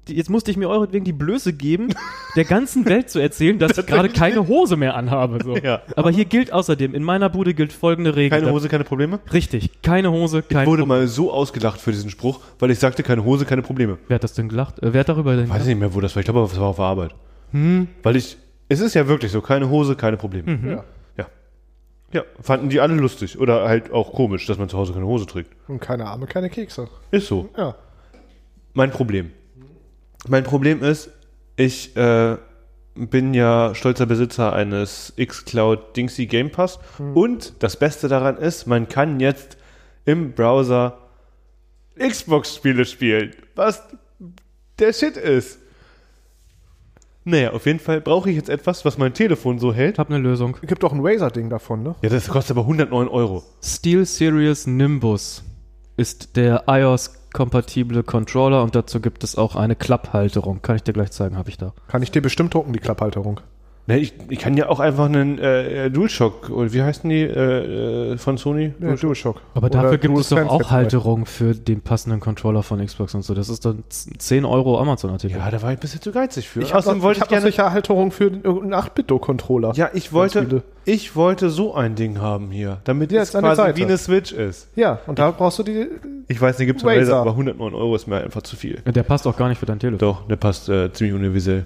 Speaker 4: jetzt musste ich mir euretwegen die Blöße geben, der ganzen Welt zu erzählen, dass ich gerade keine Hose mehr anhabe. So.
Speaker 2: Ja.
Speaker 4: Aber hier gilt außerdem, in meiner Bude gilt folgende Regel.
Speaker 2: Keine Hose, keine Probleme?
Speaker 4: Richtig, keine Hose, kein
Speaker 2: Wurde mal so ausgelacht für diesen Spruch, weil ich sagte, keine Hose, keine Probleme.
Speaker 4: Wer hat das denn gelacht? Äh, wer hat darüber denn
Speaker 2: Weiß ich nicht mehr, wo das war. Ich glaube, das war auf der Arbeit. Weil ich, es ist ja wirklich so, keine Hose, keine Probleme.
Speaker 3: Ja.
Speaker 2: Ja. Ja, fanden die alle lustig oder halt auch komisch, dass man zu Hause keine Hose trägt.
Speaker 3: Und Hm, keine Arme, keine Kekse.
Speaker 2: Ist so.
Speaker 3: Ja.
Speaker 2: Mein Problem. Mein Problem ist, ich äh, bin ja stolzer Besitzer eines xCloud Dingsy Game Pass und das Beste daran ist, man kann jetzt im Browser Xbox-Spiele spielen, was der Shit ist. Naja, auf jeden Fall brauche ich jetzt etwas, was mein Telefon so hält.
Speaker 4: Ich habe eine Lösung.
Speaker 3: Gibt doch ein Razer-Ding davon, ne?
Speaker 2: Ja, das kostet aber 109 Euro.
Speaker 4: Steel Series Nimbus ist der iOS-kompatible Controller und dazu gibt es auch eine Klapphalterung. Kann ich dir gleich zeigen, habe ich da.
Speaker 3: Kann ich dir bestimmt drucken, die Klapphalterung.
Speaker 2: Ne, ich, ich kann ja auch einfach einen äh, äh, DualShock, oder wie heißen die äh, äh, von Sony?
Speaker 3: Ja, DualShock.
Speaker 4: Aber
Speaker 3: Oder
Speaker 4: dafür gibt es doch
Speaker 3: DualSense
Speaker 4: auch
Speaker 3: jetzt
Speaker 4: Halterung für den passenden Controller von Xbox und so. Das ist dann 10 Euro Amazon-Artikel.
Speaker 2: Ja, da war ich ein bisschen zu geizig für.
Speaker 3: Ich habe noch, ich hab noch sicher Halterung für irgendeinen 8-Bit-Do-Controller.
Speaker 2: Ja, ich
Speaker 3: Ganz
Speaker 2: wollte,
Speaker 3: viele.
Speaker 2: ich wollte so ein Ding haben hier, damit
Speaker 3: Ja,
Speaker 2: es
Speaker 3: ist an der
Speaker 2: quasi
Speaker 3: Seite.
Speaker 2: wie eine Switch ist.
Speaker 3: ja, genau. und da brauchst du die.
Speaker 2: Ich weiß, den gibt es
Speaker 3: Razer.
Speaker 2: Razer, aber 109 Euro ist mir einfach zu viel.
Speaker 4: Der passt auch gar nicht für dein Telefon.
Speaker 2: Doch, der passt äh, ziemlich universell.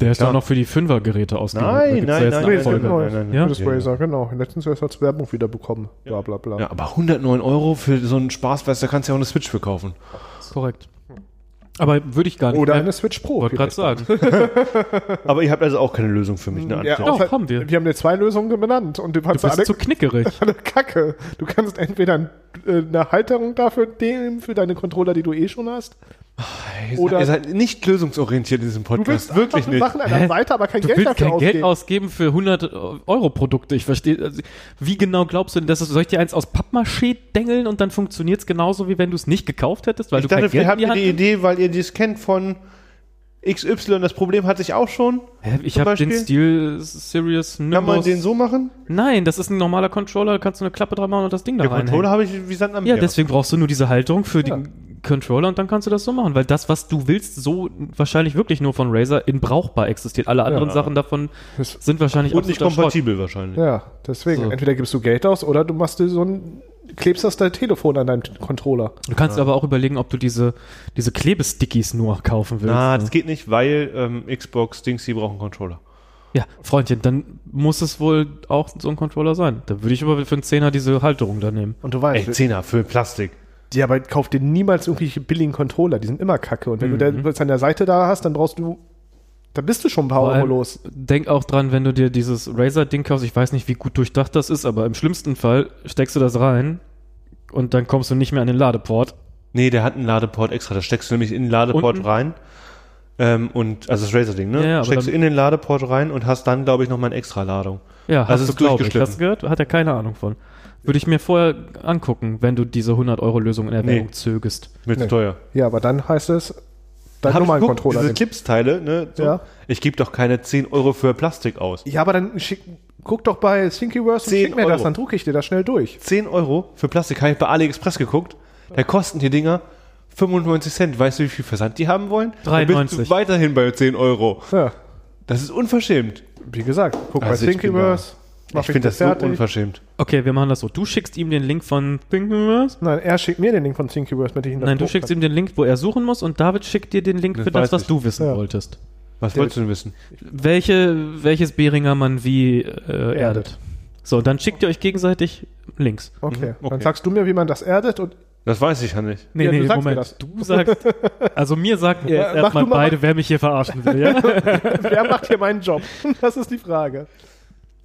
Speaker 4: Der ist
Speaker 2: Klar.
Speaker 4: doch noch für die Fünfer-Geräte ausgelegt. Da gibt's ja jetzt eine
Speaker 3: nein,
Speaker 4: Abfolge.
Speaker 3: genau.
Speaker 4: Ja?
Speaker 3: Für das Razer, genau. Letztens erst als Werbung wieder bekommen. Bla bla bla.
Speaker 2: Ja, aber 109 Euro für so einen Spaß, weißt du, da kannst du ja auch eine Switch für kaufen.
Speaker 4: Korrekt. Aber würde ich gar nicht.
Speaker 3: Oder
Speaker 4: mehr-
Speaker 3: eine Switch Pro.
Speaker 4: wollte gerade sagen.
Speaker 2: Aber ihr habt also auch keine Lösung für mich, ne?
Speaker 3: Ja,
Speaker 2: Antwort.
Speaker 4: Doch,
Speaker 3: außer-
Speaker 4: haben wir.
Speaker 3: Wir haben dir zwei Lösungen benannt und du
Speaker 4: Du
Speaker 3: hast alle,
Speaker 4: bist zu knickerig.
Speaker 3: alle Kacke. Du kannst entweder ein, äh, eine Halterung dafür nehmen, für deine Controller, die du eh schon hast.
Speaker 2: Ihr
Speaker 3: Oder-
Speaker 2: seid- ihr seid nicht lösungsorientiert in diesem
Speaker 3: Du
Speaker 2: Podcast.
Speaker 3: willst wirklich
Speaker 2: nicht.
Speaker 3: Sachen an der Seite, aber kein
Speaker 4: Du
Speaker 3: Geld
Speaker 4: willst
Speaker 3: dafür
Speaker 4: kein
Speaker 3: ausgeben.
Speaker 4: Geld ausgeben für 100 Euro Produkte. Ich verstehe. Also, wie genau glaubst du denn, dass es, soll ich dir eins aus Pappmaché dengeln und dann funktioniert es genauso, wie wenn du es nicht gekauft hättest, weil
Speaker 2: Ich
Speaker 4: du
Speaker 2: dachte,
Speaker 4: kein Geld
Speaker 2: vielleicht
Speaker 4: in
Speaker 2: habt
Speaker 4: die
Speaker 2: ihr
Speaker 4: Hand
Speaker 2: die Idee, weil ihr dies kennt von XY, das Problem hatte ich auch schon.
Speaker 4: Hä, Ich
Speaker 2: zum
Speaker 4: habe den
Speaker 2: Beispiel?
Speaker 4: Stil äh, Serious
Speaker 2: Kann man
Speaker 4: Nimbus.
Speaker 2: den so machen?
Speaker 4: Nein, das ist ein normaler Controller, da kannst du eine Klappe dran machen und das Ding da
Speaker 2: Den Controller
Speaker 4: rein.
Speaker 2: habe ich wie Sand am
Speaker 4: Ja,
Speaker 2: Meer.
Speaker 4: deswegen brauchst du nur diese Halterung für
Speaker 3: Ja.
Speaker 4: den Controller und dann kannst du das so machen, weil das, was du willst, so wahrscheinlich wirklich nur von Razer in brauchbar existiert. Alle anderen
Speaker 2: Ja.
Speaker 4: Sachen davon
Speaker 3: Das-
Speaker 4: sind wahrscheinlich
Speaker 2: Und nicht
Speaker 4: absoluter Schrott.
Speaker 2: kompatibel wahrscheinlich.
Speaker 3: Ja, deswegen.
Speaker 4: So.
Speaker 3: Entweder gibst du Geld aus oder du machst dir so ein, klebst das dein Telefon an deinen Controller.
Speaker 4: Du kannst aber auch überlegen, ob du diese, diese Klebestickies nur kaufen willst. ne?
Speaker 2: Na, das geht nicht, weil ähm, Xbox, Dings, die brauchen Controller.
Speaker 4: ja, Freundchen, dann muss es wohl auch so ein Controller sein. Dann würde ich aber für einen Zehner diese Halterung da nehmen.
Speaker 3: Und du
Speaker 2: Ey,
Speaker 3: weißt,
Speaker 2: Zehner für Plastik.
Speaker 3: die aber kauft dir niemals irgendwelche billigen Controller. Die sind immer kacke. Und wenn du das an der Seite da hast, dann brauchst du, dann bist du schon ein paar
Speaker 4: Vor
Speaker 3: Euro
Speaker 4: allem-
Speaker 3: los.
Speaker 4: Denk auch dran, wenn du dir dieses Razer-Ding kaufst, ich weiß nicht, wie gut durchdacht das ist, aber im schlimmsten Fall steckst du das rein und dann kommst du nicht mehr an den Ladeport.
Speaker 2: Nee, der hat einen Ladeport extra. Da steckst du nämlich in den Ladeport
Speaker 4: Unten?
Speaker 2: rein. Ähm, und, also das Razer-Ding, ne?
Speaker 4: Ja, ja, aber
Speaker 2: steckst du
Speaker 4: dann-
Speaker 2: in den Ladeport rein und hast dann, glaube ich, nochmal eine extra Ladung.
Speaker 4: Ja,
Speaker 2: Also
Speaker 4: hast
Speaker 2: ist
Speaker 4: du, glaube ich,
Speaker 2: durchgeschliffen.
Speaker 4: das gehört? Hat er keine Ahnung von. Würde ich mir vorher angucken, wenn du diese 100-Euro-Lösung in Erwägung
Speaker 2: Nee.
Speaker 4: zögest.
Speaker 2: Mit
Speaker 3: Nee.
Speaker 2: teuer.
Speaker 3: Ja, aber dann heißt es, dein
Speaker 2: Hab ich
Speaker 3: normalen
Speaker 2: geguckt,
Speaker 3: Controller.
Speaker 2: Diese
Speaker 3: nehmen.
Speaker 2: Clips-Teile, ne? So.
Speaker 3: Ja.
Speaker 2: Ich gebe doch keine 10 Euro für Plastik aus.
Speaker 3: Ja, aber dann schick, guck doch bei Thinkiverse und
Speaker 2: 10
Speaker 3: schick mir das,
Speaker 2: Euro.
Speaker 3: dann drucke ich dir das schnell durch.
Speaker 2: 10 Euro für Plastik habe ich bei AliExpress geguckt. Da kosten die Dinger 95 Cent. Weißt du, wie viel Versand die haben wollen? Da Bist
Speaker 4: 93.
Speaker 2: du weiterhin bei 10 Euro.
Speaker 3: Ja,
Speaker 2: Das ist unverschämt.
Speaker 3: wie gesagt, guck
Speaker 2: Also
Speaker 3: bei
Speaker 2: ich bin
Speaker 3: Thinkiverse. mach
Speaker 2: ich finde
Speaker 3: dir
Speaker 2: das so unverschämt.
Speaker 4: Okay, wir machen das so. Du schickst ihm den Link von Thingiverse
Speaker 3: Nein, er schickt mir den Link von Thinkiverse, mit dem ich ihn dann
Speaker 4: Nein, du
Speaker 3: drucken
Speaker 4: schickst
Speaker 3: kann.
Speaker 4: ihm den Link, wo er suchen muss, und David schickt dir den Link
Speaker 2: Das
Speaker 4: für das,
Speaker 2: weiß
Speaker 4: was
Speaker 2: ich.
Speaker 4: du wissen
Speaker 3: Ja.
Speaker 4: wolltest.
Speaker 2: Was
Speaker 3: Der-
Speaker 2: wolltest du denn wissen?
Speaker 4: Welche, welches Beringer man wie äh, erdet. So, dann schickt ihr euch gegenseitig Links.
Speaker 3: Okay.
Speaker 2: Mhm, okay.
Speaker 3: dann sagst du mir, wie man das erdet und
Speaker 2: Das weiß ich ja nicht.
Speaker 4: Nee,
Speaker 3: Ja, du
Speaker 4: nee,
Speaker 3: sagst mir
Speaker 4: Moment.
Speaker 3: das.
Speaker 4: Du sagst, also mir sagt ihr
Speaker 3: Ja,
Speaker 4: jetzt
Speaker 3: mach
Speaker 4: erstmal
Speaker 3: du mal-
Speaker 4: beide, wer mich hier verarschen will, ja?
Speaker 3: wer macht hier meinen Job? Das ist die Frage.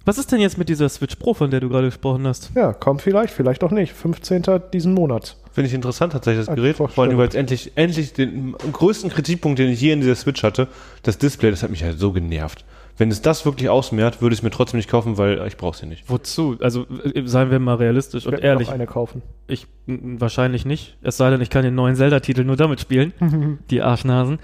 Speaker 4: Was ist denn jetzt mit dieser Switch Pro, von der du gerade gesprochen hast?
Speaker 3: Ja, kommt vielleicht, vielleicht auch nicht. 15. diesen Monat.
Speaker 2: Finde ich interessant tatsächlich, das
Speaker 3: Als
Speaker 2: Gerät. Vor allem,
Speaker 3: Vorstellung.
Speaker 2: weil es endlich, endlich den größten Kritikpunkt, den ich je in dieser Switch hatte, das Display, das hat mich halt so genervt. Wenn es das wirklich ausmehrt, würde ich es mir trotzdem nicht kaufen, weil ich brauche es ja nicht.
Speaker 4: Wozu? Also, äh, seien wir mal realistisch und
Speaker 3: Werd mir
Speaker 4: ehrlich.
Speaker 3: Noch eine kaufen.
Speaker 4: Ich m- wahrscheinlich nicht. Es sei denn, ich kann den neuen Zelda-Titel nur damit spielen. die Arschnasen.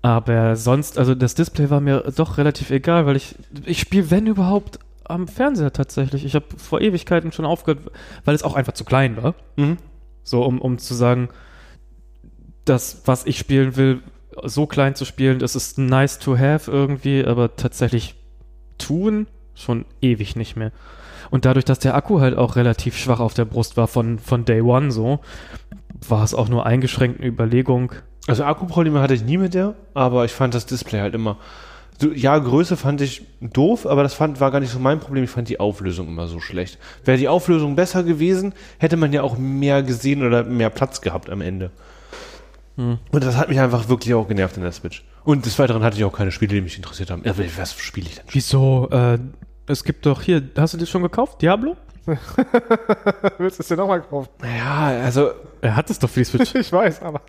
Speaker 4: Aber sonst, also das Display war mir doch relativ egal, weil ich, ich spiele, wenn überhaupt, am Fernseher tatsächlich. Ich habe vor Ewigkeiten schon aufgehört, weil es auch einfach zu klein war.
Speaker 2: Mhm.
Speaker 4: So, um, um zu sagen, das, was ich spielen will, so klein zu spielen, das ist nice to have irgendwie, aber tatsächlich tun schon ewig nicht mehr. Und dadurch, dass der Akku halt auch relativ schwach auf der Brust war von, von Day One so, war es auch nur eingeschränkt eine Überlegung.
Speaker 2: Also Akkuprobleme hatte ich nie mit der, aber ich fand das Display halt immer. So, ja, Größe fand ich doof, aber das fand, war gar nicht so mein Problem. Ich fand die Auflösung immer so schlecht. Wäre die Auflösung besser gewesen, hätte man ja auch mehr gesehen oder mehr Platz gehabt am Ende. Und das hat mich einfach wirklich auch genervt in der Switch. Und des Weiteren hatte ich auch keine Spiele, die mich interessiert haben. Ja, was spiele ich denn?
Speaker 4: Wieso? Äh, es gibt doch hier, hast du das schon gekauft? Diablo?
Speaker 3: Willst du es dir nochmal kaufen?
Speaker 2: Ja, also
Speaker 4: Er hat es doch für die Switch.
Speaker 3: Ich weiß, aber,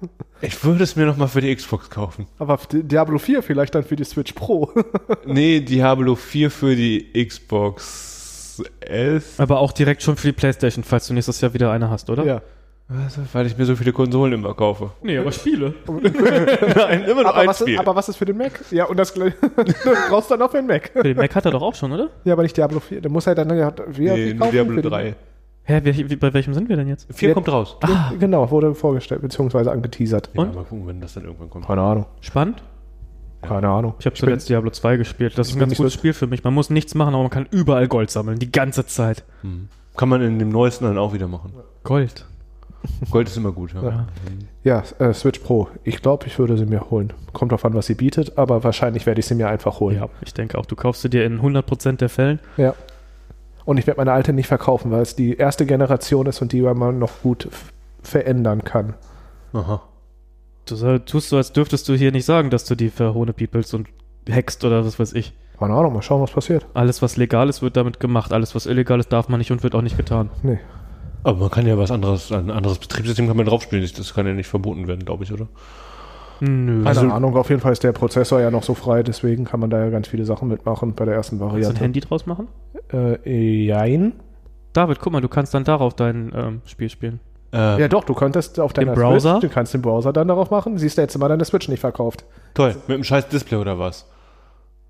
Speaker 2: ich würde es mir nochmal für die Xbox kaufen.
Speaker 3: aber Di- Diablo 4 vielleicht dann für die Switch Pro.
Speaker 2: nee, Diablo 4 für die Xbox S.
Speaker 4: Aber auch direkt schon für die Playstation, falls du nächstes Jahr wieder eine hast, oder?
Speaker 3: ja.
Speaker 2: Was, Also, weil ich mir so viele Konsolen immer kaufe.
Speaker 4: Nee, aber Spiele.
Speaker 2: Nein, immer nur
Speaker 3: Aber
Speaker 2: ein
Speaker 3: was,
Speaker 2: Spiel.
Speaker 3: ist, aber was ist für den Mac? Ja, und das gleich- du brauchst dann auch für den Mac.
Speaker 4: Für den Mac hat er doch auch schon, oder?
Speaker 3: Ja, aber nicht Diablo 4. Der muss halt dann ja, wie,
Speaker 2: nee, nur Diablo 3.
Speaker 4: Hä, wie, wie, bei welchem sind wir denn jetzt?
Speaker 2: 4 kommt raus.
Speaker 3: Ah. Genau, wurde vorgestellt, beziehungsweise angeteasert.
Speaker 2: Ja,
Speaker 4: Und?
Speaker 2: mal gucken, wenn das dann irgendwann kommt.
Speaker 3: Keine Ahnung.
Speaker 4: Spannend.
Speaker 3: Keine Ahnung.
Speaker 4: Ich habe zuletzt Diablo 2 gespielt. Das ist
Speaker 3: bin
Speaker 4: ein ganz
Speaker 3: nicht
Speaker 4: gutes Spiel für mich. Man muss nichts machen, aber man kann überall Gold sammeln. Die ganze Zeit.
Speaker 2: Kann man in dem neuesten dann auch wieder machen.
Speaker 4: Gold.
Speaker 2: Gold ist immer gut, ja.
Speaker 3: Ja. Ja, äh, Switch Pro. Ich glaube, ich würde sie mir holen. Kommt drauf an, was sie bietet, aber wahrscheinlich werde ich sie mir einfach holen.
Speaker 4: Ja, ich denke auch, du kaufst sie dir in 100% der Fällen.
Speaker 3: Ja. Und ich werde meine alte nicht verkaufen, weil es die erste Generation ist und die man noch gut f- verändern kann.
Speaker 2: Aha.
Speaker 4: Du soll, tust so, als dürftest du hier nicht sagen, dass du die verhohne Peoples und hackst oder was weiß ich.
Speaker 3: Keine Ahnung, mal schauen, was passiert.
Speaker 4: Alles, was legal ist, wird damit gemacht. Alles, was illegal ist, darf man nicht und wird auch nicht getan.
Speaker 3: Nee.
Speaker 2: Aber man kann ja was anderes, ein anderes Betriebssystem kann man draufspielen. Das kann ja nicht verboten werden, glaube ich, oder?
Speaker 4: Nö.
Speaker 3: Keine
Speaker 2: Also-
Speaker 3: Ahnung, auf jeden Fall ist der Prozessor ja noch so frei, deswegen kann man da ja ganz viele Sachen mitmachen bei der ersten
Speaker 4: Kannst du ein
Speaker 3: Variante.
Speaker 4: Handy draus machen?
Speaker 3: Äh, jein.
Speaker 4: David, guck mal, du kannst dann darauf dein ähm, Spiel spielen.
Speaker 2: Äh,
Speaker 3: Ja doch, du könntest auf deiner
Speaker 4: Browser?
Speaker 3: Switch, du kannst den Browser dann darauf machen. Siehst du, jetzt mal deine Switch nicht verkauft.
Speaker 2: Toll, mit einem scheiß Display oder was?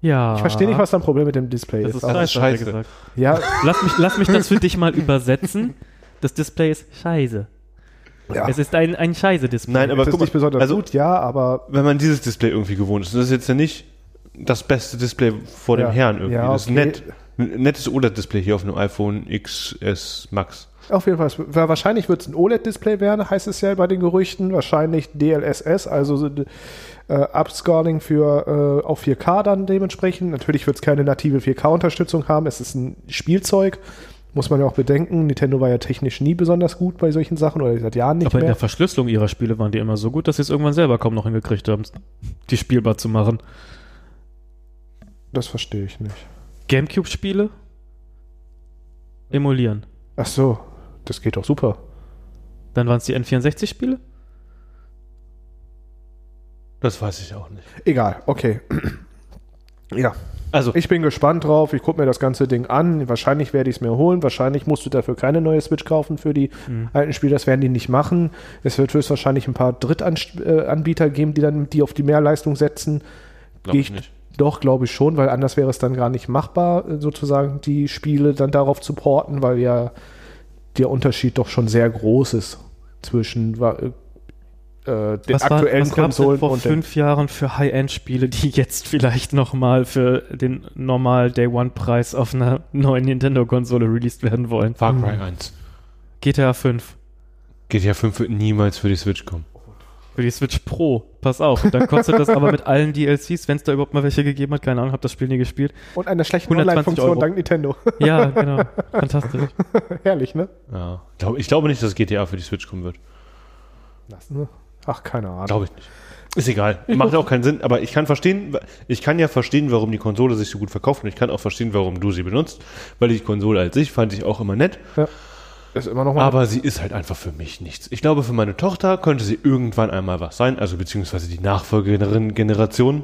Speaker 4: Ja.
Speaker 3: Ich verstehe nicht, was dein Problem mit dem Display
Speaker 4: das
Speaker 3: ist.
Speaker 4: ist.
Speaker 3: aber-
Speaker 2: Das ist
Speaker 4: Scheiße, hat er
Speaker 2: scheiße.
Speaker 4: gesagt.
Speaker 3: ja,
Speaker 4: Lass mich, lass mich das für dich mal übersetzen. Das Display ist scheiße.
Speaker 3: ja.
Speaker 4: Es ist ein, ein Scheiße-Display.
Speaker 2: Nein, aber
Speaker 3: es ist
Speaker 2: guck
Speaker 3: nicht
Speaker 2: mal,
Speaker 3: besonders
Speaker 2: also
Speaker 3: gut, ja, aber
Speaker 2: wenn man dieses Display irgendwie gewohnt ist, das ist jetzt ja nicht das beste Display vor
Speaker 3: Ja.
Speaker 2: dem Herrn irgendwie.
Speaker 3: Ja,
Speaker 2: Das ist
Speaker 3: okay.
Speaker 2: nett. Ein nettes OLED-Display hier auf einem iPhone XS Max.
Speaker 3: auf jeden Fall, es- wa- wahrscheinlich wird es ein OLED-Display werden, heißt es ja bei den Gerüchten. Wahrscheinlich DLSS, also so, d- äh, Upscaling für äh, auf 4K dann dementsprechend. Natürlich wird es keine native 4K-Unterstützung haben. Es ist ein Spielzeug, muss man ja auch bedenken. Nintendo war ja technisch nie besonders gut bei solchen Sachen oder seit Jahren nicht
Speaker 4: Aber in
Speaker 3: mehr.
Speaker 4: der Verschlüsselung ihrer Spiele waren die immer so gut, dass sie es irgendwann selber kaum noch hingekriegt haben, die spielbar zu machen.
Speaker 3: Das verstehe ich nicht.
Speaker 4: Gamecube-Spiele emulieren.
Speaker 3: Ach so, das geht doch super.
Speaker 4: Dann waren es die N64-Spiele?
Speaker 2: Das weiß ich auch nicht.
Speaker 3: Egal, okay. Ja,
Speaker 2: Also,
Speaker 3: ich bin gespannt drauf. Ich gucke mir das ganze Ding an. Wahrscheinlich werde ich es mir holen. Wahrscheinlich musst du dafür keine neue Switch kaufen für die
Speaker 4: Mhm.
Speaker 3: alten Spiele. Das werden die nicht machen. Es wird höchstwahrscheinlich ein paar Drittanbieter geben, die dann die auf die Mehrleistung setzen.
Speaker 2: glaube ich
Speaker 3: ich-
Speaker 2: nicht.
Speaker 3: Doch, glaube ich schon, weil anders wäre es dann gar nicht machbar, äh, sozusagen die Spiele dann darauf zu porten, weil ja der Unterschied doch schon sehr groß ist zwischen wa- äh, äh, den
Speaker 4: was war-
Speaker 3: aktuellen
Speaker 4: was gab's denn
Speaker 3: Konsolen
Speaker 4: vor
Speaker 3: und den
Speaker 4: fünf Jahren für High-End-Spiele, die jetzt vielleicht nochmal für den normal Day-One-Preis auf einer neuen Nintendo-Konsole released werden wollen?
Speaker 2: Far
Speaker 3: Hm.
Speaker 2: Cry 1.
Speaker 4: GTA 5
Speaker 2: GTA 5 wird niemals für die Switch kommen.
Speaker 4: für die Switch Pro. Pass auf, dann kostet das aber mit allen DLCs, wenn es da überhaupt mal welche gegeben hat, keine Ahnung, hab das Spiel nie gespielt.
Speaker 3: Und einer schlechten
Speaker 4: 120
Speaker 3: Online-Funktion
Speaker 4: Euro.
Speaker 3: dank Nintendo.
Speaker 4: Ja, genau, fantastisch.
Speaker 3: Herrlich, ne?
Speaker 2: Ja. Ich glaub- Ich glaube nicht, dass GTA für die Switch kommen wird.
Speaker 3: Ach, keine Ahnung.
Speaker 2: Glaube ich nicht. Ist egal. Macht auch keinen Sinn, aber ich kann verstehen, ich kann ja verstehen, warum die Konsole sich so gut verkauft und ich kann auch verstehen, warum du sie benutzt, weil die Konsole als ich fand ich auch immer nett,
Speaker 3: ist immer noch mal.
Speaker 2: aber sie ist halt einfach für mich nichts. Ich glaube, für meine Tochter könnte sie irgendwann einmal was sein, also beziehungsweise die Nachfolgegeneration,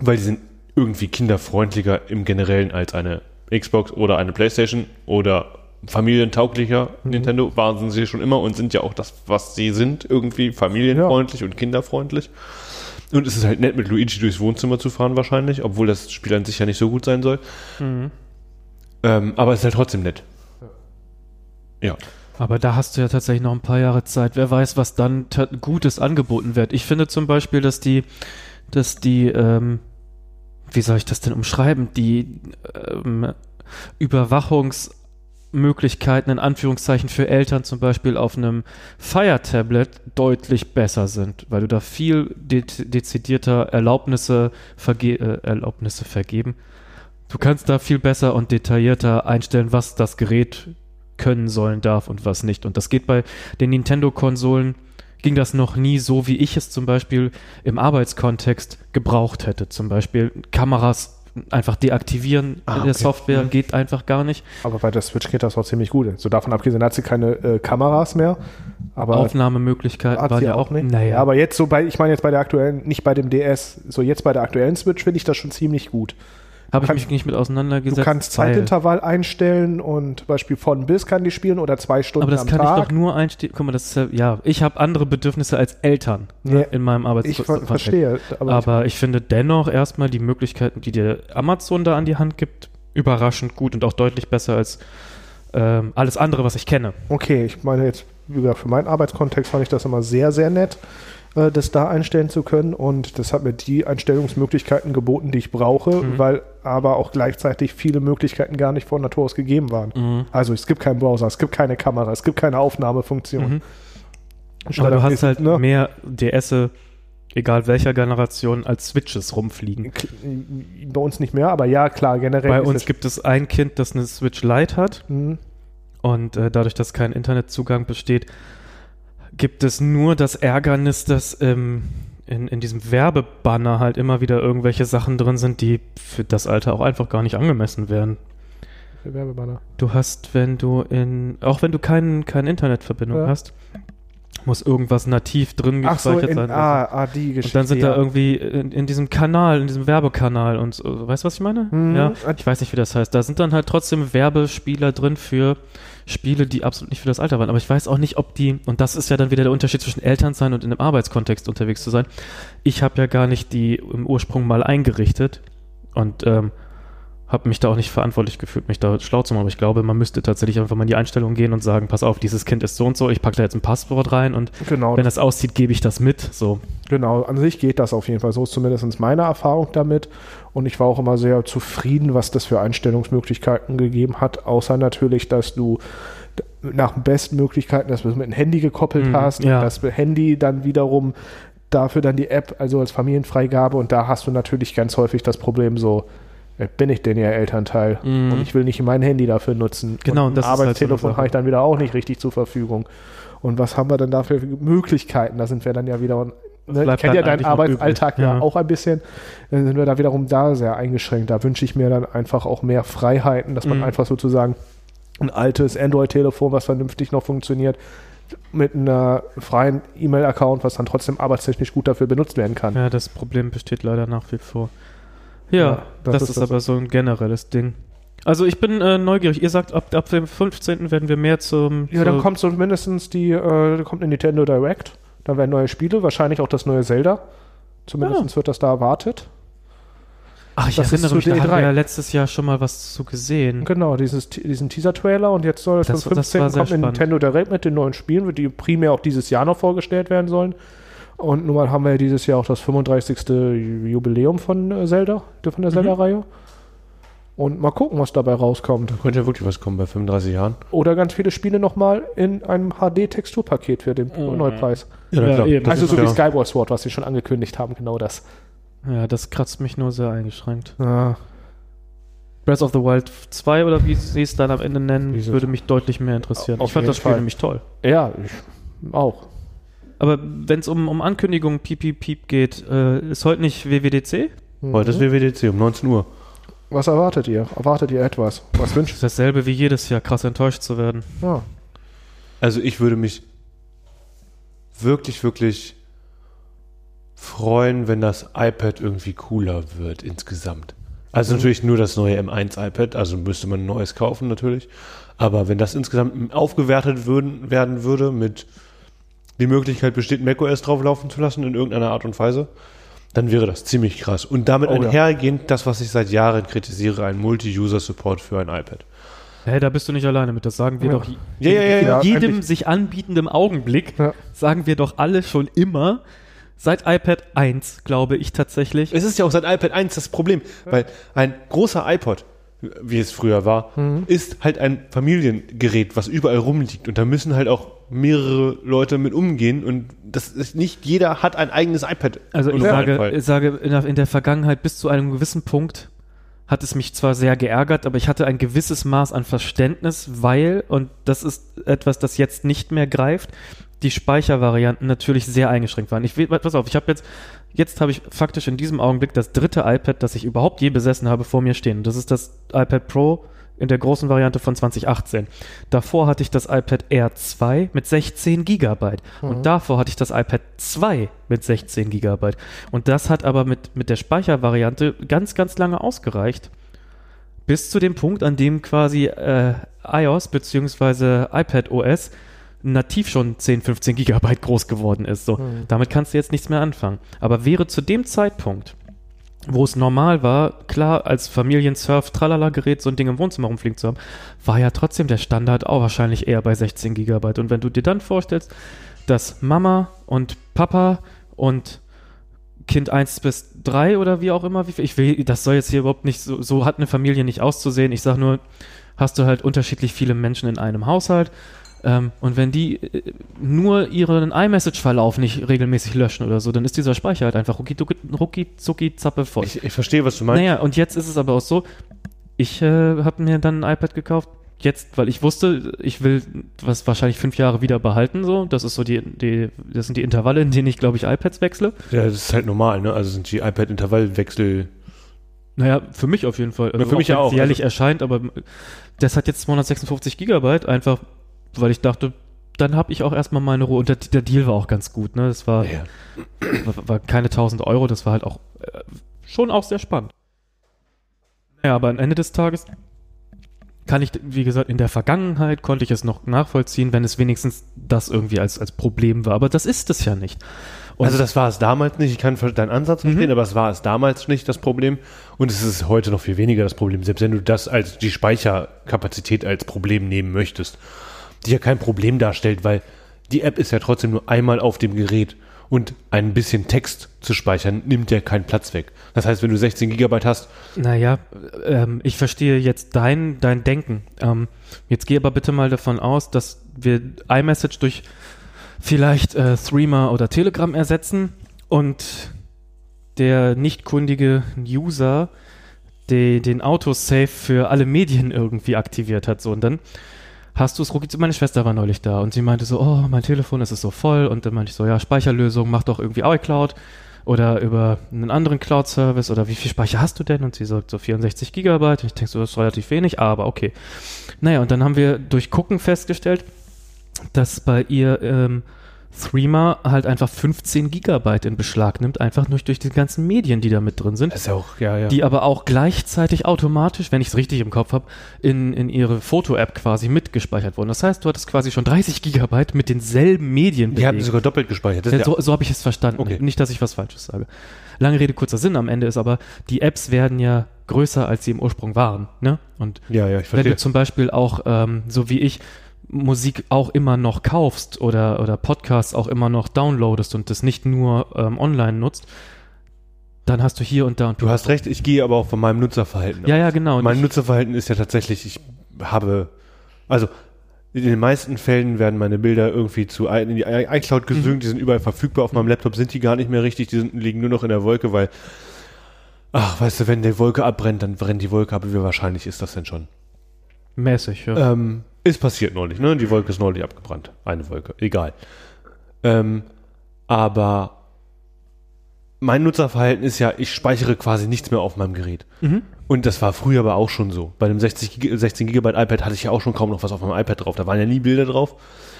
Speaker 2: weil die sind irgendwie kinderfreundlicher im Generellen als eine Xbox oder eine Playstation oder familientauglicher Nintendo waren sie schon immer und sind ja auch das, was sie sind, irgendwie familienfreundlich und kinderfreundlich. Und es ist halt nett, mit Luigi durchs Wohnzimmer zu fahren wahrscheinlich, obwohl das Spiel an sich ja nicht so gut sein soll.
Speaker 4: Mhm.
Speaker 2: Ähm, aber es ist halt trotzdem nett. Ja.
Speaker 4: Aber da hast du ja tatsächlich noch ein paar Jahre Zeit. Wer weiß, was dann ta- Gutes angeboten wird. Ich finde zum Beispiel, dass die, dass die, ähm, wie soll ich das denn umschreiben? Die ähm, Überwachungsmöglichkeiten in Anführungszeichen für Eltern zum Beispiel auf einem Fire-Tablet deutlich besser sind, weil du da viel de dezidierter Erlaubnisse, verge äh, Erlaubnisse vergeben. Du kannst da viel besser und detaillierter einstellen, was das Gerät können sollen darf und was nicht. Und das geht bei den Nintendo-Konsolen, ging das noch nie so, wie ich es zum Beispiel im Arbeitskontext gebraucht hätte. Zum Beispiel Kameras einfach deaktivieren
Speaker 2: Ah,
Speaker 4: in
Speaker 2: okay.
Speaker 4: der
Speaker 3: Mhm.
Speaker 4: Software geht einfach gar nicht.
Speaker 3: aber bei der Switch geht das auch ziemlich gut. So davon abgesehen hat sie keine äh, Kameras mehr. Aber
Speaker 4: Aufnahmemöglichkeiten waren ja auch nicht.
Speaker 3: Naja. Aber jetzt so bei, ich meine jetzt bei der aktuellen, nicht bei dem DS, so jetzt bei der aktuellen Switch finde ich das schon ziemlich gut.
Speaker 4: Habe ich
Speaker 3: kannst-
Speaker 4: mich nicht mit auseinandergesetzt.
Speaker 3: Du kannst
Speaker 4: weil-
Speaker 3: Zeitintervall einstellen und zum Beispiel von bis kann die spielen oder zwei Stunden
Speaker 4: Aber das
Speaker 3: am
Speaker 4: kann
Speaker 3: Tag.
Speaker 4: ich doch nur einstehen. Guck mal, das ist ja, ja, ich habe andere Bedürfnisse als Eltern ne,
Speaker 3: Nee,
Speaker 4: in meinem
Speaker 3: ich
Speaker 4: Arbeitskontext.
Speaker 3: ver verstehe. Aber,
Speaker 4: Aber ich finde dennoch erstmal die Möglichkeiten, die dir Amazon da an die Hand gibt, überraschend gut und auch deutlich besser als ähm, alles andere, was ich kenne.
Speaker 3: okay, ich meine jetzt, wie gesagt, für meinen Arbeitskontext fand ich das immer sehr, sehr nett, äh, das da einstellen zu können. Und das hat mir die Einstellungsmöglichkeiten geboten, die ich brauche,
Speaker 4: Mhm.
Speaker 3: weil aber auch gleichzeitig viele Möglichkeiten gar nicht von Natur aus gegeben waren.
Speaker 4: Mhm.
Speaker 3: Also es gibt keinen Browser, es gibt keine Kamera, es gibt keine Aufnahmefunktion.
Speaker 4: Mhm. Aber du hast halt
Speaker 3: ne?
Speaker 4: mehr DS, egal welcher Generation, als Switches rumfliegen.
Speaker 3: Bei uns nicht mehr, aber ja, klar, generell.
Speaker 4: Bei
Speaker 3: ist
Speaker 4: uns
Speaker 3: es-
Speaker 4: gibt es ein Kind, das eine Switch Lite hat
Speaker 3: Hm,
Speaker 4: und äh, dadurch, dass kein Internetzugang besteht, gibt es nur das Ärgernis, dass ähm, in, in diesem Werbebanner halt immer wieder irgendwelche Sachen drin sind, die für das Alter auch einfach gar nicht angemessen wären.
Speaker 3: Werbebanner.
Speaker 4: Du hast, wenn du in, auch wenn du kein, keine Internetverbindung
Speaker 3: Ja.
Speaker 4: hast, muss irgendwas nativ drin
Speaker 3: Ach so,
Speaker 4: gespeichert
Speaker 3: in,
Speaker 4: sein.
Speaker 3: ah, ah, die
Speaker 4: und
Speaker 3: Geschichte.
Speaker 4: dann sind
Speaker 3: ja.
Speaker 4: da irgendwie in, in diesem Kanal, in diesem Werbekanal und so, weißt du, was ich meine?
Speaker 3: Mhm.
Speaker 4: Ja, ich weiß nicht, wie das heißt. Da sind dann halt trotzdem Werbespieler drin für Spiele, die absolut nicht für das Alter waren. Aber ich weiß auch nicht, ob die, und das ist ja dann wieder der Unterschied zwischen Eltern sein und in einem Arbeitskontext unterwegs zu sein. Ich habe ja gar nicht die im Ursprung mal eingerichtet und ähm, habe mich da auch nicht verantwortlich gefühlt, mich da schlau zu machen. Aber ich glaube, man müsste tatsächlich einfach mal in die Einstellung gehen und sagen, pass auf, dieses Kind ist so und so, ich packe da jetzt ein Passwort rein und
Speaker 3: Genau,
Speaker 4: wenn das aussieht, gebe ich das mit. So.
Speaker 3: genau, an sich geht das auf jeden Fall. So ist zumindest meine Erfahrung damit. Und ich war auch immer sehr zufrieden, was das für Einstellungsmöglichkeiten gegeben hat. Außer natürlich, dass du d- nach den besten Möglichkeiten, dass du es mit dem Handy gekoppelt
Speaker 4: Mhm,
Speaker 3: hast,
Speaker 4: ja.
Speaker 3: das Handy dann wiederum dafür dann die App, also als Familienfreigabe. Und da hast du natürlich ganz häufig das Problem so, äh, bin ich denn ja Elternteil?
Speaker 4: Mhm.
Speaker 3: Und ich will nicht mein Handy dafür nutzen.
Speaker 4: Genau,
Speaker 3: und
Speaker 4: das
Speaker 3: das
Speaker 4: ist halt so eine
Speaker 3: Arbeitstelefon
Speaker 4: Sache.
Speaker 3: habe ich dann wieder auch nicht richtig zur Verfügung. Und was haben wir denn da für Möglichkeiten? Da sind wir dann ja wieder. Ne, ich
Speaker 4: bleibt
Speaker 3: kenne ja
Speaker 4: dann eigentlich
Speaker 3: deinen
Speaker 4: noch
Speaker 3: Arbeitsalltag
Speaker 4: übrig,
Speaker 3: ja.
Speaker 4: ja.
Speaker 3: auch ein bisschen. Dann sind wir da wiederum da sehr eingeschränkt. Da wünsche ich mir dann einfach auch mehr Freiheiten, dass man
Speaker 4: Mhm.
Speaker 3: einfach sozusagen ein altes Android-Telefon, was vernünftig noch funktioniert, mit einer freien E-Mail-Account, was dann trotzdem arbeitstechnisch gut dafür benutzt werden kann.
Speaker 4: Ja, das Problem besteht leider nach wie vor. Ja,
Speaker 3: Ja,
Speaker 4: das, ist, aber so ein generelles Ding. Also ich bin äh, neugierig. Ihr sagt, ab, ab dem 15. werden wir mehr zum...
Speaker 3: Ja, dann
Speaker 4: zur-
Speaker 3: kommt so mindestens die, äh, dann kommt eine Nintendo Direct, dann werden neue Spiele, wahrscheinlich auch das neue Zelda. Zumindest
Speaker 4: Ah.
Speaker 3: wird das da erwartet.
Speaker 4: Ach, ich
Speaker 3: das ist
Speaker 4: erinnere
Speaker 3: zu
Speaker 4: mich, da
Speaker 3: D3.
Speaker 4: haben wir ja letztes Jahr schon mal was zu gesehen.
Speaker 3: Genau, dieses, diesen Teaser-Trailer und jetzt soll es am
Speaker 4: Mhm. Das- das war
Speaker 3: 15. kommt
Speaker 4: sehr
Speaker 3: eine
Speaker 4: spannend.
Speaker 3: Nintendo Direct mit den neuen Spielen, die primär auch dieses Jahr noch vorgestellt werden sollen. Und nun mal haben wir ja dieses Jahr auch das 35. Jubiläum von äh, Zelda, von
Speaker 4: Mhm.
Speaker 3: der Zelda-Reihe. Und mal gucken, was dabei rauskommt.
Speaker 2: Da könnte ja wirklich was kommen bei 35 Jahren.
Speaker 3: Oder ganz viele Spiele nochmal in einem HD-Texturpaket für den Neupreis.
Speaker 2: na
Speaker 4: Mhm. Ja, eben.
Speaker 2: Das
Speaker 3: Also
Speaker 2: ist
Speaker 3: so wie
Speaker 2: klar.
Speaker 3: Skyward Sword, was sie schon angekündigt haben, genau das.
Speaker 4: Ja, das kratzt mich nur sehr eingeschränkt.
Speaker 3: Ah,
Speaker 4: Breath of the Wild 2 oder wie sie es dann am Ende nennen,
Speaker 3: Dieses-
Speaker 4: würde mich deutlich mehr interessieren.
Speaker 3: Auf
Speaker 4: ich fand
Speaker 3: jeden
Speaker 4: das Spiel
Speaker 3: Fall.
Speaker 4: nämlich toll.
Speaker 3: ja, ich auch.
Speaker 4: Aber wenn es um, um Ankündigungen piep, piep, piep geht, äh, ist heute nicht WWDC?
Speaker 3: Mhm.
Speaker 2: Heute ist WWDC um 19 Uhr.
Speaker 3: Was erwartet ihr? Erwartet ihr etwas? Was Ah. wünscht
Speaker 4: Ist dasselbe wie jedes Jahr, krass enttäuscht zu werden.
Speaker 3: ihr?
Speaker 2: Also ich würde mich wirklich, wirklich freuen, wenn das iPad irgendwie cooler wird insgesamt. Also natürlich nur das neue M1 iPad, also müsste man ein neues kaufen natürlich. Aber wenn das insgesamt aufgewertet würden, werden würde mit die Möglichkeit besteht, macOS drauflaufen zu lassen in irgendeiner Art und Weise, dann wäre das ziemlich krass. Und damit
Speaker 3: Oh ja.
Speaker 2: einhergehend das, was ich seit Jahren kritisiere, ein Multi-User-Support für ein iPad.
Speaker 4: Hey, da bist du nicht alleine mit. Das sagen wir
Speaker 3: Ja.
Speaker 4: doch
Speaker 2: Ja, ja, ja,
Speaker 3: Ja,
Speaker 4: in jedem
Speaker 3: endlich.
Speaker 4: sich anbietenden Augenblick
Speaker 3: Ja.
Speaker 4: sagen wir doch alle schon immer, seit iPad 1, glaube ich tatsächlich.
Speaker 2: Es ist ja auch seit iPad 1 das Problem, weil ein großer iPod, wie es früher war,
Speaker 4: Mhm.
Speaker 2: ist halt ein Familiengerät, was überall rumliegt. Und da müssen halt auch mehrere Leute mit umgehen. Und das ist nicht jeder hat ein eigenes iPad.
Speaker 4: Also ich
Speaker 2: Nur auf
Speaker 4: sage,
Speaker 2: jeden Fall.
Speaker 4: ich sage in, der, in der Vergangenheit bis zu einem gewissen Punkt hat es mich zwar sehr geärgert, aber ich hatte ein gewisses Maß an Verständnis, weil, und das ist etwas, das jetzt nicht mehr greift, die Speichervarianten natürlich sehr eingeschränkt waren. Ich, will- pass auf, ich habe jetzt, jetzt habe ich faktisch in diesem Augenblick das dritte iPad, das ich überhaupt je besessen habe, vor mir stehen. Das ist das iPad Pro in der großen Variante von 2018. Davor hatte ich das iPad Air 2 mit 16 Gigabyte. Und davor hatte ich das iPad 2 mit 16 Gigabyte. Und das hat aber mit, mit der Speichervariante ganz, ganz lange ausgereicht. bis zu dem Punkt, an dem quasi äh, iOS bzw. iPadOS nativ schon 10, 15 Gigabyte groß geworden ist. So, damit kannst du jetzt nichts mehr anfangen. Aber wäre zu dem Zeitpunkt, wo es normal war, klar, als Familien-Surf-Tralala-Gerät so ein Ding im Wohnzimmer rumfliegen zu haben, war ja trotzdem der Standard auch wahrscheinlich eher bei 16 Gigabyte. Und wenn du dir dann vorstellst, dass Mama und Papa und Kind 1 bis 3 oder wie auch immer, wie viel, ich will, das soll jetzt hier überhaupt nicht, so, so hat eine Familie nicht auszusehen. Ich sag nur, hast du halt unterschiedlich viele Menschen in einem Haushalt. Ähm, und wenn die äh, nur ihren iMessage-Verlauf nicht regelmäßig löschen oder so, dann ist dieser Speicher halt einfach rucki, ducki, rucki zucki, zappe voll.
Speaker 2: Ich, ich verstehe, was du meinst.
Speaker 4: Naja, und jetzt ist es aber auch so, ich äh, habe mir dann ein iPad gekauft, jetzt, weil ich wusste, ich will was wahrscheinlich fünf Jahre wieder behalten, so. Das ist so die, die das sind die Intervalle, in denen ich, glaube ich, iPads wechsle.
Speaker 2: Ja, das ist halt normal, ne? Also sind die iPad-Intervallwechsel.
Speaker 4: Naja, für mich auf jeden Fall. Also
Speaker 2: Ja, für mich ja auch.
Speaker 4: wenn's Jährlich erscheint, aber das hat jetzt 256 Gigabyte, einfach weil ich dachte, dann habe ich auch erstmal meine Ruhe. Und der, der Deal war auch ganz gut, ne? Das war,
Speaker 2: Ja.
Speaker 4: war, war keine 1000 Euro, das war halt auch äh, schon auch sehr spannend. Naja, aber am Ende des Tages kann ich, wie gesagt, in der Vergangenheit konnte ich es noch nachvollziehen, wenn es wenigstens das irgendwie als, als Problem war. Aber das ist es ja nicht. Und
Speaker 2: Also das war es damals nicht. Ich kann ver- deinen Ansatz verstehen, aber es war es damals nicht das Problem. Und es ist heute noch viel weniger das Problem, selbst wenn du das als die Speicherkapazität als Problem nehmen möchtest, die ja kein Problem darstellt, weil die App ist ja trotzdem nur einmal auf dem Gerät und ein bisschen Text zu speichern nimmt ja keinen Platz weg. Das heißt, wenn du 16 Gigabyte hast,
Speaker 4: Naja, ähm, ich verstehe jetzt dein, dein Denken. Ähm, jetzt geh aber bitte mal davon aus, dass wir iMessage durch vielleicht äh, Threema oder Telegram ersetzen und der nichtkundige User de, den Autosave für alle Medien irgendwie aktiviert hat. So, und dann hast du es rucki zu. Meine Schwester war neulich da und sie meinte so, oh, mein Telefon, es ist so voll. Und dann meinte ich so, ja, Speicherlösung, mach doch irgendwie iCloud oder über einen anderen Cloud-Service oder wie viel Speicher hast du denn? Und sie sagt so 64 Gigabyte. Und ich denke so, das ist relativ wenig, aber okay. Naja, und dann haben wir durch Gucken festgestellt, dass bei ihr ähm, Threema halt einfach 15 Gigabyte in Beschlag nimmt, einfach nur durch die ganzen Medien, die da mit drin sind
Speaker 2: das ist ja auch, ja, ja.
Speaker 4: die aber auch gleichzeitig automatisch, wenn ich es richtig im Kopf habe, in, in ihre Foto-App quasi mitgespeichert wurden. Das heißt, du hattest quasi schon 30 Gigabyte mit denselben Medien
Speaker 2: die haben
Speaker 4: belegt.
Speaker 2: sogar doppelt gespeichert. Das ist
Speaker 4: Ja, so so habe ich es verstanden.
Speaker 2: Okay.
Speaker 4: Nicht, dass ich was Falsches sage. Lange Rede, kurzer Sinn am Ende ist aber, die Apps werden ja größer, als sie im Ursprung waren. Ne? Und
Speaker 2: ja, ja, ja, ich
Speaker 4: wenn
Speaker 2: verstehe.
Speaker 4: du zum Beispiel auch, ähm, so wie ich, Musik auch immer noch kaufst oder, oder Podcasts auch immer noch downloadest und das nicht nur ähm, online nutzt, dann hast du hier und da und
Speaker 2: Du hast recht, ich gehe aber auch von meinem Nutzerverhalten
Speaker 4: Ja, ja, genau. Und
Speaker 2: mein
Speaker 4: ich-
Speaker 2: Nutzerverhalten ist ja tatsächlich, ich habe, also in den meisten Fällen werden meine Bilder irgendwie zu i- in die i- iCloud
Speaker 4: Mhm.
Speaker 2: gesynkt, die sind überall verfügbar. Auf meinem Laptop sind die gar nicht mehr richtig, die sind, liegen nur noch in der Wolke, weil, ach, weißt du, wenn die Wolke abbrennt, dann brennt die Wolke ab. Wie wahrscheinlich ist das denn schon?
Speaker 4: Mäßig, ja.
Speaker 2: Ähm, ist passiert neulich, ne? Die Wolke ist neulich abgebrannt. Eine Wolke, egal. Ähm, aber mein Nutzerverhalten ist ja, ich speichere quasi nichts mehr auf meinem Gerät. Und das war früher aber auch schon so. Bei dem 60 Gig 16 GB iPad hatte ich ja auch schon kaum noch was auf meinem iPad drauf. Da waren ja nie Bilder drauf.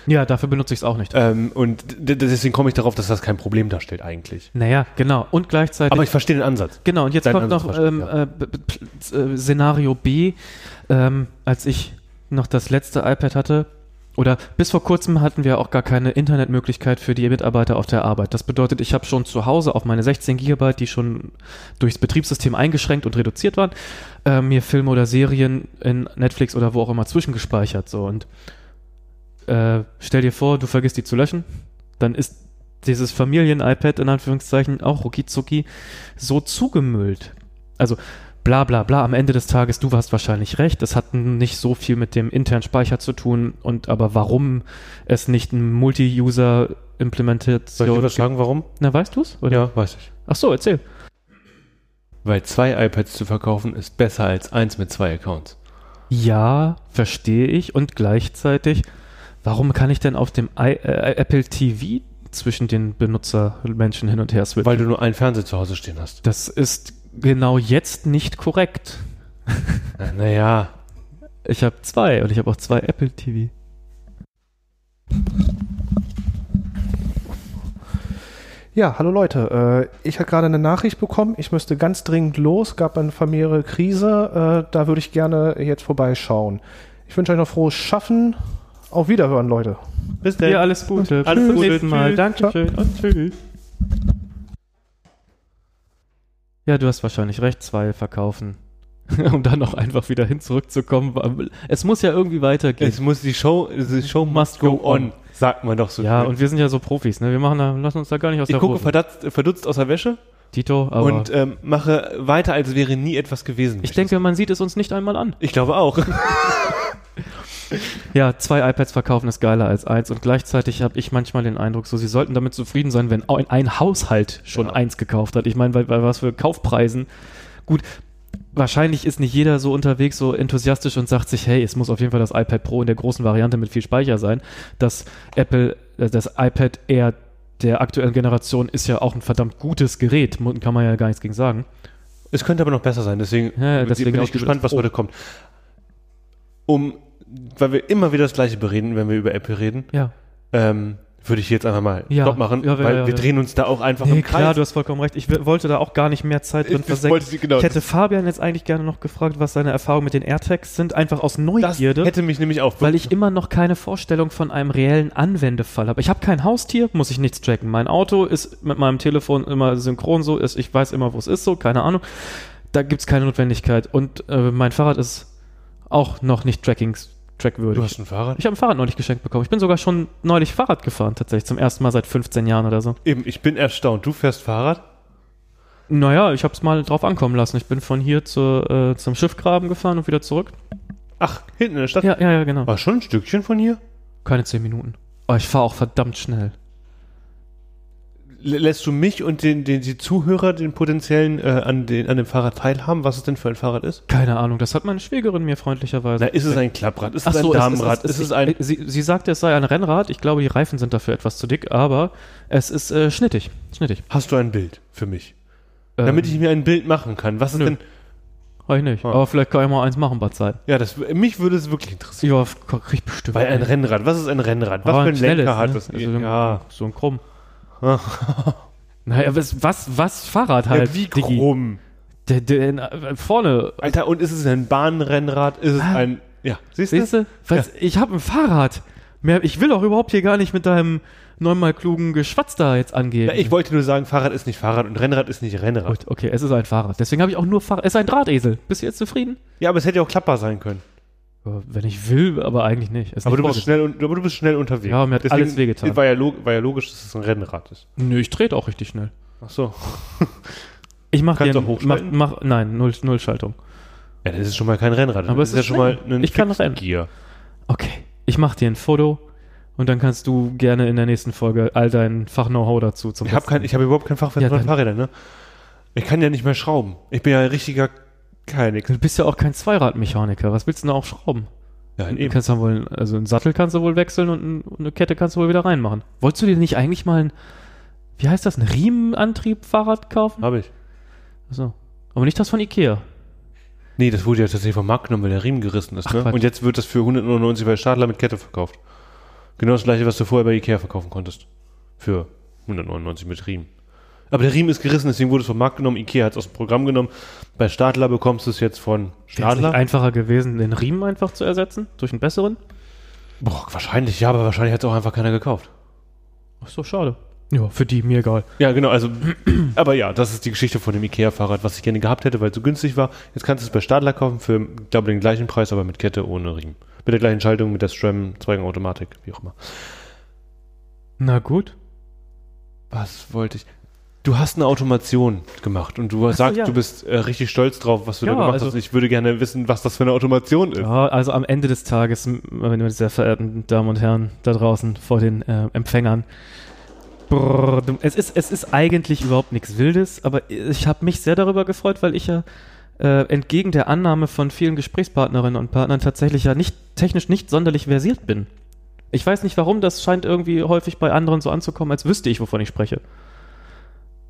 Speaker 4: Ja, dafür benutze ich es auch nicht.
Speaker 2: Ähm, und d- d- deswegen komme ich darauf, dass das kein Problem darstellt eigentlich.
Speaker 4: Naja, genau. Und gleichzeitig.
Speaker 2: Aber ich verstehe den Ansatz.
Speaker 4: genau, und jetzt
Speaker 2: Dein
Speaker 4: kommt noch
Speaker 2: Ansatz
Speaker 4: ähm,
Speaker 2: verstehe
Speaker 4: äh, b- b- pl- äh, Szenario B. Ähm, als ich noch das letzte iPad hatte, oder bis vor kurzem hatten wir auch gar keine Internetmöglichkeit für die Mitarbeiter auf der Arbeit. Das bedeutet, ich habe schon zu Hause auf meine 16 Gigabyte, die schon durchs Betriebssystem eingeschränkt und reduziert waren, äh, mir Filme oder Serien in Netflix oder wo auch immer zwischengespeichert. So. Und äh, stell dir vor, du vergisst die zu löschen, dann ist dieses Familien-iPad in Anführungszeichen auch ruckizucki so zugemüllt. Also bla bla bla, am Ende des Tages, du hast wahrscheinlich recht, es hat nicht so viel mit dem internen Speicher zu tun und aber warum es nicht ein Multi-User implementiert
Speaker 2: Soll ich dir was sagen, warum?
Speaker 4: Na, weißt du's? Oder?
Speaker 2: Ja, weiß ich.
Speaker 4: Ach so, erzähl.
Speaker 2: Weil zwei iPads zu verkaufen ist besser als eins mit zwei Accounts.
Speaker 4: Ja, verstehe ich. Und gleichzeitig, warum kann ich denn auf dem I äh, Apple TV zwischen den Benutzermenschen hin und her switchen?
Speaker 2: Weil du nur einen Fernseher zu Hause stehen hast.
Speaker 4: das ist genau jetzt nicht korrekt.
Speaker 2: Äh, Naja,
Speaker 4: Ich habe zwei und ich habe auch zwei Apple TV.
Speaker 3: Ja, hallo Leute. Äh, ich habe gerade eine Nachricht bekommen. Ich müsste ganz dringend los. Gab eine familiäre Krise. Äh, da würde ich gerne jetzt vorbeischauen. Ich wünsche euch noch frohes Schaffen. Auf Wiederhören, Leute.
Speaker 1: Bis dann. Ja, alles Gute.
Speaker 3: Alles
Speaker 1: Bis zum
Speaker 3: Gute.
Speaker 1: nächsten Mal.
Speaker 3: Tschüss.
Speaker 1: Dankeschön und tschüss.
Speaker 4: Ja, du hast wahrscheinlich recht, zwei verkaufen. um dann auch einfach wieder hin zurückzukommen. weil Es muss ja irgendwie weitergehen.
Speaker 2: Es muss die Show, the Show must go on, sagt man doch so.
Speaker 4: ja,
Speaker 2: schön.
Speaker 4: und wir sind ja so Profis, ne? Wir machen da, lassen uns da gar nicht aus
Speaker 2: ich
Speaker 4: der
Speaker 2: gucke
Speaker 4: Ruhe.
Speaker 2: verdutzt, verdutzt aus der Wäsche
Speaker 4: Tito, aber
Speaker 2: und ähm, mache weiter, als wäre nie etwas gewesen.
Speaker 4: ich denke, man sieht es uns nicht einmal an.
Speaker 2: ich glaube auch.
Speaker 4: Ja, zwei iPads verkaufen ist geiler als eins und gleichzeitig habe ich manchmal den Eindruck, so sie sollten damit zufrieden sein, wenn ein, ein Haushalt schon eins gekauft hat. Ich meine, bei, bei was für Kaufpreisen. Gut, wahrscheinlich ist nicht jeder so unterwegs, so enthusiastisch und sagt sich, hey, es muss auf jeden Fall das iPad Pro in der großen Variante mit viel Speicher sein. Das Apple, äh, das iPad Air der aktuellen Generation ist ja auch ein verdammt gutes Gerät, mu- kann man ja gar nichts gegen sagen.
Speaker 2: Es könnte aber noch besser sein, deswegen,
Speaker 4: Ja, ja, deswegen
Speaker 2: bin
Speaker 4: auch
Speaker 2: ich gespannt, was
Speaker 4: oh.
Speaker 2: heute kommt. Um, weil wir immer wieder das Gleiche bereden, wenn wir über Apple reden,
Speaker 4: Ja,
Speaker 2: ähm, würde ich jetzt einfach mal
Speaker 4: Ja.
Speaker 2: Stopp machen,
Speaker 4: Ja, ja,
Speaker 2: weil
Speaker 4: ja,
Speaker 2: wir
Speaker 4: ja.
Speaker 2: drehen uns da auch einfach
Speaker 1: Nee,
Speaker 2: im Kreis.
Speaker 1: klar, du hast vollkommen recht. Ich w- wollte da auch gar nicht mehr Zeit drin
Speaker 2: Ich- das wollte
Speaker 1: versenken.
Speaker 2: ich- genau.
Speaker 1: Ich hätte Fabian jetzt eigentlich gerne noch gefragt, was seine Erfahrungen mit den AirTags sind, einfach aus
Speaker 2: das
Speaker 1: Neugierde.
Speaker 2: hätte mich nämlich auch
Speaker 4: ne? weil ich immer noch keine Vorstellung von einem reellen Anwendefall habe. Ich habe kein Haustier, muss ich nichts tracken. Mein Auto ist mit meinem Telefon immer synchron so, ist, ich weiß immer, wo es ist, so, keine Ahnung. Da gibt es keine Notwendigkeit. Und äh, mein Fahrrad ist auch noch nicht trackings,
Speaker 2: du
Speaker 4: trackwürdig.
Speaker 2: hast ein Fahrrad?
Speaker 4: Ich habe ein Fahrrad neulich geschenkt bekommen. Ich bin sogar schon neulich Fahrrad gefahren, tatsächlich, zum ersten Mal seit 15 Jahren oder so.
Speaker 2: Eben, ich bin erstaunt. Du fährst Fahrrad?
Speaker 4: Naja, ich habe es mal drauf ankommen lassen. Ich bin von hier zur, äh, zum Schiffgraben gefahren und wieder zurück.
Speaker 2: Ach, hinten in der Stadt?
Speaker 4: Ja, ja, ja, genau.
Speaker 2: War schon ein Stückchen von hier?
Speaker 4: Keine 10 Minuten. Aber ich fahre auch verdammt schnell.
Speaker 2: L- Lässt du mich und den, den, die Zuhörer, den potenziellen, äh, an, den, an dem Fahrrad teilhaben, was es denn für ein Fahrrad ist?
Speaker 4: Keine Ahnung, das hat meine Schwägerin mir freundlicherweise.
Speaker 2: Na, ist es ein Klapprad? Ist
Speaker 4: Ach
Speaker 2: es ein
Speaker 4: so,
Speaker 2: Damenrad? Ist es ein...
Speaker 4: äh, sie, sie sagte, es sei ein Rennrad. Ich glaube, die Reifen sind dafür etwas zu dick, aber es ist äh, schnittig. Schnittig.
Speaker 2: Hast du ein Bild für mich?
Speaker 4: Ähm,
Speaker 2: Damit ich mir ein Bild machen kann. Was ist
Speaker 4: nö.
Speaker 2: denn...
Speaker 4: Hab ich nicht.
Speaker 2: Ah.
Speaker 4: Aber vielleicht kann ich mal eins machen bei Zeit.
Speaker 2: Ja, das, mich würde es wirklich interessieren.
Speaker 4: Ja, f- krieg ich bestimmt.
Speaker 2: Weil ein Rennrad, was ist ein Rennrad? Was
Speaker 4: Aber
Speaker 2: für
Speaker 4: ein
Speaker 2: ein Lenker
Speaker 4: schnelles,
Speaker 2: hat
Speaker 4: ne?
Speaker 2: das?
Speaker 4: Also so ein-
Speaker 2: ja.
Speaker 4: So ein Krumm. Naja, was, was, was Fahrrad halt?
Speaker 2: Ah. ja, wie
Speaker 4: Diggi.
Speaker 2: krumm.
Speaker 4: Der, der, äh, vorne.
Speaker 2: Alter, und ist es ein Bahnrennrad? Ist es
Speaker 4: Ah.
Speaker 2: ein... Ja, siehst du?
Speaker 4: Siehst du? Was, Ich habe ein Fahrrad. Mehr, ich will auch überhaupt hier gar nicht mit deinem neunmal klugen Geschwatz da jetzt angehen.
Speaker 2: Ja, ich wollte nur sagen, Fahrrad ist nicht Fahrrad und Rennrad ist nicht Rennrad.
Speaker 4: Gut, okay, es ist ein Fahrrad. Deswegen habe ich auch nur Fahrrad. Es ist ein Drahtesel. Bist du jetzt zufrieden?
Speaker 2: Ja, aber es hätte ja auch klappbar sein können.
Speaker 4: Ja, Wenn ich will, aber eigentlich nicht. Ist
Speaker 2: Aber du,
Speaker 4: nicht
Speaker 2: bist
Speaker 4: vorgesehen.
Speaker 2: schnell, un- aber du bist schnell unterwegs.
Speaker 4: Ja, mir hat alles wehgetan.
Speaker 2: War ja, log, war ja logisch, dass es ein Rennrad ist.
Speaker 4: Nö, ich trete auch richtig schnell.
Speaker 2: Ach so.
Speaker 4: Ich mache
Speaker 2: Kannst
Speaker 4: dir
Speaker 2: du auch
Speaker 4: mach,
Speaker 2: hochschalten?
Speaker 4: mach, nein, null, null Schaltung.
Speaker 2: Ja, das ist schon mal kein Rennrad.
Speaker 4: Aber
Speaker 2: das
Speaker 4: es
Speaker 2: ja
Speaker 4: ist
Speaker 2: schon
Speaker 4: schnell.
Speaker 2: mal ein
Speaker 4: Ich kann rennen.
Speaker 2: Gier.
Speaker 4: Okay, ich mache dir ein Foto und dann kannst du gerne in der nächsten Folge all dein Fach-Know-how dazu zum
Speaker 2: Ich habe
Speaker 4: Besten-
Speaker 2: kein, ich habe überhaupt kein Fachwissen
Speaker 4: Ja,
Speaker 2: von
Speaker 4: dann-
Speaker 2: Fahrrädern, ne? Ich kann ja nicht mehr schrauben. Ich bin ja ein richtiger Keinix.
Speaker 4: Du bist ja auch kein Zweiradmechaniker. Was willst du denn auch schrauben?
Speaker 2: Ja,
Speaker 4: Du kannst dann wohl, also einen Sattel kannst du wohl wechseln und ein- und eine Kette kannst du wohl wieder reinmachen. Wolltest du dir nicht eigentlich mal ein, wie heißt das, ein Riemenantrieb-Fahrrad kaufen?
Speaker 2: Habe ich.
Speaker 4: Achso. Aber nicht das von Ikea.
Speaker 2: Nee, das wurde ja tatsächlich vom Markt genommen, weil der Riemen gerissen ist,
Speaker 4: Ach,
Speaker 2: ne?
Speaker 4: Quatsch.
Speaker 2: Und jetzt wird das für 199 bei Stadler mit Kette verkauft. Genau das gleiche, was du vorher bei Ikea verkaufen konntest. Für 199 mit Riemen. Aber der Riemen ist gerissen, deswegen wurde es vom Markt genommen. Ikea hat es aus dem Programm genommen. Bei Stadler bekommst du es jetzt von
Speaker 4: Wäre es nicht
Speaker 2: Stadler.
Speaker 4: einfacher gewesen, den Riemen einfach zu ersetzen durch einen besseren?
Speaker 2: Boah, wahrscheinlich, ja, aber wahrscheinlich hat es auch einfach keiner gekauft.
Speaker 4: Ach so, schade. Ja, für die mir egal.
Speaker 2: Ja, genau, also, aber ja, das ist die Geschichte von dem Ikea-Fahrrad, was ich gerne gehabt hätte, weil es so günstig war. Jetzt kannst du es bei Stadler kaufen für, ich glaube, den gleichen Preis, aber mit Kette ohne Riemen. Mit der gleichen Schaltung, mit der SRAM, Zweigenautomatik, wie auch immer.
Speaker 4: Na gut.
Speaker 2: Was wollte ich? Du hast eine Automation gemacht und du sagst,
Speaker 4: ja.
Speaker 2: du bist äh, richtig stolz drauf, was du da
Speaker 4: Ja,
Speaker 2: gemacht
Speaker 4: also-
Speaker 2: hast. Ich würde gerne wissen, was das für eine Automation ist.
Speaker 4: Ja, also am Ende des Tages, m- meine sehr verehrten Damen und Herren da draußen vor den äh, Empfängern. Brrr, dumm. es, ist, es ist eigentlich überhaupt nichts Wildes, aber ich habe mich sehr darüber gefreut, weil ich ja äh, entgegen der Annahme von vielen Gesprächspartnerinnen und Partnern tatsächlich ja nicht technisch nicht sonderlich versiert bin. Ich weiß nicht warum, das scheint irgendwie häufig bei anderen so anzukommen, als wüsste ich, wovon ich spreche.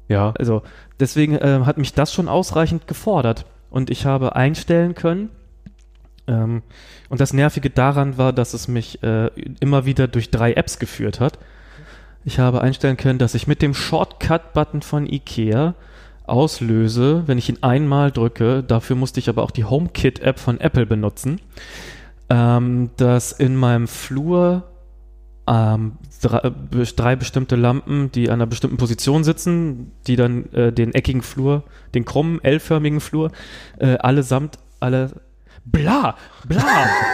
Speaker 2: Ja.
Speaker 4: Also deswegen ähm, hat mich das schon ausreichend gefordert und ich habe einstellen können. Ähm, und das Nervige daran war, dass es mich äh, immer wieder durch drei Apps geführt hat. Ich habe einstellen können, dass ich mit dem Shortcut-Button von IKEA auslöse, wenn ich ihn einmal drücke. Dafür musste ich aber auch die HomeKit-App von Apple benutzen, ähm, dass in meinem Flur ähm, drei, be- drei bestimmte Lampen, die an einer bestimmten Position sitzen, die dann äh, den eckigen Flur, den krummen, L-förmigen Flur, äh, allesamt alle Bla, bla,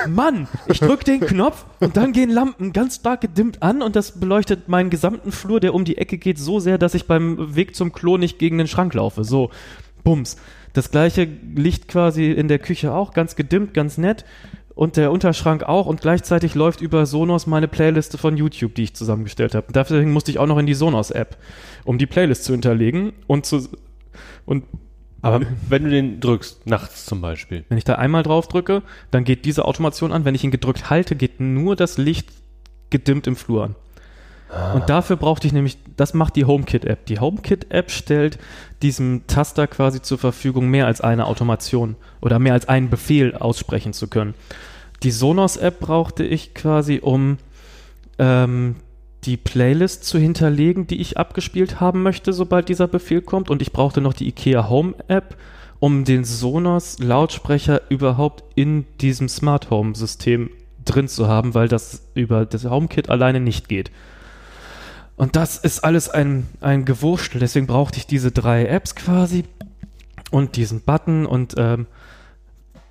Speaker 4: Mann, ich drück den Knopf und dann gehen Lampen ganz stark gedimmt an und das beleuchtet meinen gesamten Flur, der um die Ecke geht, so sehr, dass ich beim Weg zum Klo nicht gegen den Schrank laufe. So, bums. Das gleiche Licht quasi in der Küche auch, ganz gedimmt, ganz nett und der Unterschrank auch und gleichzeitig läuft über Sonos meine Playliste von YouTube, die ich zusammengestellt habe. Dafür musste ich auch noch in die Sonos-App, um die Playlist zu hinterlegen und zu und
Speaker 2: Aber wenn du den drückst, nachts zum Beispiel.
Speaker 4: wenn ich da einmal drauf drücke, dann geht diese Automation an. Wenn ich ihn gedrückt halte, geht nur das Licht gedimmt im Flur an. Und dafür brauchte ich nämlich, das macht die HomeKit-App. Die HomeKit-App stellt diesem Taster quasi zur Verfügung, mehr als eine Automation oder mehr als einen Befehl aussprechen zu können. Die Sonos-App brauchte ich quasi, um ähm, die Playlist zu hinterlegen, die ich abgespielt haben möchte, sobald dieser Befehl kommt. Und ich brauchte noch die IKEA Home-App, um den Sonos Lautsprecher überhaupt in diesem Smart Home System drin zu haben, weil das über das HomeKit alleine nicht geht. Und das ist alles ein, ein Gewurschtel, deswegen brauchte ich diese drei Apps quasi und diesen Button und ähm,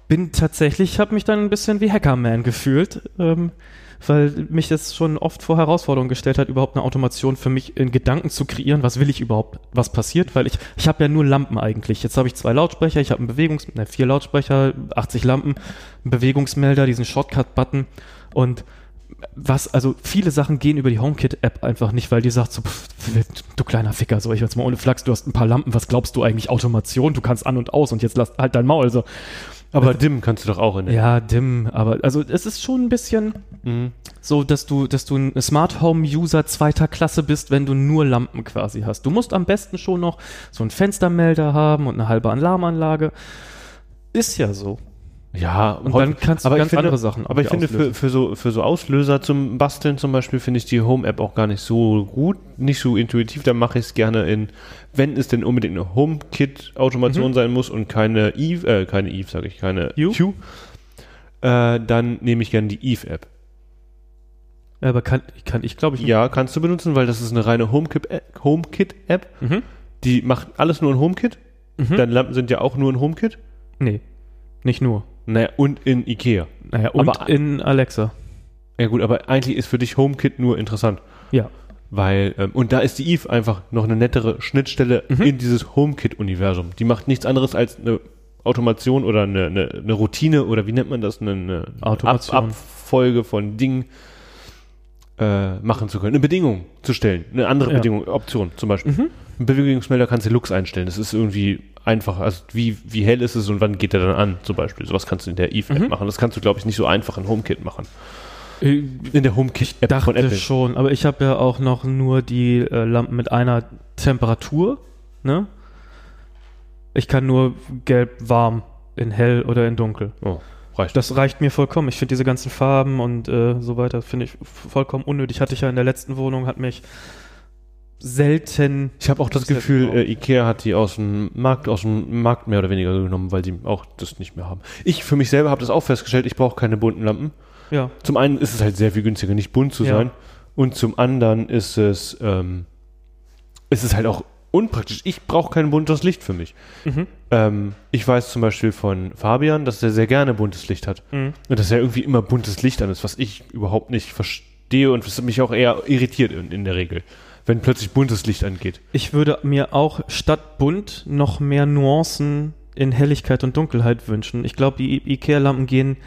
Speaker 4: bin tatsächlich, habe mich dann ein bisschen wie Hackerman gefühlt, ähm, weil mich das schon oft vor Herausforderungen gestellt hat, überhaupt eine Automation für mich in Gedanken zu kreieren, was will ich überhaupt, was passiert, weil ich, ich habe ja nur Lampen eigentlich. Jetzt habe ich zwei Lautsprecher, ich habe einen Bewegungs-, ne, vier Lautsprecher, 80 Lampen, einen Bewegungsmelder, diesen Shortcut-Button und was, also viele Sachen gehen über die HomeKit-App einfach nicht, weil die sagt so, pff, du kleiner Ficker, so ich jetzt mal ohne Flachs, du hast ein paar Lampen, was glaubst du eigentlich, Automation, du kannst an und aus und jetzt lass halt dein Maul, so.
Speaker 2: Aber Dim kannst du doch auch in der.
Speaker 4: Ja, dimm, aber also es ist schon ein bisschen
Speaker 2: Mhm.
Speaker 4: so, dass du, dass du ein Smart Home User zweiter Klasse bist, wenn du nur Lampen quasi hast. Du musst am besten schon noch so einen Fenstermelder haben und eine halbe Alarmanlage. Ist ja so.
Speaker 2: Ja,
Speaker 4: Und
Speaker 2: häufig-
Speaker 4: dann kannst du
Speaker 2: ich
Speaker 4: ganz
Speaker 2: finde-
Speaker 4: andere Sachen
Speaker 2: Aber ich finde, für,
Speaker 4: auslösen.
Speaker 2: für, so, für so Auslöser zum Basteln zum Beispiel, finde ich die Home-App auch gar nicht so gut, nicht so intuitiv. Da mache ich es gerne in, wenn es denn unbedingt eine
Speaker 4: Mhm.
Speaker 2: Home-Kit-Automation sein muss und keine Eve, äh, keine Eve, sage ich, keine
Speaker 4: You?
Speaker 2: Q, äh, dann nehme ich gerne die Eve-App.
Speaker 4: Aber kann, kann ich, glaube ich,
Speaker 2: Ja, kannst du benutzen, weil das ist eine reine HomeKit-App. HomeKit-App.
Speaker 4: Mhm.
Speaker 2: Die macht alles nur in HomeKit. Deine Lampen sind ja auch nur in HomeKit.
Speaker 4: Nee. Nicht nur.
Speaker 2: Naja, und in Ikea.
Speaker 4: Naja, und
Speaker 2: Aber-
Speaker 4: in Alexa.
Speaker 2: Ja gut, aber eigentlich ist für dich HomeKit nur interessant.
Speaker 4: Ja.
Speaker 2: Weil, ähm, und da ist die Eve einfach noch eine nettere Schnittstelle
Speaker 4: Mhm.
Speaker 2: in dieses HomeKit-Universum. Die macht nichts anderes als eine Automation oder eine, eine, eine Routine oder wie nennt man das, eine, eine
Speaker 4: Automation.
Speaker 2: Abfolge von Dingen äh, machen zu können. Eine Bedingung zu stellen, eine andere
Speaker 4: Ja. Mhm.
Speaker 2: Bedingung, Option zum Beispiel. Ein Bewegungsmelder kannst du Lux einstellen. Das ist irgendwie einfach. Also wie, wie hell ist es und wann geht er dann an zum Beispiel. Sowas kannst du in der Eve-App
Speaker 4: Mhm.
Speaker 2: machen. Das kannst du, glaube ich, nicht so einfach in HomeKit machen. In der HomeKit-App von
Speaker 4: Dachte
Speaker 2: Apple.
Speaker 4: schon, aber ich habe ja auch noch nur die äh, Lampen mit einer Temperatur, ne? Ich kann nur gelb, warm, in hell oder in dunkel.
Speaker 2: Oh, reicht.
Speaker 4: Das reicht mir vollkommen. Ich finde diese ganzen Farben und äh, so weiter, finde ich vollkommen unnötig. Hatte ich ja in der letzten Wohnung, hat mich selten.
Speaker 2: Ich habe auch das
Speaker 4: Das ist ja
Speaker 2: Gefühl,
Speaker 4: genau.
Speaker 2: äh, Ikea hat die aus dem Markt, aus dem Markt mehr oder weniger genommen, weil die auch das nicht mehr haben. Ich für mich selber habe das auch festgestellt, ich brauche keine bunten Lampen.
Speaker 4: Ja,
Speaker 2: Zum einen ist es halt sehr viel günstiger, nicht bunt zu
Speaker 4: Ja.
Speaker 2: sein. Und zum anderen ist es, ähm, ist es halt auch unpraktisch. Ich brauche kein buntes Licht für mich.
Speaker 4: Mhm.
Speaker 2: Ähm, ich weiß zum Beispiel von Fabian, dass er sehr gerne buntes Licht hat.
Speaker 4: Mhm.
Speaker 2: Und dass er irgendwie immer buntes Licht an ist, was ich überhaupt nicht verstehe und was mich auch eher irritiert in, in der Regel, wenn plötzlich buntes Licht angeht.
Speaker 4: ich würde mir auch statt bunt noch mehr Nuancen in Helligkeit und Dunkelheit wünschen. Ich glaube, die I- IKEA-Lampen gehen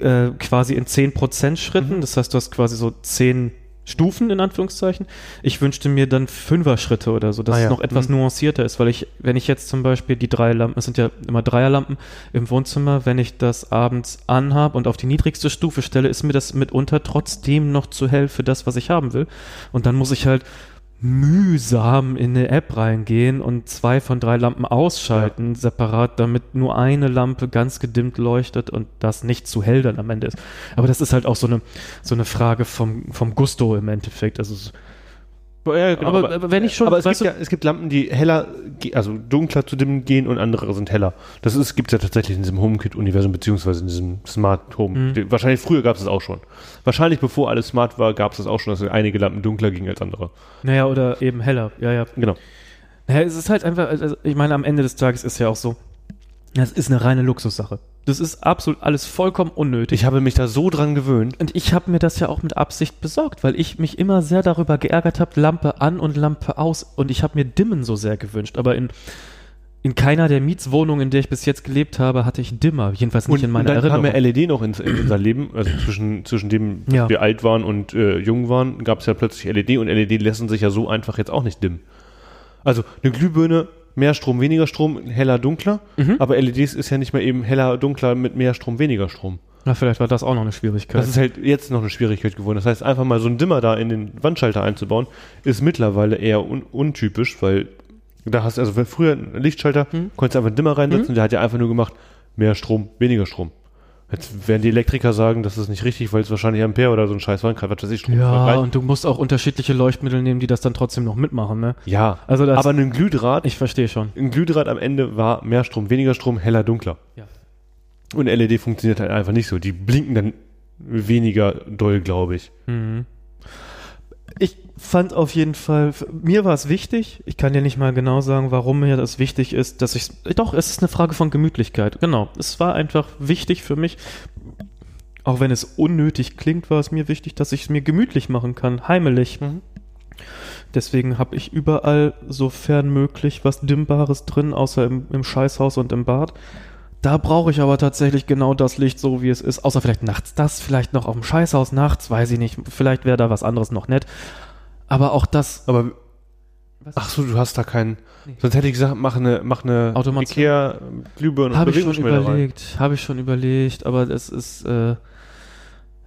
Speaker 4: äh, quasi in 10% Schritten.
Speaker 2: Mhm.
Speaker 4: Das heißt, du hast quasi so 10 Stufen in Anführungszeichen. Ich wünschte mir dann Fünfer-Schritte oder so, dass
Speaker 2: Ah ja.
Speaker 4: es noch etwas nuancierter ist, weil ich, wenn ich jetzt zum Beispiel die drei Lampen, es sind ja immer Dreierlampen im Wohnzimmer, wenn ich das abends anhab und auf die niedrigste Stufe stelle, ist mir das mitunter trotzdem noch zu hell für das, was ich haben will. Und dann muss ich halt mühsam in eine App reingehen und zwei von drei Lampen ausschalten, separat, damit nur eine Lampe ganz gedimmt leuchtet und das nicht zu hell dann am Ende ist. Aber das ist halt auch so eine, so eine Frage vom, vom Gusto im Endeffekt. Also es-
Speaker 2: Ja, genau,
Speaker 4: aber, aber wenn ich schon,
Speaker 2: aber es gibt,
Speaker 4: weißt du,
Speaker 2: ja, es gibt Lampen, die heller, ge- also dunkler zu dimmen gehen und andere sind heller. Das gibt es ja tatsächlich in diesem HomeKit-Universum, beziehungsweise in diesem Smart Home. Die- Wahrscheinlich früher gab es das auch schon. Wahrscheinlich bevor alles smart war, gab es das auch schon, dass einige Lampen dunkler gingen als andere.
Speaker 4: naja, oder eben heller. Ja, ja.
Speaker 2: Genau.
Speaker 4: Naja, es ist halt einfach, also ich meine, am Ende des Tages ist ja auch so, das ist eine reine Luxussache. Das ist absolut alles vollkommen unnötig.
Speaker 2: Ich habe mich da so dran gewöhnt.
Speaker 4: Und ich habe mir das ja auch mit Absicht besorgt, weil ich mich immer sehr darüber geärgert habe, Lampe an und Lampe aus. Und ich habe mir Dimmen so sehr gewünscht. Aber in, in keiner der Mietswohnungen, in der ich bis jetzt gelebt habe, hatte ich Dimmer. Jedenfalls nicht in
Speaker 2: und
Speaker 4: meiner
Speaker 2: dann kam
Speaker 4: Erinnerung.
Speaker 2: ja LED noch ins, in unser Leben, also zwischen, zwischen dem,
Speaker 4: Ja.
Speaker 2: wir alt waren und äh, jung waren, gab es ja plötzlich LED und LED lassen sich ja so einfach jetzt auch nicht dimmen. Also eine Glühbirne, mehr Strom, weniger Strom, heller, dunkler,
Speaker 4: Mhm.
Speaker 2: aber LEDs ist ja nicht mehr eben heller, dunkler mit mehr Strom, weniger Strom.
Speaker 4: Na, vielleicht war das auch noch eine
Speaker 2: Das
Speaker 4: Schwierigkeit.
Speaker 2: ist halt jetzt noch eine Schwierigkeit geworden. Das heißt, einfach mal so einen Dimmer da in den Wandschalter einzubauen, ist mittlerweile eher un untypisch, weil da hast du, also früher einen Lichtschalter,
Speaker 4: Hm.
Speaker 2: konntest du einfach einen Dimmer reinsetzen, der hat ja einfach nur gemacht, mehr Strom, weniger Strom. Jetzt werden die Elektriker sagen, das ist nicht richtig, weil es wahrscheinlich Ampere oder so ein Scheiß waren, was weiß ich, Strom.
Speaker 4: ja,
Speaker 2: Vergleich.
Speaker 4: und du musst auch unterschiedliche Leuchtmittel nehmen, die das dann trotzdem noch mitmachen, ne?
Speaker 2: ja.
Speaker 4: Also das-
Speaker 2: aber ein Glühdraht,
Speaker 4: Ich verstehe schon.
Speaker 2: ein Glühdraht am Ende war mehr Strom, weniger Strom, heller, dunkler.
Speaker 4: Ja.
Speaker 2: Und LED funktioniert halt einfach nicht so. Die blinken dann weniger doll, glaube ich.
Speaker 1: Ich fand auf jeden Fall, mir war es wichtig, ich kann dir nicht mal genau sagen, warum mir das wichtig ist, dass ich, doch, es ist eine Frage von Gemütlichkeit, genau. Es war einfach wichtig für mich, auch wenn es unnötig klingt, war es mir wichtig, dass ich es mir gemütlich machen kann, heimelig. Deswegen habe ich überall, sofern möglich, was Dimmbares drin, außer im, im Scheißhaus und im Bad. Da brauche ich aber tatsächlich genau das Licht, so wie es ist. Außer vielleicht nachts das, vielleicht noch auf dem Scheißhaus nachts, weiß ich nicht. Vielleicht wäre da was anderes noch nett. Aber auch das.
Speaker 2: Aber. Ach so, du hast da keinen. Sonst hätte ich gesagt, mach eine, mach eine
Speaker 4: Automation.
Speaker 2: Ikea Glühbirne
Speaker 4: Habe ich schon
Speaker 2: Bewegungsmelder rein.
Speaker 4: überlegt, habe ich schon überlegt, aber es ist, äh,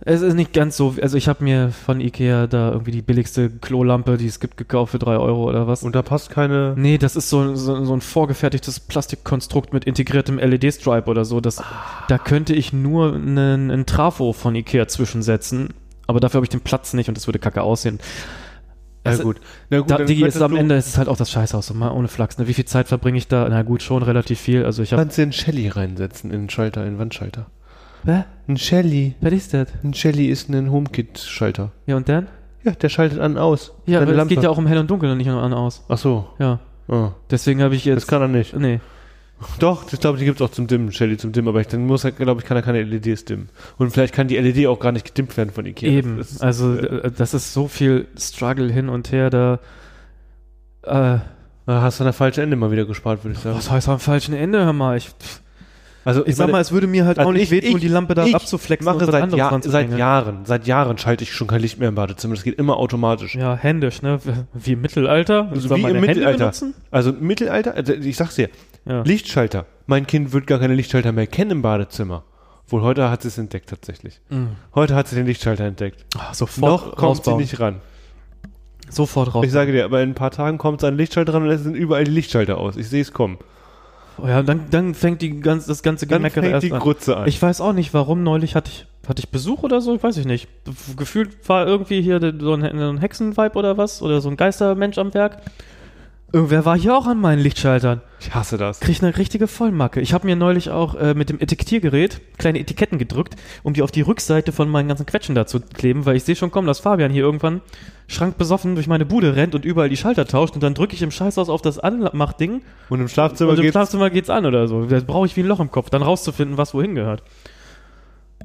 Speaker 4: es ist nicht ganz so, also ich habe mir von Ikea da irgendwie die billigste Klolampe, die es gibt, gekauft für 3 Euro oder was.
Speaker 2: Und da passt keine.
Speaker 4: nee, das ist so, so, so ein vorgefertigtes Plastikkonstrukt mit integriertem LED-Stripe oder so. Das,
Speaker 2: Ah.
Speaker 4: Da könnte ich nur einen, einen Trafo von Ikea zwischensetzen, aber dafür habe ich den Platz nicht und das würde kacke aussehen.
Speaker 2: Na
Speaker 4: Also,
Speaker 2: gut. Na gut,
Speaker 4: Da,
Speaker 2: dann
Speaker 4: Digi, es ist
Speaker 2: könntest
Speaker 4: am
Speaker 2: du-
Speaker 4: Ende es ist halt auch das Scheißhaus, so mal ohne Flachs. Ne? Wie viel Zeit verbringe ich da? Na gut, schon relativ viel. Also ich habe.
Speaker 2: Kannst du einen Shelly reinsetzen in den Schalter, in den Wandschalter?
Speaker 4: Hä?
Speaker 2: Ein Shelly.
Speaker 4: Was ist das?
Speaker 2: Ein Shelly ist ein HomeKit-Schalter.
Speaker 4: Ja, und dann?
Speaker 2: Ja, der schaltet an und aus.
Speaker 4: Ja,
Speaker 2: Deine
Speaker 4: aber es
Speaker 2: Lampe.
Speaker 4: geht ja auch um hell und dunkel und nicht nur an und aus.
Speaker 2: Ach so.
Speaker 4: Ja.
Speaker 2: Ah,
Speaker 4: Deswegen habe ich
Speaker 2: das
Speaker 4: jetzt.
Speaker 2: kann er nicht.
Speaker 4: Nee.
Speaker 2: Doch, ich glaube, die gibt es auch zum Dimmen, Shelly zum Dimmen, aber ich, dann muss er, glaube ich, kann er keine LEDs dimmen. Und vielleicht kann die LED auch gar nicht gedimmt werden von Ikea.
Speaker 4: Eben.
Speaker 2: Das ist,
Speaker 4: also, äh, das ist so viel Struggle hin und her da. Äh,
Speaker 2: da Ah, hast du an der falschen Ende mal wieder gespart, würde ich sagen.
Speaker 4: was heißt am falschen Ende? Hör mal, ich. pff,
Speaker 2: Also,
Speaker 1: Ich sag
Speaker 2: meine-
Speaker 1: mal, es würde mir halt
Speaker 2: Also
Speaker 1: auch nicht
Speaker 2: ich-
Speaker 1: wehtun,
Speaker 2: ich-
Speaker 1: die Lampe da
Speaker 2: ich
Speaker 1: abzuflexen
Speaker 2: mache
Speaker 1: was
Speaker 2: seit,
Speaker 1: anderes
Speaker 2: Jahr,
Speaker 1: ranzubringen.
Speaker 2: seit Jahren, seit Jahren schalte ich schon kein Licht mehr im Badezimmer. Das geht immer automatisch.
Speaker 4: Ja, händisch, ne? Wie im Mittelalter?
Speaker 2: Also
Speaker 4: Soll
Speaker 2: wie
Speaker 4: man
Speaker 2: im
Speaker 4: meine Hände
Speaker 2: Mittelalter.
Speaker 4: benutzen?
Speaker 2: Also im Mittelalter, also ich sag's dir,
Speaker 4: Ja.
Speaker 2: Lichtschalter. Mein Kind wird gar keine Lichtschalter mehr kennen im Badezimmer. Wohl heute hat sie es entdeckt tatsächlich. Heute hat sie den Lichtschalter entdeckt.
Speaker 4: Ach, sofort
Speaker 2: Noch kommt sie
Speaker 4: Hm. rausbauen.
Speaker 2: nicht ran.
Speaker 4: Sofort raus.
Speaker 2: Ich sage dir, aber in ein paar Tagen kommt sie an den Lichtschalter ran und es sind überall die Lichtschalter aus. Ich sehe es kommen.
Speaker 4: Oh ja, dann, dann fängt die ganz, das ganze
Speaker 2: Dann
Speaker 4: Gemeckere
Speaker 2: fängt
Speaker 4: erst
Speaker 2: die
Speaker 4: an.
Speaker 2: Grütze an.
Speaker 4: Ich weiß auch nicht, warum neulich hatte ich, hatte ich Besuch oder so, weiß ich nicht. Gefühlt war irgendwie hier so ein, so ein Hexenvibe oder was oder so ein Geistermensch am Werk. Irgendwer war hier auch an meinen Lichtschaltern.
Speaker 2: ich hasse das.
Speaker 4: Krieg eine richtige Vollmacke. Ich habe mir neulich auch äh, mit dem Etikettiergerät kleine Etiketten gedrückt, um die auf die Rückseite von meinen ganzen Quetschen da zu kleben, weil ich sehe schon kommen, dass Fabian hier irgendwann Schrank besoffen durch meine Bude rennt und überall die Schalter tauscht und dann drücke ich im Scheißhaus auf das Anmachding
Speaker 2: Und im Schlafzimmer
Speaker 4: und Also im
Speaker 2: geht's.
Speaker 4: Schlafzimmer geht's an oder so. Das brauche ich wie ein Loch im Kopf, dann rauszufinden, was wohin gehört.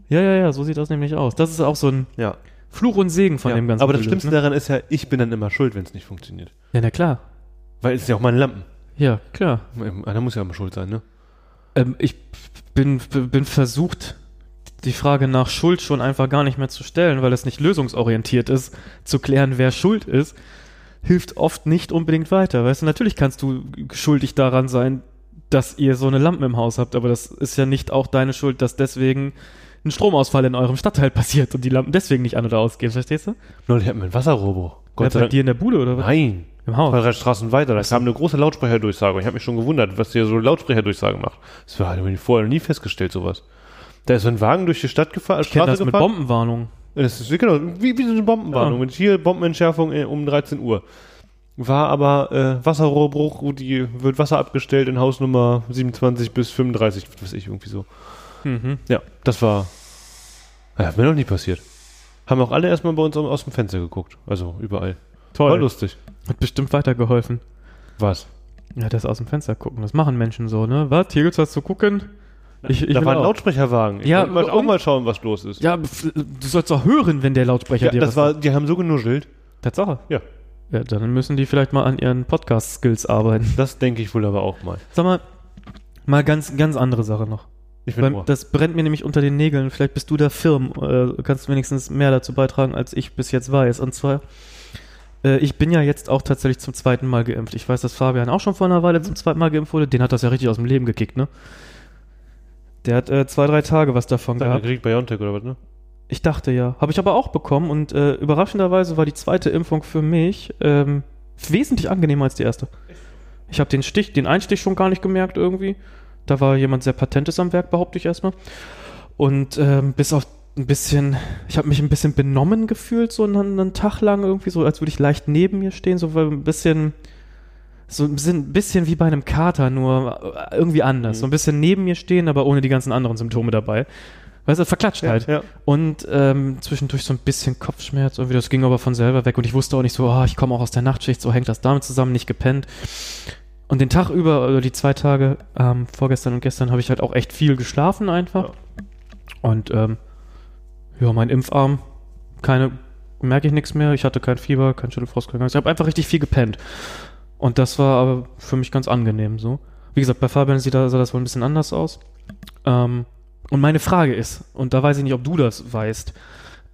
Speaker 4: Ja, ja, ja, so sieht das nämlich aus. Das ist auch so ein
Speaker 2: ja.
Speaker 4: Fluch und Segen von
Speaker 2: ja.
Speaker 4: dem ganzen
Speaker 2: aber das
Speaker 4: Gedöns,
Speaker 2: Schlimmste
Speaker 4: ne?
Speaker 2: daran ist ja, ich bin dann immer schuld, wenn es nicht funktioniert.
Speaker 4: Ja, na klar.
Speaker 2: Weil es sind ja auch meine Lampen.
Speaker 4: Ja, klar.
Speaker 2: Einer muss ja immer schuld sein, ne?
Speaker 4: Ähm, ich bin, bin versucht, die Frage nach Schuld schon einfach gar nicht mehr zu stellen, weil es nicht lösungsorientiert ist, zu klären, wer schuld ist, hilft oft nicht unbedingt weiter. Weißt du, natürlich kannst du schuldig daran sein, dass ihr so eine Lampe im Haus habt, aber das ist ja nicht auch deine Schuld, dass deswegen ein Stromausfall in eurem Stadtteil passiert und die Lampen deswegen nicht an oder ausgehen, verstehst du?
Speaker 2: Neulich hatten wir einen Wasserrobo. Gott
Speaker 4: ja,
Speaker 2: sei
Speaker 4: bei
Speaker 2: Dank.
Speaker 4: dir in der Bude oder was?
Speaker 2: Nein.
Speaker 4: Im Haus.
Speaker 2: Zwei, drei Straßen weiter. Da kam eine große Lautsprecherdurchsage. Ich habe mich schon gewundert, was hier so eine Lautsprecherdurchsage macht. Das war, habe ich vorher noch nie festgestellt, sowas. Da ist so ein Wagen durch die Stadt gefahren,
Speaker 4: Ich kenne das mit Bombenwarnungen.
Speaker 2: Es ist genau, wie, wie so eine Bombenwarnung. Mit hier Bombenentschärfung äh, um 13 Uhr. War aber äh, Wasserrohrbruch, wo die wird Wasser abgestellt in Hausnummer 27 bis 35, was weiß ich, irgendwie so.
Speaker 4: Mhm.
Speaker 2: Ja, das war. Ja, mir noch nie passiert. Haben auch alle erstmal bei uns am- aus dem Fenster geguckt. Also überall. War
Speaker 4: Toll.
Speaker 2: lustig.
Speaker 4: Hat bestimmt weitergeholfen.
Speaker 2: Was?
Speaker 4: Ja, das aus dem Fenster gucken. Das machen Menschen so, ne? Was? Hier gibt's was zu gucken? Ich, ich
Speaker 2: da
Speaker 4: will
Speaker 2: war ein
Speaker 4: auch.
Speaker 2: Lautsprecherwagen. Ich
Speaker 4: Ja,
Speaker 2: wollte mal, auch
Speaker 4: und?
Speaker 2: mal schauen, was los ist.
Speaker 4: Ja, pf- du sollst doch hören, wenn der Lautsprecher
Speaker 2: Ja,
Speaker 4: dir
Speaker 2: das
Speaker 4: was
Speaker 2: war, die haben so genuschelt.
Speaker 4: Tatsache.
Speaker 2: Ja.
Speaker 4: Ja, dann müssen die vielleicht mal an ihren Podcast-Skills arbeiten.
Speaker 2: Das denke ich wohl aber auch mal.
Speaker 4: Sag mal, mal ganz, ganz andere Sache noch.
Speaker 2: Ich bin
Speaker 4: Beim,
Speaker 2: Ohr.
Speaker 4: das brennt mir nämlich unter den Nägeln. Vielleicht bist du da firm. Äh, kannst wenigstens mehr dazu beitragen, als ich bis jetzt weiß. Und zwar, äh, ich bin ja jetzt auch tatsächlich zum zweiten Mal geimpft. Ich weiß, dass Fabian auch schon vor einer Weile zum zweiten Mal geimpft wurde. Den hat das ja richtig aus dem Leben gekickt, ne? Der hat äh, zwei, drei Tage was davon
Speaker 2: Sag, der
Speaker 4: gehabt.
Speaker 2: kriegt Biontech oder was, ne?
Speaker 4: Ich dachte ja. Habe ich aber auch bekommen und äh, überraschenderweise war die zweite Impfung für mich ähm, wesentlich angenehmer als die erste. Ich habe den Stich, den Einstich schon gar nicht gemerkt irgendwie. Da war jemand sehr patentes am Werk, behaupte ich erstmal. Und ähm, bis auf ein bisschen, ich habe mich ein bisschen benommen gefühlt, so einen, einen Tag lang irgendwie, so als würde ich leicht neben mir stehen, so weil ein bisschen, so ein bisschen, ein bisschen wie bei einem Kater, nur äh, irgendwie anders. So ein bisschen neben mir stehen, aber ohne die ganzen anderen Symptome dabei. Weißt du, verklatscht halt.
Speaker 2: ja.
Speaker 4: Und ähm, zwischendurch so ein bisschen Kopfschmerz, irgendwie, das ging aber von selber weg. Und ich wusste auch nicht so, ah, ich komme auch aus der Nachtschicht, so hängt das damit zusammen, nicht gepennt. Und den Tag über, oder die zwei Tage, ähm, vorgestern und gestern, habe ich halt auch echt viel geschlafen einfach. Und ähm, ja, mein Impfarm, keine, merke ich nichts mehr. Ich hatte kein Fieber, kein Schüttelfrost, kein Gangs. Ich habe einfach richtig viel gepennt. Und das war aber für mich ganz angenehm so. Wie gesagt, bei Fabian sieht da, sah das wohl ein bisschen anders aus. Ähm, und meine Frage ist, und da weiß ich nicht, ob du das weißt,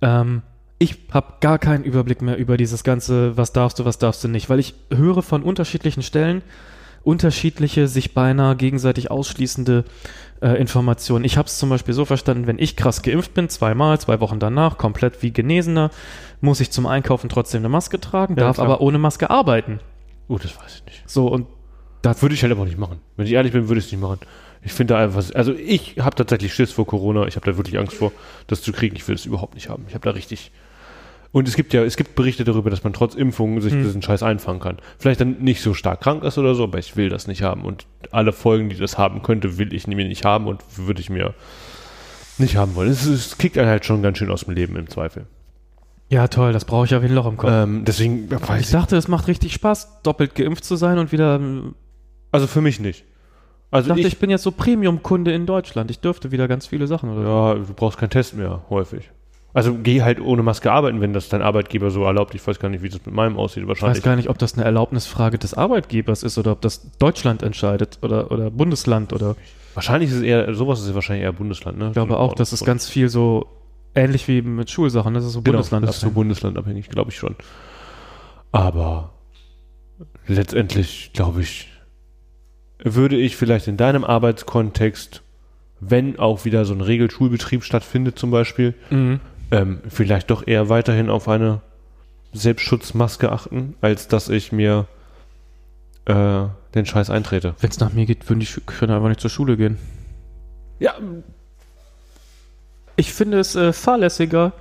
Speaker 4: ähm, ich habe gar keinen Überblick mehr über dieses ganze, was darfst du, was darfst du nicht, weil ich höre von unterschiedlichen Stellen unterschiedliche, sich beinahe gegenseitig ausschließende äh, Informationen. Ich habe es zum Beispiel so verstanden, wenn ich krass geimpft bin, zweimal, zwei Wochen danach, komplett wie Genesener, muss ich zum Einkaufen trotzdem eine Maske tragen,
Speaker 2: Ja,
Speaker 4: darf
Speaker 2: klar.
Speaker 4: aber ohne Maske arbeiten.
Speaker 2: Oh, das weiß ich nicht.
Speaker 4: So, und
Speaker 2: Das würde ich halt aber auch nicht machen. Wenn ich ehrlich bin, würde ich es nicht machen. Ich finde da einfach, also ich habe tatsächlich Schiss vor Corona. Ich habe da wirklich Angst vor, das zu kriegen. Ich will es überhaupt nicht haben. Ich habe da richtig. Und es gibt ja, es gibt Berichte darüber, dass man trotz Impfungen sich diesen Scheiß einfangen kann. Vielleicht dann nicht so stark krank ist oder so, aber ich will das nicht haben. Und alle Folgen, die das haben könnte, will ich mir nicht haben und würde ich mir nicht haben wollen. Es, es kickt einen halt schon ganz schön aus dem Leben im Zweifel.
Speaker 4: ja, toll, das brauche ich ja wie ein Loch im Kopf.
Speaker 2: Ähm, deswegen ja,
Speaker 4: ich
Speaker 2: weiß ich.
Speaker 4: dachte, es macht richtig Spaß, doppelt geimpft zu sein und wieder ähm,
Speaker 2: Also für mich nicht. Also
Speaker 4: dachte,
Speaker 2: ich,
Speaker 4: ich, bin jetzt so Premium-Kunde in Deutschland. Ich dürfte wieder ganz viele Sachen oder
Speaker 2: Ja, du brauchst keinen Test mehr, häufig. Also geh halt ohne Maske arbeiten, wenn das dein Arbeitgeber so erlaubt. Ich weiß gar nicht, wie das mit meinem aussieht.
Speaker 4: Ich weiß
Speaker 2: Wahrscheinlich.
Speaker 4: gar nicht, ob das eine Erlaubnisfrage des Arbeitgebers ist oder ob das Deutschland entscheidet oder, oder Bundesland oder.
Speaker 2: Wahrscheinlich ist es eher, sowas ist wahrscheinlich eher Bundesland, ne?
Speaker 4: Ich glaube auch, das ist ganz viel so ähnlich wie mit Schulsachen. Das ist so
Speaker 2: genau,
Speaker 4: Bundesland.
Speaker 2: Bundesland. Das ist so bundeslandabhängig, glaube ich schon. Aber letztendlich, glaube ich, würde ich vielleicht in deinem Arbeitskontext, wenn auch wieder so ein Regelschulbetrieb stattfindet, zum Beispiel,
Speaker 4: mhm.
Speaker 2: ähm, vielleicht doch eher weiterhin auf eine Selbstschutzmaske achten, als dass ich mir äh, den Scheiß eintrete.
Speaker 4: Wenn es nach mir geht, würden die Schü- Kinder einfach nicht zur Schule gehen.
Speaker 2: Ja,
Speaker 4: Ich finde es äh, fahrlässiger,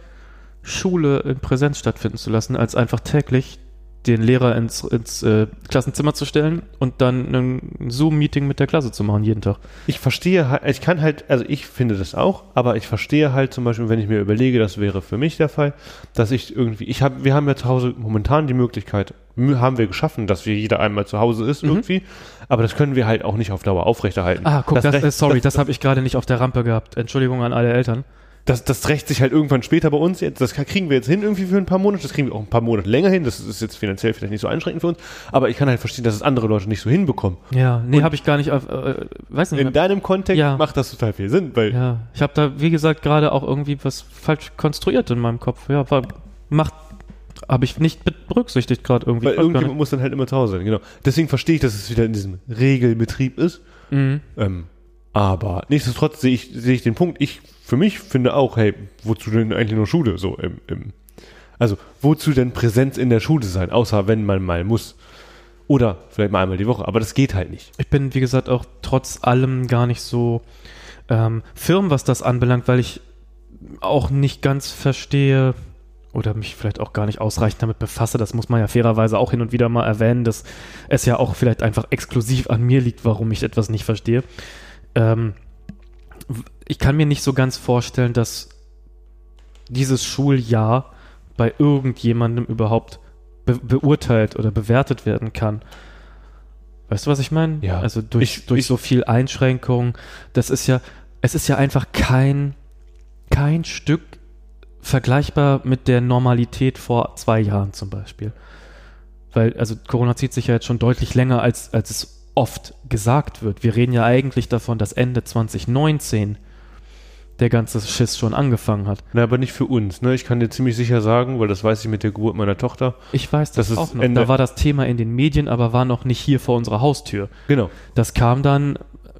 Speaker 4: Schule in Präsenz stattfinden zu lassen, als einfach täglich den Lehrer ins, ins äh, Klassenzimmer zu stellen und dann ein Zoom-Meeting mit der Klasse zu machen, jeden Tag.
Speaker 2: ich verstehe halt, ich kann halt, also ich finde das auch, aber ich verstehe halt zum Beispiel, wenn ich mir überlege, das wäre für mich der Fall, dass ich irgendwie, ich habe, wir haben ja zu Hause momentan die Möglichkeit, mü- haben wir geschaffen, dass wir jeder einmal zu Hause ist irgendwie, aber das können wir halt auch nicht auf Dauer aufrechterhalten.
Speaker 4: Mhm. Ah, guck, das,
Speaker 2: Recht-
Speaker 4: äh, sorry, das, habe ich gerade nicht auf der Rampe gehabt. Entschuldigung an alle Eltern.
Speaker 2: das, das rächt sich halt irgendwann später bei uns. Jetzt, das kriegen wir jetzt hin irgendwie für ein paar Monate. Das kriegen wir auch ein paar Monate länger hin. Das ist jetzt finanziell vielleicht nicht so einschränkend für uns. Aber ich kann halt verstehen, dass es andere Leute nicht so hinbekommen.
Speaker 4: Ja, nee, habe ich gar nicht. Auf, äh, weiß nicht.
Speaker 2: In deinem Kontext
Speaker 4: Ja.
Speaker 2: macht das total viel Sinn, weil
Speaker 4: ja, ich habe da, wie gesagt, gerade auch irgendwie was falsch konstruiert in meinem Kopf. Ja, war, macht, habe ich nicht berücksichtigt gerade irgendwie.
Speaker 2: Weil
Speaker 4: Ich weiß gar
Speaker 2: irgendjemand muss dann halt immer zu Hause sein, genau. Deswegen verstehe ich, dass es wieder in diesem Regelbetrieb ist.
Speaker 4: nicht. Mhm.
Speaker 2: Ähm, aber nichtsdestotrotz sehe ich, sehe ich den Punkt. Ich für mich finde auch, hey, wozu denn eigentlich nur Schule? So im, im, also wozu denn Präsenz in der Schule sein, außer wenn man mal muss. Oder vielleicht mal einmal die Woche, aber das geht halt nicht.
Speaker 4: Ich bin, wie gesagt, auch trotz allem gar nicht so ähm, firm, was das anbelangt, weil ich auch nicht ganz verstehe oder mich vielleicht auch gar nicht ausreichend damit befasse, das muss man ja fairerweise auch hin und wieder mal erwähnen, dass es ja auch vielleicht einfach exklusiv an mir liegt, warum ich etwas nicht verstehe. Ähm, w- ich kann mir nicht so ganz vorstellen, dass dieses Schuljahr bei irgendjemandem überhaupt be beurteilt oder bewertet werden kann. Weißt du, was ich meine?
Speaker 2: Ja.
Speaker 4: Also durch,
Speaker 2: Ich-
Speaker 4: durch
Speaker 2: ich-
Speaker 4: so viel Einschränkung. Das ist ja, es ist ja einfach kein, kein Stück vergleichbar mit der Normalität vor zwei Jahren zum Beispiel. Weil, also Corona zieht sich ja jetzt schon deutlich länger, als, als es oft gesagt wird. Wir reden ja eigentlich davon, dass Ende 2019 der ganze Schiss schon angefangen hat.
Speaker 2: Na, aber nicht für uns. Ne? Ich kann dir ziemlich sicher sagen, weil das weiß ich mit der Geburt meiner Tochter.
Speaker 4: Ich weiß das,
Speaker 2: Das ist
Speaker 4: auch noch.
Speaker 2: Ende-
Speaker 4: Da war das Thema in den Medien, aber war noch nicht hier vor unserer Haustür.
Speaker 2: Genau,
Speaker 4: Das kam dann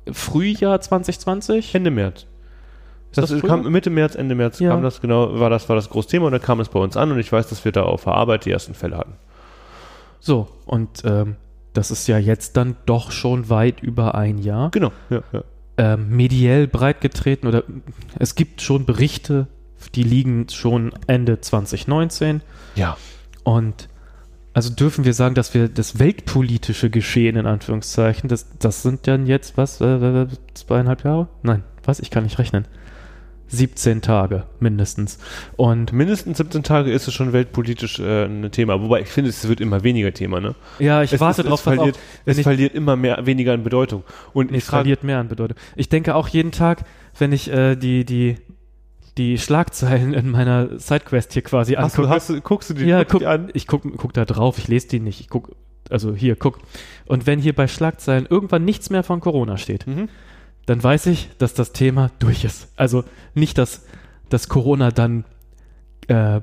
Speaker 4: Frühjahr 2020.
Speaker 2: Ende März. Das,
Speaker 4: das früher?
Speaker 2: kam Mitte März, Ende März
Speaker 4: Ja.
Speaker 2: kam das genau, war das, war das große Thema und dann kam es bei uns an und ich weiß, dass wir da auf der Arbeit die ersten Fälle hatten.
Speaker 4: So, und ähm, das ist ja jetzt dann doch schon weit über ein Jahr.
Speaker 2: Genau, ja, ja.
Speaker 4: ähm, mediell breitgetreten oder es gibt schon Berichte, die liegen schon Ende 2019
Speaker 2: Ja.
Speaker 4: und also dürfen wir sagen, dass wir das weltpolitische Geschehen in Anführungszeichen, das, das sind dann jetzt was, äh, äh, zweieinhalb Jahre? Nein, was? Ich kann nicht rechnen. 17 Tage mindestens. Und
Speaker 2: Mindestens 17 Tage ist es schon weltpolitisch äh, ein Thema, wobei ich finde, es wird immer weniger Thema. Ne?
Speaker 4: ja, ich
Speaker 2: es
Speaker 4: warte
Speaker 2: es,
Speaker 4: drauf,
Speaker 2: es
Speaker 4: pass auf.
Speaker 2: verliert,
Speaker 4: Wenn
Speaker 2: es
Speaker 4: ich-
Speaker 2: verliert immer mehr, weniger an Bedeutung. Und
Speaker 4: Nee,
Speaker 2: ich
Speaker 4: es
Speaker 2: frage,
Speaker 4: verliert mehr an Bedeutung. Ich denke auch jeden Tag, wenn ich äh, die, die, die Schlagzeilen in meiner Sidequest hier quasi
Speaker 2: hast du,
Speaker 4: angucke.
Speaker 2: hast du, guckst du die,
Speaker 4: ja,
Speaker 2: guckst
Speaker 4: guck,
Speaker 2: die an?
Speaker 4: ich guck, guck da drauf, ich lese die nicht. Ich guck, also hier, guck. Und wenn hier bei Schlagzeilen irgendwann nichts mehr von Corona steht,
Speaker 2: Mhm.
Speaker 4: dann weiß ich, dass das Thema durch ist. Also nicht, dass, dass Corona dann äh,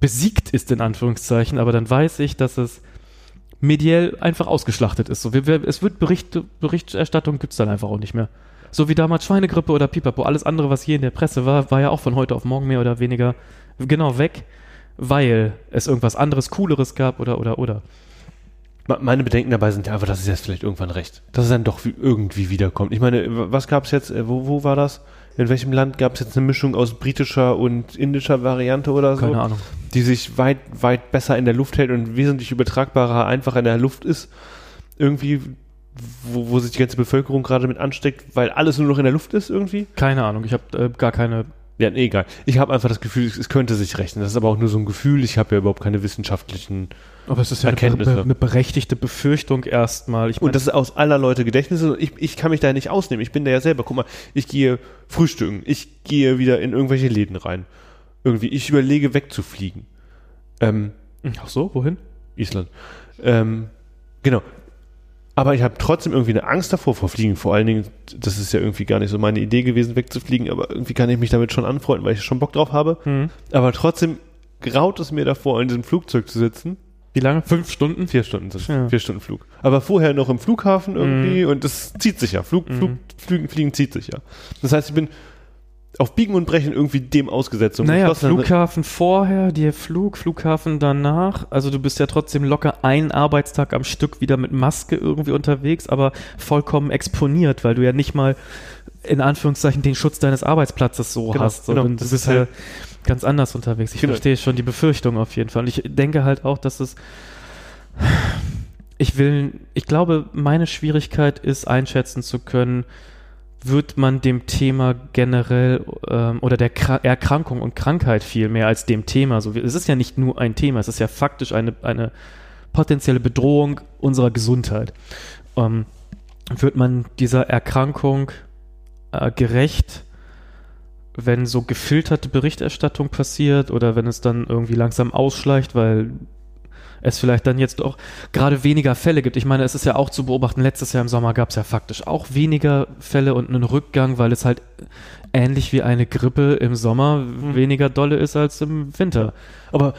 Speaker 4: besiegt ist, in Anführungszeichen, aber dann weiß ich, dass es mediell einfach ausgeschlachtet ist. So, wir, wir, es wird Bericht, Berichterstattung gibt's dann einfach auch nicht mehr. So wie damals Schweinegrippe oder Pipapo. Alles andere, was hier in der Presse war, war ja auch von heute auf morgen mehr oder weniger genau weg, weil es irgendwas anderes, Cooleres gab oder, oder, oder.
Speaker 2: Me- Meine Bedenken dabei sind ja einfach, dass es jetzt vielleicht irgendwann recht. Dass es dann doch wie- irgendwie wiederkommt. Ich meine, w- was gab es jetzt, äh, wo, wo war das? In welchem Land gab es jetzt eine Mischung aus britischer und indischer Variante oder so?
Speaker 4: Keine Ahnung.
Speaker 2: die sich weit, weit besser in der Luft hält und wesentlich übertragbarer einfach in der Luft ist. Irgendwie, wo, wo sich die ganze Bevölkerung gerade mit ansteckt, weil alles nur noch in der Luft ist irgendwie.
Speaker 4: Keine Ahnung. Ich habe äh, gar keine.
Speaker 2: Ja, nee, egal. Ich habe einfach das Gefühl, es, es könnte sich rechnen. Das ist aber auch nur so ein Gefühl. Ich habe ja überhaupt keine wissenschaftlichen.
Speaker 4: Aber es ist ja eine,
Speaker 2: Erkenntnisse.
Speaker 4: be- eine berechtigte Befürchtung erstmal. Ich
Speaker 2: Und
Speaker 4: meine,
Speaker 2: das ist aus aller Leute Gedächtnisse. Ich, ich kann mich da nicht ausnehmen. Ich bin da ja selber. Guck mal, ich gehe frühstücken. Ich gehe wieder in irgendwelche Läden rein. Irgendwie, ich überlege wegzufliegen. Ähm,
Speaker 4: ach so, wohin?
Speaker 2: Island. Ähm, genau. Aber ich habe trotzdem irgendwie eine Angst davor vor Fliegen. Vor allen Dingen, das ist ja irgendwie gar nicht so meine Idee gewesen, wegzufliegen, aber irgendwie kann ich mich damit schon anfreunden, weil ich schon Bock drauf habe.
Speaker 4: Hm.
Speaker 2: Aber trotzdem graut es mir davor, in diesem Flugzeug zu sitzen.
Speaker 4: Wie lange? Fünf Stunden?
Speaker 2: Vier Stunden sind
Speaker 4: Ja. Mhm.
Speaker 2: vier Stunden Flug. Aber vorher noch im Flughafen irgendwie und das zieht sich ja. Flug, Flug, Flügen, Fliegen zieht sich ja. Das heißt, ich bin auf Biegen und Brechen irgendwie dem ausgesetzt. Und
Speaker 4: Naja,
Speaker 2: beschlossen-
Speaker 4: Flughafen vorher, der Flug, Flughafen danach. Also du bist ja trotzdem locker einen Arbeitstag am Stück wieder mit Maske irgendwie unterwegs, aber vollkommen exponiert, weil du ja nicht mal in Anführungszeichen den Schutz deines Arbeitsplatzes so
Speaker 2: Genau,
Speaker 4: hast.
Speaker 2: genau.
Speaker 4: sondern du
Speaker 2: Das
Speaker 4: bist
Speaker 2: ist halt-
Speaker 4: ja ganz anders unterwegs. Ich
Speaker 2: Genau.
Speaker 4: verstehe schon die Befürchtung auf jeden Fall. Und ich denke halt auch, dass es ich will, ich glaube, meine Schwierigkeit ist einschätzen zu können, wird man dem Thema generell ähm, oder der Kra Erkrankung und Krankheit viel mehr als dem Thema. So, wie- es ist ja nicht nur ein Thema, es ist ja faktisch eine, eine potenzielle Bedrohung unserer Gesundheit. Ähm, wird man dieser Erkrankung äh, gerecht, wenn so gefilterte Berichterstattung passiert oder wenn es dann irgendwie langsam ausschleicht, weil es vielleicht dann jetzt auch gerade weniger Fälle gibt. Ich meine, es ist ja auch zu beobachten, letztes Jahr im Sommer gab es ja faktisch auch weniger Fälle und einen Rückgang, weil es halt ähnlich wie eine Grippe im Sommer weniger dolle ist als im Winter.
Speaker 2: Aber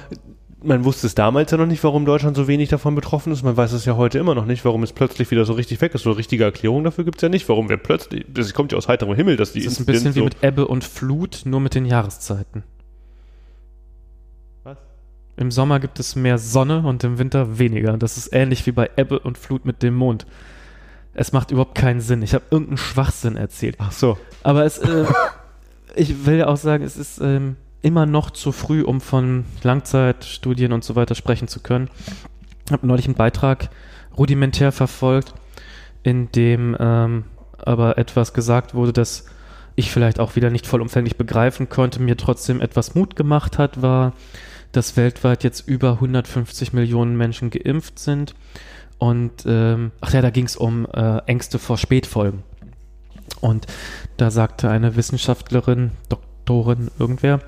Speaker 2: man wusste es damals ja noch nicht, warum Deutschland so wenig davon betroffen ist. Man weiß es ja heute immer noch nicht, warum es plötzlich wieder so richtig weg ist. So eine richtige Erklärung dafür gibt es ja nicht, warum wir plötzlich. Das kommt ja aus heiterem Himmel, dass die
Speaker 4: Es ist ein
Speaker 2: Inzidenz
Speaker 4: bisschen wie
Speaker 2: so-
Speaker 4: mit Ebbe und Flut, nur mit den Jahreszeiten.
Speaker 2: Was?
Speaker 4: Im Sommer gibt es mehr Sonne und im Winter weniger. Das ist ähnlich wie bei Ebbe und Flut mit dem Mond. Es macht überhaupt keinen Sinn. Ich habe irgendeinen Schwachsinn erzählt.
Speaker 2: Ach so.
Speaker 4: Aber es, äh, ich will ja auch sagen, es ist ähm, immer noch zu früh, um von Langzeitstudien und so weiter sprechen zu können. Ich habe neulich einen Beitrag rudimentär verfolgt, in dem ähm, aber etwas gesagt wurde, das ich vielleicht auch wieder nicht vollumfänglich begreifen konnte, mir trotzdem etwas Mut gemacht hat, war, dass weltweit jetzt über 150 Millionen Menschen geimpft sind. Und ähm, ach ja, da ging es um äh, Ängste vor Spätfolgen. Und da sagte eine Wissenschaftlerin, Doktorin, irgendwer,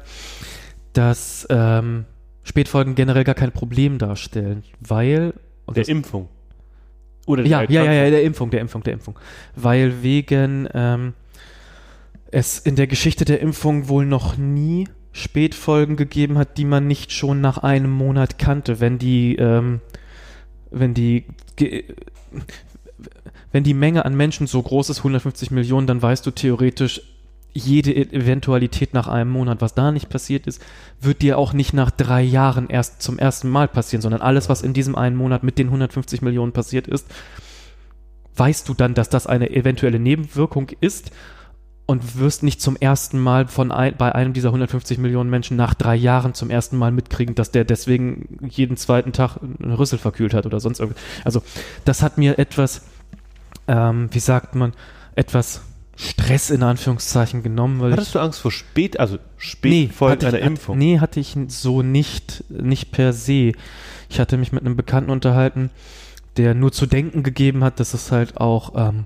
Speaker 4: dass ähm, Spätfolgen generell gar kein Problem darstellen, weil. und
Speaker 2: Der
Speaker 4: das-
Speaker 2: Impfung. Oder
Speaker 4: ja,
Speaker 2: der
Speaker 4: ja, ja, ja, der Impfung, der Impfung, der Impfung. Weil wegen ähm, es in der Geschichte der Impfung wohl noch nie Spätfolgen gegeben hat, die man nicht schon nach einem Monat kannte, wenn die, ähm, wenn die, ge- wenn die Menge an Menschen so groß ist, 150 Millionen, dann weißt du theoretisch jede E- Eventualität nach einem Monat, was da nicht passiert ist, wird dir auch nicht nach drei Jahren erst zum ersten Mal passieren, sondern alles, was in diesem einen Monat mit den 150 Millionen passiert ist, weißt du dann, dass das eine eventuelle Nebenwirkung ist und wirst nicht zum ersten Mal von ein, bei einem dieser 150 Millionen Menschen nach drei Jahren zum ersten Mal mitkriegen, dass der deswegen jeden zweiten Tag einen Rüssel verkühlt hat oder sonst irgendwas. Also das hat mir etwas, ähm, wie sagt man, etwas Stress in Anführungszeichen genommen, weil ich
Speaker 2: Hattest du Angst vor Spät, also Spätfolgen
Speaker 4: hatte
Speaker 2: einer
Speaker 4: ich,
Speaker 2: Impfung?
Speaker 4: Hat, nee, hatte ich so nicht, nicht per se. Ich hatte mich mit einem Bekannten unterhalten, der nur zu denken gegeben hat, dass es halt auch ähm,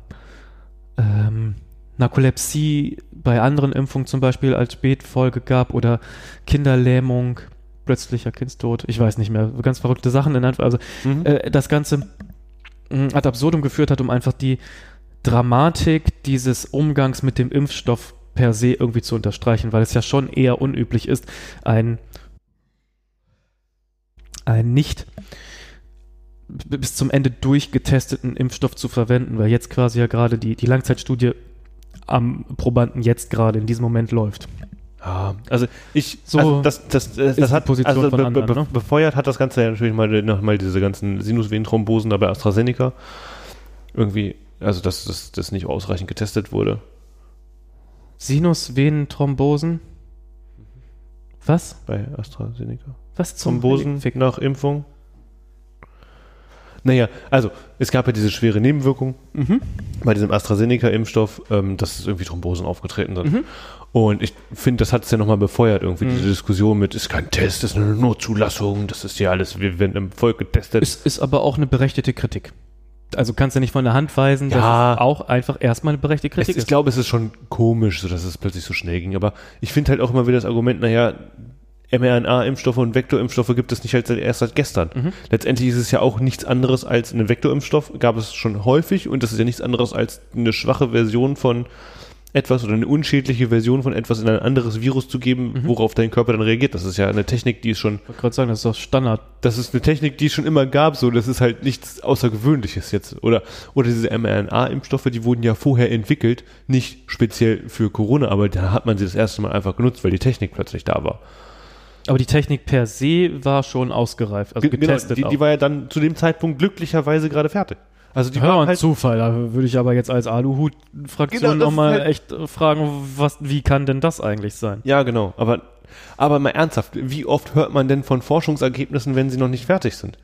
Speaker 4: ähm, Narkolepsie bei anderen Impfungen zum Beispiel als Spätfolge gab oder Kinderlähmung, plötzlicher Kindstod, ich weiß nicht mehr, ganz verrückte Sachen. In Anf- also
Speaker 2: Mhm.
Speaker 4: äh, das Ganze mh, ad absurdum geführt hat, um einfach die Dramatik dieses Umgangs mit dem Impfstoff per se irgendwie zu unterstreichen, weil es ja schon eher unüblich ist, ein, ein nicht b- bis zum Ende durchgetesteten Impfstoff zu verwenden, weil jetzt quasi ja gerade die, die Langzeitstudie am Probanden jetzt gerade in diesem Moment läuft.
Speaker 2: Ja, also ich,
Speaker 4: So
Speaker 2: also das, das, das, das
Speaker 4: die
Speaker 2: hat,
Speaker 4: Position
Speaker 2: also
Speaker 4: von
Speaker 2: be,
Speaker 4: anderen,
Speaker 2: be,
Speaker 4: ne?
Speaker 2: befeuert hat das Ganze ja natürlich mal, nochmal diese ganzen Sinusvenenthrombosen da bei AstraZeneca. Irgendwie, also dass das, das nicht ausreichend getestet wurde.
Speaker 4: Sinusvenenthrombosen. Was?
Speaker 2: Bei AstraZeneca.
Speaker 4: Was zum
Speaker 2: Thrombosen
Speaker 4: Fick?
Speaker 2: nach Impfung. Naja, also es gab ja diese schwere Nebenwirkung
Speaker 4: Mhm.
Speaker 2: bei diesem AstraZeneca-Impfstoff, ähm, dass es irgendwie Thrombosen aufgetreten sind.
Speaker 4: Mhm.
Speaker 2: Und ich finde, das hat es ja nochmal befeuert, irgendwie
Speaker 4: Mhm.
Speaker 2: diese Diskussion mit, ist kein Test, ist eine Notzulassung, das ist ja alles, wir werden im Volk getestet.
Speaker 4: Ist, ist aber auch eine berechtigte Kritik. Also kannst du nicht von der Hand weisen,
Speaker 2: Ja.
Speaker 4: dass es auch einfach erstmal eine berechtigte
Speaker 2: Es,
Speaker 4: Kritik
Speaker 2: ich
Speaker 4: ist.
Speaker 2: glaube, es ist schon komisch, so dass es plötzlich so schnell ging. Aber ich finde halt auch immer wieder das Argument, naja, mRNA-Impfstoffe und Vektorimpfstoffe gibt es nicht halt seit, erst seit gestern.
Speaker 4: Mhm.
Speaker 2: Letztendlich ist es ja auch nichts anderes als einen Vektorimpfstoff, gab es schon häufig und das ist ja nichts anderes als eine schwache Version von etwas oder eine unschädliche Version von etwas in ein anderes Virus zu geben,
Speaker 4: Mhm.
Speaker 2: worauf dein Körper dann reagiert. Das ist ja eine Technik, die es schon,
Speaker 4: Ich wollte gerade sagen, das ist doch Standard.
Speaker 2: das ist eine Technik, die es schon immer gab, so das ist halt nichts Außergewöhnliches jetzt. Oder, oder diese mRNA-Impfstoffe, die wurden ja vorher entwickelt, nicht speziell für Corona, aber da hat man sie das erste Mal einfach genutzt, weil die Technik plötzlich da war.
Speaker 4: Aber die Technik per se war schon ausgereift, also
Speaker 2: Ge- genau,
Speaker 4: getestet
Speaker 2: die, die
Speaker 4: auch.
Speaker 2: war ja dann zu dem Zeitpunkt glücklicherweise gerade fertig. Also die
Speaker 4: ja,
Speaker 2: war
Speaker 4: ein
Speaker 2: halt
Speaker 4: Zufall. Da würde ich aber jetzt als Aluhut-Fraktion
Speaker 2: Genau, das
Speaker 4: nochmal
Speaker 2: ist halt-
Speaker 4: echt äh, fragen, was, wie kann denn das eigentlich sein?
Speaker 2: Ja, genau. Aber, aber mal ernsthaft, wie oft hört man denn von Forschungsergebnissen, wenn sie noch nicht fertig sind?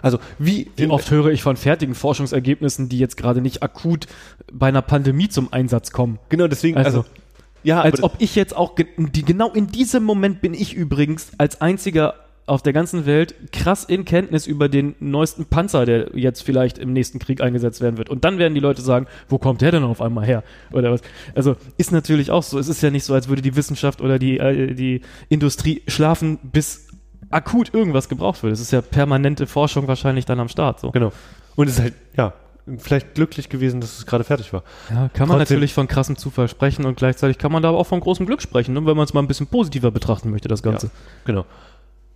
Speaker 2: Also wie,
Speaker 4: Wie oft höre ich von fertigen Forschungsergebnissen, die jetzt gerade nicht akut bei einer Pandemie zum Einsatz kommen?
Speaker 2: genau deswegen, also,
Speaker 4: Also,
Speaker 2: ja,
Speaker 4: als
Speaker 2: aber,
Speaker 4: ob ich jetzt auch, ge die, genau in diesem Moment bin ich übrigens als einziger auf der ganzen Welt krass in Kenntnis über den neuesten Panzer, der jetzt vielleicht im nächsten Krieg eingesetzt werden wird. Und dann werden die Leute sagen, wo kommt der denn auf einmal her? Oder was? Also ist natürlich auch so. Es ist ja nicht so, als würde die Wissenschaft oder die, äh, die Industrie schlafen, bis akut irgendwas gebraucht wird. Es ist ja permanente Forschung wahrscheinlich dann am Start. So.
Speaker 2: genau. Und es ist halt, ja, vielleicht glücklich gewesen, dass es gerade fertig war.
Speaker 4: Ja, kann man
Speaker 2: Trotzdem-
Speaker 4: natürlich von krassem Zufall sprechen und gleichzeitig kann man da aber auch von großem Glück sprechen, ne? wenn man es mal ein bisschen positiver betrachten möchte, das Ganze.
Speaker 2: Genau.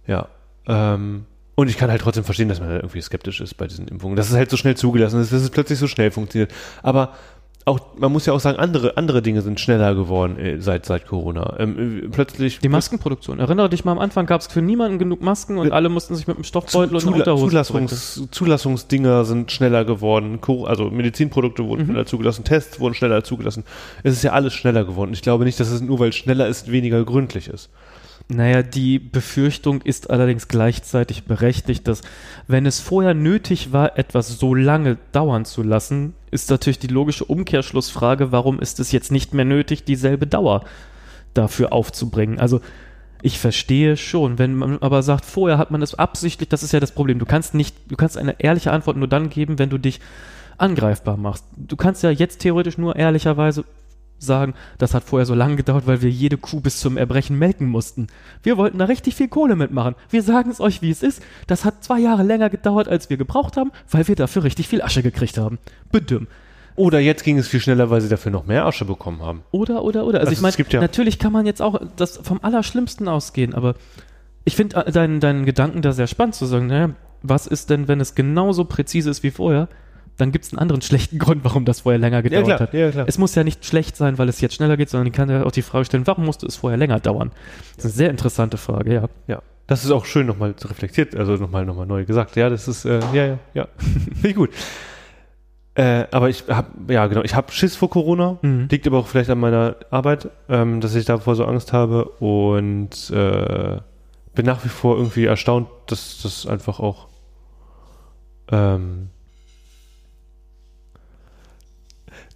Speaker 2: Ja. Ähm, und ich kann halt trotzdem verstehen, dass man da irgendwie skeptisch ist bei diesen Impfungen. Dass es halt so schnell zugelassen ist, dass es plötzlich so schnell funktioniert. Aber auch, man muss ja auch sagen, andere, andere Dinge sind schneller geworden äh, seit, seit Corona. Ähm, äh, plötzlich
Speaker 4: Die Maskenproduktion. Erinnere dich mal, am Anfang gab es für niemanden genug Masken und
Speaker 2: Ja.
Speaker 4: alle mussten sich mit einem Stoffbeutel und
Speaker 2: Zula-
Speaker 4: einer Unterhose zurück-
Speaker 2: Zulassungs, Zulassungsdinger sind schneller geworden, Co- also Medizinprodukte wurden
Speaker 4: Mhm.
Speaker 2: schneller zugelassen, Tests wurden schneller zugelassen. Es ist ja alles schneller geworden. Ich glaube nicht, dass es nur weil es schneller ist, weniger gründlich ist.
Speaker 4: Naja, die Befürchtung ist allerdings gleichzeitig berechtigt, dass wenn es vorher nötig war, etwas so lange dauern zu lassen, ist natürlich die logische Umkehrschlussfrage, warum ist es jetzt nicht mehr nötig, dieselbe Dauer dafür aufzubringen? Also ich verstehe schon, wenn man aber sagt, vorher hat man es absichtlich, das ist ja das Problem. Du kannst nicht, du kannst eine ehrliche Antwort nur dann geben, wenn du dich angreifbar machst. Du kannst ja jetzt theoretisch nur ehrlicherweise sagen, das hat vorher so lange gedauert, weil wir jede Kuh bis zum Erbrechen melken mussten. Wir wollten da richtig viel Kohle mitmachen. Wir sagen es euch, wie es ist. Das hat zwei Jahre länger gedauert, als wir gebraucht haben, weil wir dafür richtig viel Asche gekriegt haben. Bedümm.
Speaker 2: Oder jetzt ging es viel schneller, weil sie dafür noch mehr Asche bekommen haben.
Speaker 4: Oder, oder, oder. Also,
Speaker 2: Also
Speaker 4: ich meine,
Speaker 2: es gibt ja-
Speaker 4: natürlich kann man jetzt auch das vom Allerschlimmsten ausgehen, aber ich finde äh, deinen, deinen Gedanken da sehr spannend zu sagen, naja, was ist denn, wenn es genauso präzise ist wie vorher? Dann gibt es einen anderen schlechten Grund, warum das vorher länger gedauert hat.
Speaker 2: ja, klar.
Speaker 4: Es muss ja nicht schlecht sein, weil es jetzt schneller geht, sondern ich kann ja auch die Frage stellen, warum musste es vorher länger dauern? Das ist eine sehr interessante Frage, ja.
Speaker 2: ja. Das ist auch schön nochmal reflektiert, also nochmal noch mal neu gesagt. Ja, das ist, äh, ja, ja, ja. Finde ich gut. Äh, aber ich habe, ja genau, ich habe Schiss vor Corona.
Speaker 4: Mhm.
Speaker 2: Liegt aber auch vielleicht an meiner Arbeit, ähm, dass ich davor so Angst habe und äh, bin nach wie vor irgendwie erstaunt, dass das einfach auch ähm,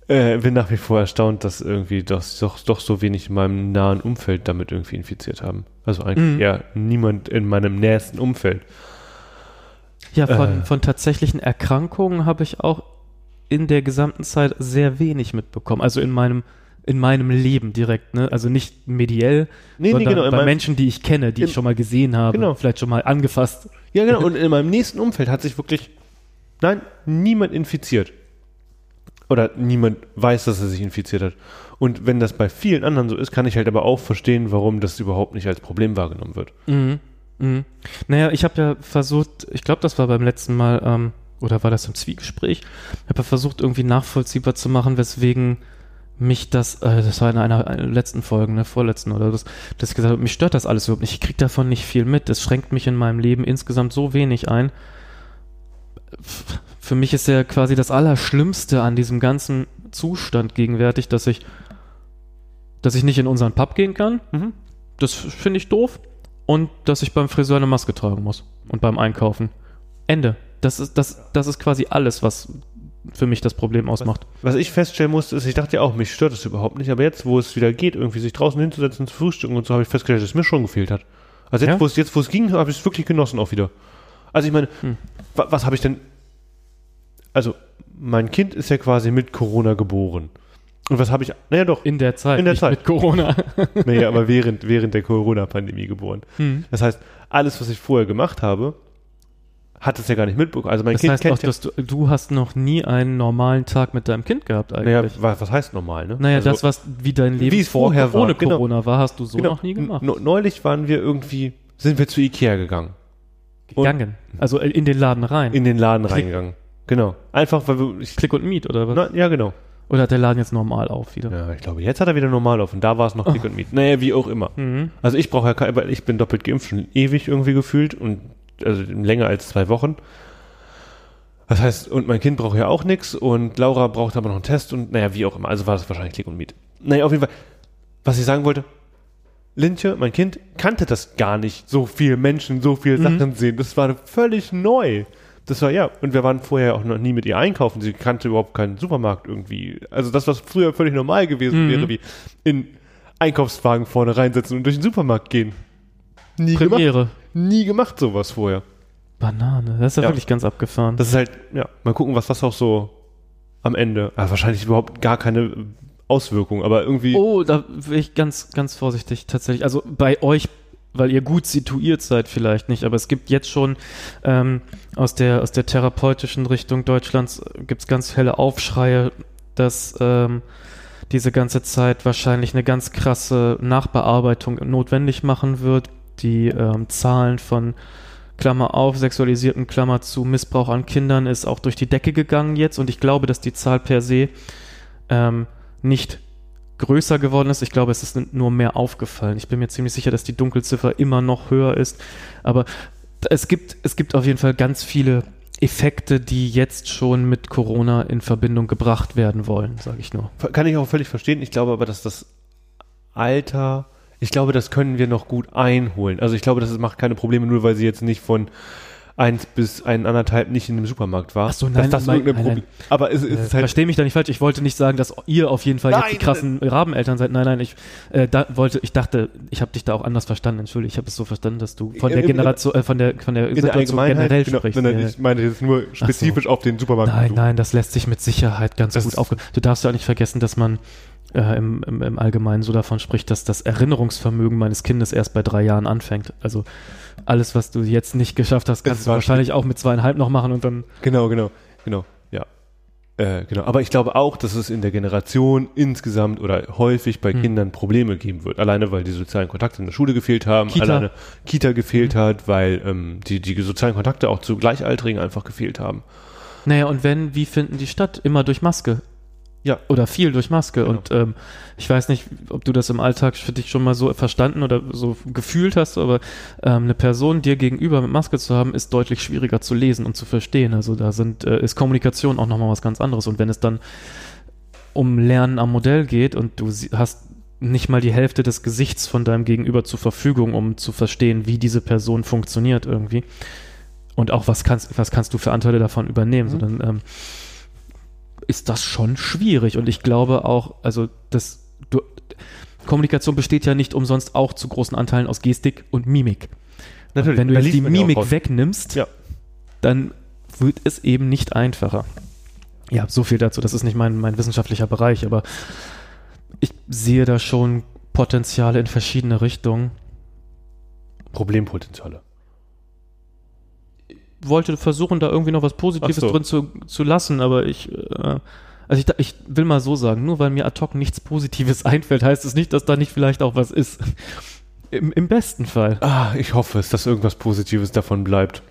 Speaker 2: äh, bin nach wie vor erstaunt, dass irgendwie das doch, doch so wenig in meinem nahen Umfeld damit irgendwie infiziert haben. Also eigentlich
Speaker 4: Mhm.
Speaker 2: eher niemand in meinem nächsten Umfeld.
Speaker 4: Ja, von,
Speaker 2: Äh.
Speaker 4: von tatsächlichen Erkrankungen habe ich auch in der gesamten Zeit sehr wenig mitbekommen. Also in meinem, in meinem Leben direkt, ne? Also nicht mediell,
Speaker 2: Nee, genau,
Speaker 4: sondern
Speaker 2: in
Speaker 4: bei
Speaker 2: meinem-
Speaker 4: Menschen, die ich kenne, die
Speaker 2: in-
Speaker 4: ich schon mal gesehen habe,
Speaker 2: Genau.
Speaker 4: vielleicht schon mal angefasst.
Speaker 2: Ja, genau. Und in meinem nächsten Umfeld hat sich wirklich, nein, niemand infiziert. Oder niemand weiß, dass er sich infiziert hat. Und wenn das bei vielen anderen so ist, kann ich halt aber auch verstehen, warum das überhaupt nicht als Problem wahrgenommen wird.
Speaker 4: Mhm. Mhm. Naja, ich habe ja versucht, ich glaube, das war beim letzten Mal, ähm, oder war das im Zwiegespräch, ich habe ja versucht, irgendwie nachvollziehbar zu machen, weswegen mich das, äh, das war in einer, einer letzten Folge, ne, vorletzten oder das, dass ich gesagt habe, mich stört das alles überhaupt nicht, ich kriege davon nicht viel mit, es schränkt mich in meinem Leben insgesamt so wenig ein. F- Für mich ist ja quasi das Allerschlimmste an diesem ganzen Zustand gegenwärtig, dass ich, dass ich nicht in unseren Pub gehen kann. Das finde ich doof und dass ich beim Friseur eine Maske tragen muss und beim Einkaufen. Ende. Das ist, das, das ist quasi alles, was für mich das Problem ausmacht.
Speaker 2: Was ich feststellen musste, ist, ich dachte ja auch, mich stört das überhaupt nicht, aber jetzt, wo es wieder geht, irgendwie sich draußen hinzusetzen, zu frühstücken und so, habe ich festgestellt, dass mir schon gefehlt hat. Also jetzt,
Speaker 4: Ja?
Speaker 2: wo es, jetzt, wo es ging, habe ich es wirklich genossen auch wieder. Also ich meine,
Speaker 4: Hm.
Speaker 2: wa was habe ich denn? Also, mein Kind ist ja quasi mit Corona geboren. Und was habe ich? Naja, doch,
Speaker 4: In der Zeit,
Speaker 2: In der
Speaker 4: nicht
Speaker 2: Zeit.
Speaker 4: mit Corona.
Speaker 2: naja, aber während, während der Corona-Pandemie geboren.
Speaker 4: Hm.
Speaker 2: Das heißt, alles, was ich vorher gemacht habe, hat es ja gar nicht mitbekommen. Also mein
Speaker 4: Das
Speaker 2: Kind
Speaker 4: heißt auch,
Speaker 2: kennt ja,
Speaker 4: dass du, du hast noch nie einen normalen Tag mit deinem Kind gehabt
Speaker 2: naja,
Speaker 4: eigentlich. Naja,
Speaker 2: wa- was heißt normal, ne? Also-
Speaker 4: das, was wie dein Leben
Speaker 2: wie es
Speaker 4: vor-
Speaker 2: vorher war,
Speaker 4: ohne
Speaker 2: genau.
Speaker 4: Corona war, hast du so
Speaker 2: Genau.
Speaker 4: noch nie gemacht.
Speaker 2: N- Neulich waren wir irgendwie, sind wir zu Ikea gegangen. und-
Speaker 4: Gegangen. Also äh, in den Laden rein.
Speaker 2: In den Laden
Speaker 4: Klick.
Speaker 2: reingegangen. Genau. Einfach, weil wir. Ich,
Speaker 4: Click und Meet oder was?
Speaker 2: na, ja, genau.
Speaker 4: Oder hat der Laden jetzt normal auf wieder?
Speaker 2: Ja, ich glaube, jetzt hat er wieder normal auf und da war es noch Klick und Miet. Naja, wie auch immer.
Speaker 4: Ah. Mhm.
Speaker 2: Also ich brauche ja kein, weil ich bin doppelt geimpft, schon ewig irgendwie gefühlt und also länger als zwei Wochen. Das heißt, und mein Kind braucht ja auch nichts und Laura braucht aber noch einen Test und naja, wie auch immer. Also war das wahrscheinlich Klick und Miet. Naja, auf jeden Fall, was ich sagen wollte, Lintje, mein Kind, kannte das gar nicht, so viel Menschen, so viele Sachen sehen. Das war völlig neu. Das war ja, und wir waren vorher auch noch nie mit ihr einkaufen. Sie kannte überhaupt keinen Supermarkt irgendwie. Also das, was früher völlig normal gewesen wäre, wie in Einkaufswagen vorne reinsetzen und durch den Supermarkt gehen. Nie gemacht,
Speaker 4: Premiere.
Speaker 2: nie gemacht sowas vorher.
Speaker 4: Banane. Das ist ja,
Speaker 2: Ja.
Speaker 4: wirklich ganz abgefahren.
Speaker 2: Das ist halt, ja, mal gucken, was das auch so am Ende. Ah, wahrscheinlich überhaupt gar keine Auswirkung, aber irgendwie.
Speaker 4: Oh, da will ich ganz, ganz vorsichtig tatsächlich. Also bei euch, weil ihr gut situiert seid, vielleicht nicht, aber es gibt jetzt schon ähm, aus, der, aus der therapeutischen Richtung Deutschlands gibt es ganz helle Aufschreie, dass ähm, diese ganze Zeit wahrscheinlich eine ganz krasse Nachbearbeitung notwendig machen wird. Die ähm, Zahlen von Klammer auf, sexualisierten Klammer zu Missbrauch an Kindern ist auch durch die Decke gegangen jetzt und ich glaube, dass die Zahl per se ähm, nicht größer geworden ist. Ich glaube, es ist nur mehr aufgefallen. Ich bin mir ziemlich sicher, dass die Dunkelziffer immer noch höher ist. Aber es gibt, es gibt auf jeden Fall ganz viele Effekte, die jetzt schon mit Corona in Verbindung gebracht werden wollen, sage ich nur.
Speaker 2: Kann ich auch völlig verstehen. Ich glaube aber, dass das Alter, ich glaube, das können wir noch gut einholen. Also ich glaube, das macht keine Probleme, nur weil sie jetzt nicht von eins bis ein anderthalb nicht in einem Supermarkt war.
Speaker 4: Ach so, nein,
Speaker 2: dass das
Speaker 4: nein,
Speaker 2: irgendein
Speaker 4: nein,
Speaker 2: Problem. Aber es, es
Speaker 4: Äh,
Speaker 2: ist halt
Speaker 4: Verstehe mich da nicht falsch. Ich wollte nicht sagen, dass ihr auf jeden Fall
Speaker 2: Nein,
Speaker 4: jetzt die krassen Rabeneltern seid. Nein, nein, ich äh, da wollte, ich dachte, ich habe dich da auch anders verstanden. Entschuldige, ich habe es so verstanden, dass du von der
Speaker 2: Im- im-
Speaker 4: Generation, äh, von der, von der
Speaker 2: in der
Speaker 4: Situation
Speaker 2: Allgemeinheit.
Speaker 4: generell
Speaker 2: genau,
Speaker 4: sprichst.
Speaker 2: sondern
Speaker 4: Ja, ja.
Speaker 2: ich meine jetzt nur spezifisch auf den Supermarkt.
Speaker 4: Nein, nein, das lässt sich mit Sicherheit ganz
Speaker 2: Das
Speaker 4: gut
Speaker 2: ist-
Speaker 4: aufge. Du darfst ja auch nicht vergessen, dass man äh, im, im, im Allgemeinen so davon spricht, dass das Erinnerungsvermögen meines Kindes erst bei drei Jahren anfängt. Also alles, was du jetzt nicht geschafft hast, kannst du
Speaker 2: war
Speaker 4: wahrscheinlich auch mit zweieinhalb noch machen und dann.
Speaker 2: Genau, genau, genau, ja. Äh, genau. Aber ich glaube auch, dass es in der Generation insgesamt oder häufig bei
Speaker 4: Hm.
Speaker 2: Kindern Probleme geben wird. Alleine, weil die sozialen Kontakte in der Schule gefehlt haben,
Speaker 4: Kita. Hm.
Speaker 2: alleine Kita gefehlt hat, weil ähm, die, die sozialen Kontakte auch zu Gleichaltrigen einfach gefehlt haben.
Speaker 4: Naja, und wenn, wie finden die statt? Immer durch Maske.
Speaker 2: Ja.
Speaker 4: Oder viel durch Maske.
Speaker 2: Genau.
Speaker 4: Und ähm, ich weiß nicht, ob du das im Alltag für dich schon mal so verstanden oder so gefühlt hast, aber ähm, eine Person dir gegenüber mit Maske zu haben, ist deutlich schwieriger zu lesen und zu verstehen. Also da sind, äh, ist Kommunikation auch nochmal was ganz anderes. Und wenn es dann um Lernen am Modell geht und du sie- hast nicht mal die Hälfte des Gesichts von deinem Gegenüber zur Verfügung, um zu verstehen, wie diese Person funktioniert irgendwie. Und auch, was kannst, was kannst du für Anteile davon übernehmen?
Speaker 2: Mhm.
Speaker 4: So, dann ähm, ist das schon schwierig. Und ich glaube auch, also das, du, Kommunikation besteht ja nicht umsonst auch zu großen Anteilen aus Gestik und Mimik.
Speaker 2: Natürlich,
Speaker 4: Wenn du
Speaker 2: da
Speaker 4: jetzt
Speaker 2: liest
Speaker 4: die
Speaker 2: man ja auch
Speaker 4: Mimik
Speaker 2: raus.
Speaker 4: wegnimmst,
Speaker 2: Ja.
Speaker 4: dann wird es eben nicht einfacher. Ja, so viel dazu. Das ist nicht mein, mein wissenschaftlicher Bereich, aber ich sehe da schon Potenziale in verschiedene Richtungen.
Speaker 2: Problempotenziale.
Speaker 4: Wollte versuchen, da irgendwie noch was Positives
Speaker 2: Ach so.
Speaker 4: drin zu, zu lassen, aber ich. Äh, also ich, da- ich will mal so sagen, nur weil mir ad hoc nichts Positives einfällt, heißt es nicht, dass da nicht vielleicht auch was ist. Im, im besten Fall.
Speaker 2: Ah, ich hoffe es, dass irgendwas Positives davon bleibt.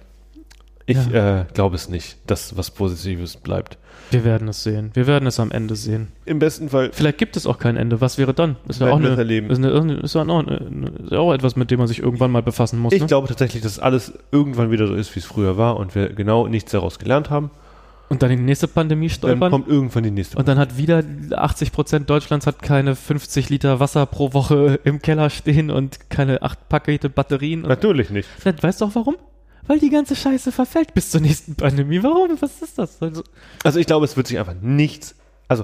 Speaker 2: Ich äh, glaube es nicht, dass was Positives bleibt.
Speaker 4: Wir werden es sehen. Wir werden es am Ende sehen.
Speaker 2: Im besten Fall
Speaker 4: Vielleicht gibt es auch kein Ende. Was wäre dann? Ist ja auch,
Speaker 2: werden wir
Speaker 4: eine,
Speaker 2: es erleben.
Speaker 4: ist eine, ist ja auch, eine, ist ja auch etwas, mit dem man sich irgendwann mal befassen muss.
Speaker 2: Ich
Speaker 4: ne?
Speaker 2: glaube tatsächlich, dass alles irgendwann wieder so ist, wie es früher war und wir genau nichts daraus gelernt haben.
Speaker 4: Und dann in die nächste Pandemie
Speaker 2: Dann
Speaker 4: stolpern.
Speaker 2: kommt irgendwann die nächste.
Speaker 4: Und dann hat wieder 80 Prozent Deutschlands hat keine 50 Liter Wasser pro Woche im Keller stehen und keine 8 Pakete Batterien. Und
Speaker 2: Natürlich nicht.
Speaker 4: Dann weißt du auch warum? Weil die ganze Scheiße verfällt bis zur nächsten Pandemie. Warum? Was ist das? Also,
Speaker 2: Also ich glaube, es wird sich einfach nichts. Also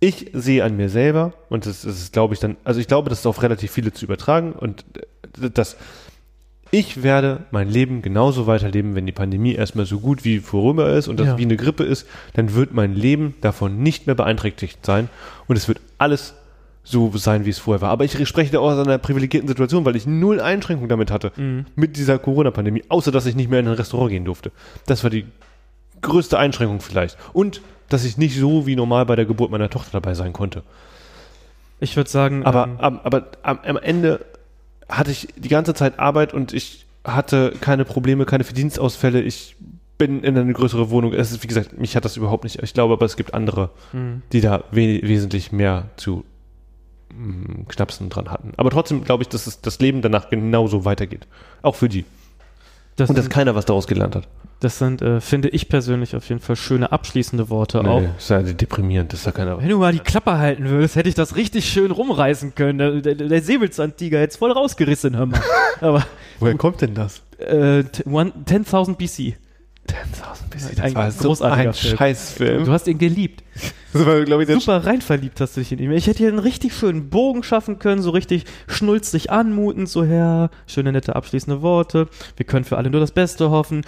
Speaker 2: ich sehe an mir selber und das, das ist, glaube ich, dann. Also ich glaube, das ist auf relativ viele zu übertragen und äh, das. Ich werde mein Leben genauso weiterleben, wenn die Pandemie erstmal so gut wie vorüber ist und das
Speaker 4: Ja.
Speaker 2: wie eine Grippe ist, dann wird mein Leben davon nicht mehr beeinträchtigt sein und es wird alles so sein, wie es vorher war. Aber ich spreche da auch aus einer privilegierten Situation, weil ich null Einschränkungen damit hatte mit dieser Corona-Pandemie, außer dass ich nicht mehr in ein Restaurant gehen durfte. Das war die größte Einschränkung vielleicht. Und dass ich nicht so wie normal bei der Geburt meiner Tochter dabei sein konnte.
Speaker 4: ich würde sagen,
Speaker 2: Aber,
Speaker 4: ähm,
Speaker 2: ab- aber am, am Ende hatte ich die ganze Zeit Arbeit und ich hatte keine Probleme, keine Verdienstausfälle. Ich bin in eine größere Wohnung. Es ist, wie gesagt, mich hat das überhaupt nicht. Ich glaube aber, es gibt andere,
Speaker 4: hm.
Speaker 2: die da we wesentlich mehr zu mm, Knapsen dran hatten. Aber trotzdem glaube ich, dass es, das Leben danach genauso weitergeht. Auch für die.
Speaker 4: das,
Speaker 2: Und dass
Speaker 4: sind,
Speaker 2: keiner was daraus gelernt hat.
Speaker 4: das sind äh, finde ich persönlich auf jeden Fall schöne abschließende Worte auch.
Speaker 2: Nee, ist ja deprimierend, dass da keiner.
Speaker 4: Wenn du mal die Klappe halten würdest, hätte ich das richtig schön rumreißen können. Der, der, der Säbelzahntiger hätte es voll rausgerissen, hör mal. Aber
Speaker 2: Woher kommt denn das?
Speaker 4: äh, t- one- 10.000 BC.
Speaker 2: 10.000 BC, das
Speaker 4: Ein
Speaker 2: war so
Speaker 4: großartiger
Speaker 2: ein
Speaker 4: Film.
Speaker 2: Scheißfilm.
Speaker 4: Du hast ihn geliebt.
Speaker 2: Das war, glaube ich, der
Speaker 4: Super rein verliebt hast du dich in ihn. Ich hätte hier einen richtig schönen Bogen schaffen können, so richtig schnulzig anmutend, so her. Schöne, nette, abschließende Worte. Wir können für alle nur das Beste hoffen.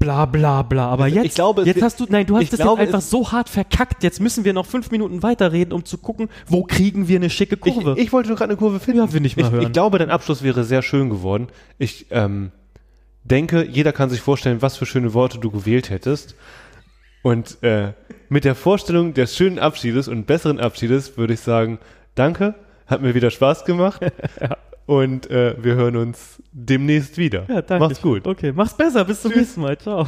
Speaker 4: Bla bla bla. Aber
Speaker 2: Ich
Speaker 4: jetzt,
Speaker 2: glaube, es
Speaker 4: jetzt
Speaker 2: wird-
Speaker 4: hast du, nein, du hast
Speaker 2: ich
Speaker 4: das
Speaker 2: glaube,
Speaker 4: jetzt einfach
Speaker 2: es-
Speaker 4: so hart verkackt. Jetzt müssen wir noch fünf Minuten weiterreden, um zu gucken, wo kriegen wir eine schicke Kurve.
Speaker 2: Ich, ich wollte nur gerade eine Kurve finden.
Speaker 4: Ja, will ich mal
Speaker 2: ich,
Speaker 4: hören.
Speaker 2: ich glaube, dein Abschluss wäre sehr schön geworden. Ich ähm, denke, jeder kann sich vorstellen, was für schöne Worte du gewählt hättest. Und äh, mit der Vorstellung des schönen Abschiedes und besseren Abschiedes würde ich sagen, danke, hat mir wieder Spaß gemacht. Und äh, wir hören uns demnächst wieder.
Speaker 4: Ja, danke.
Speaker 2: Macht's gut.
Speaker 4: Okay, mach's besser. Bis zum nächsten Mal. Ciao.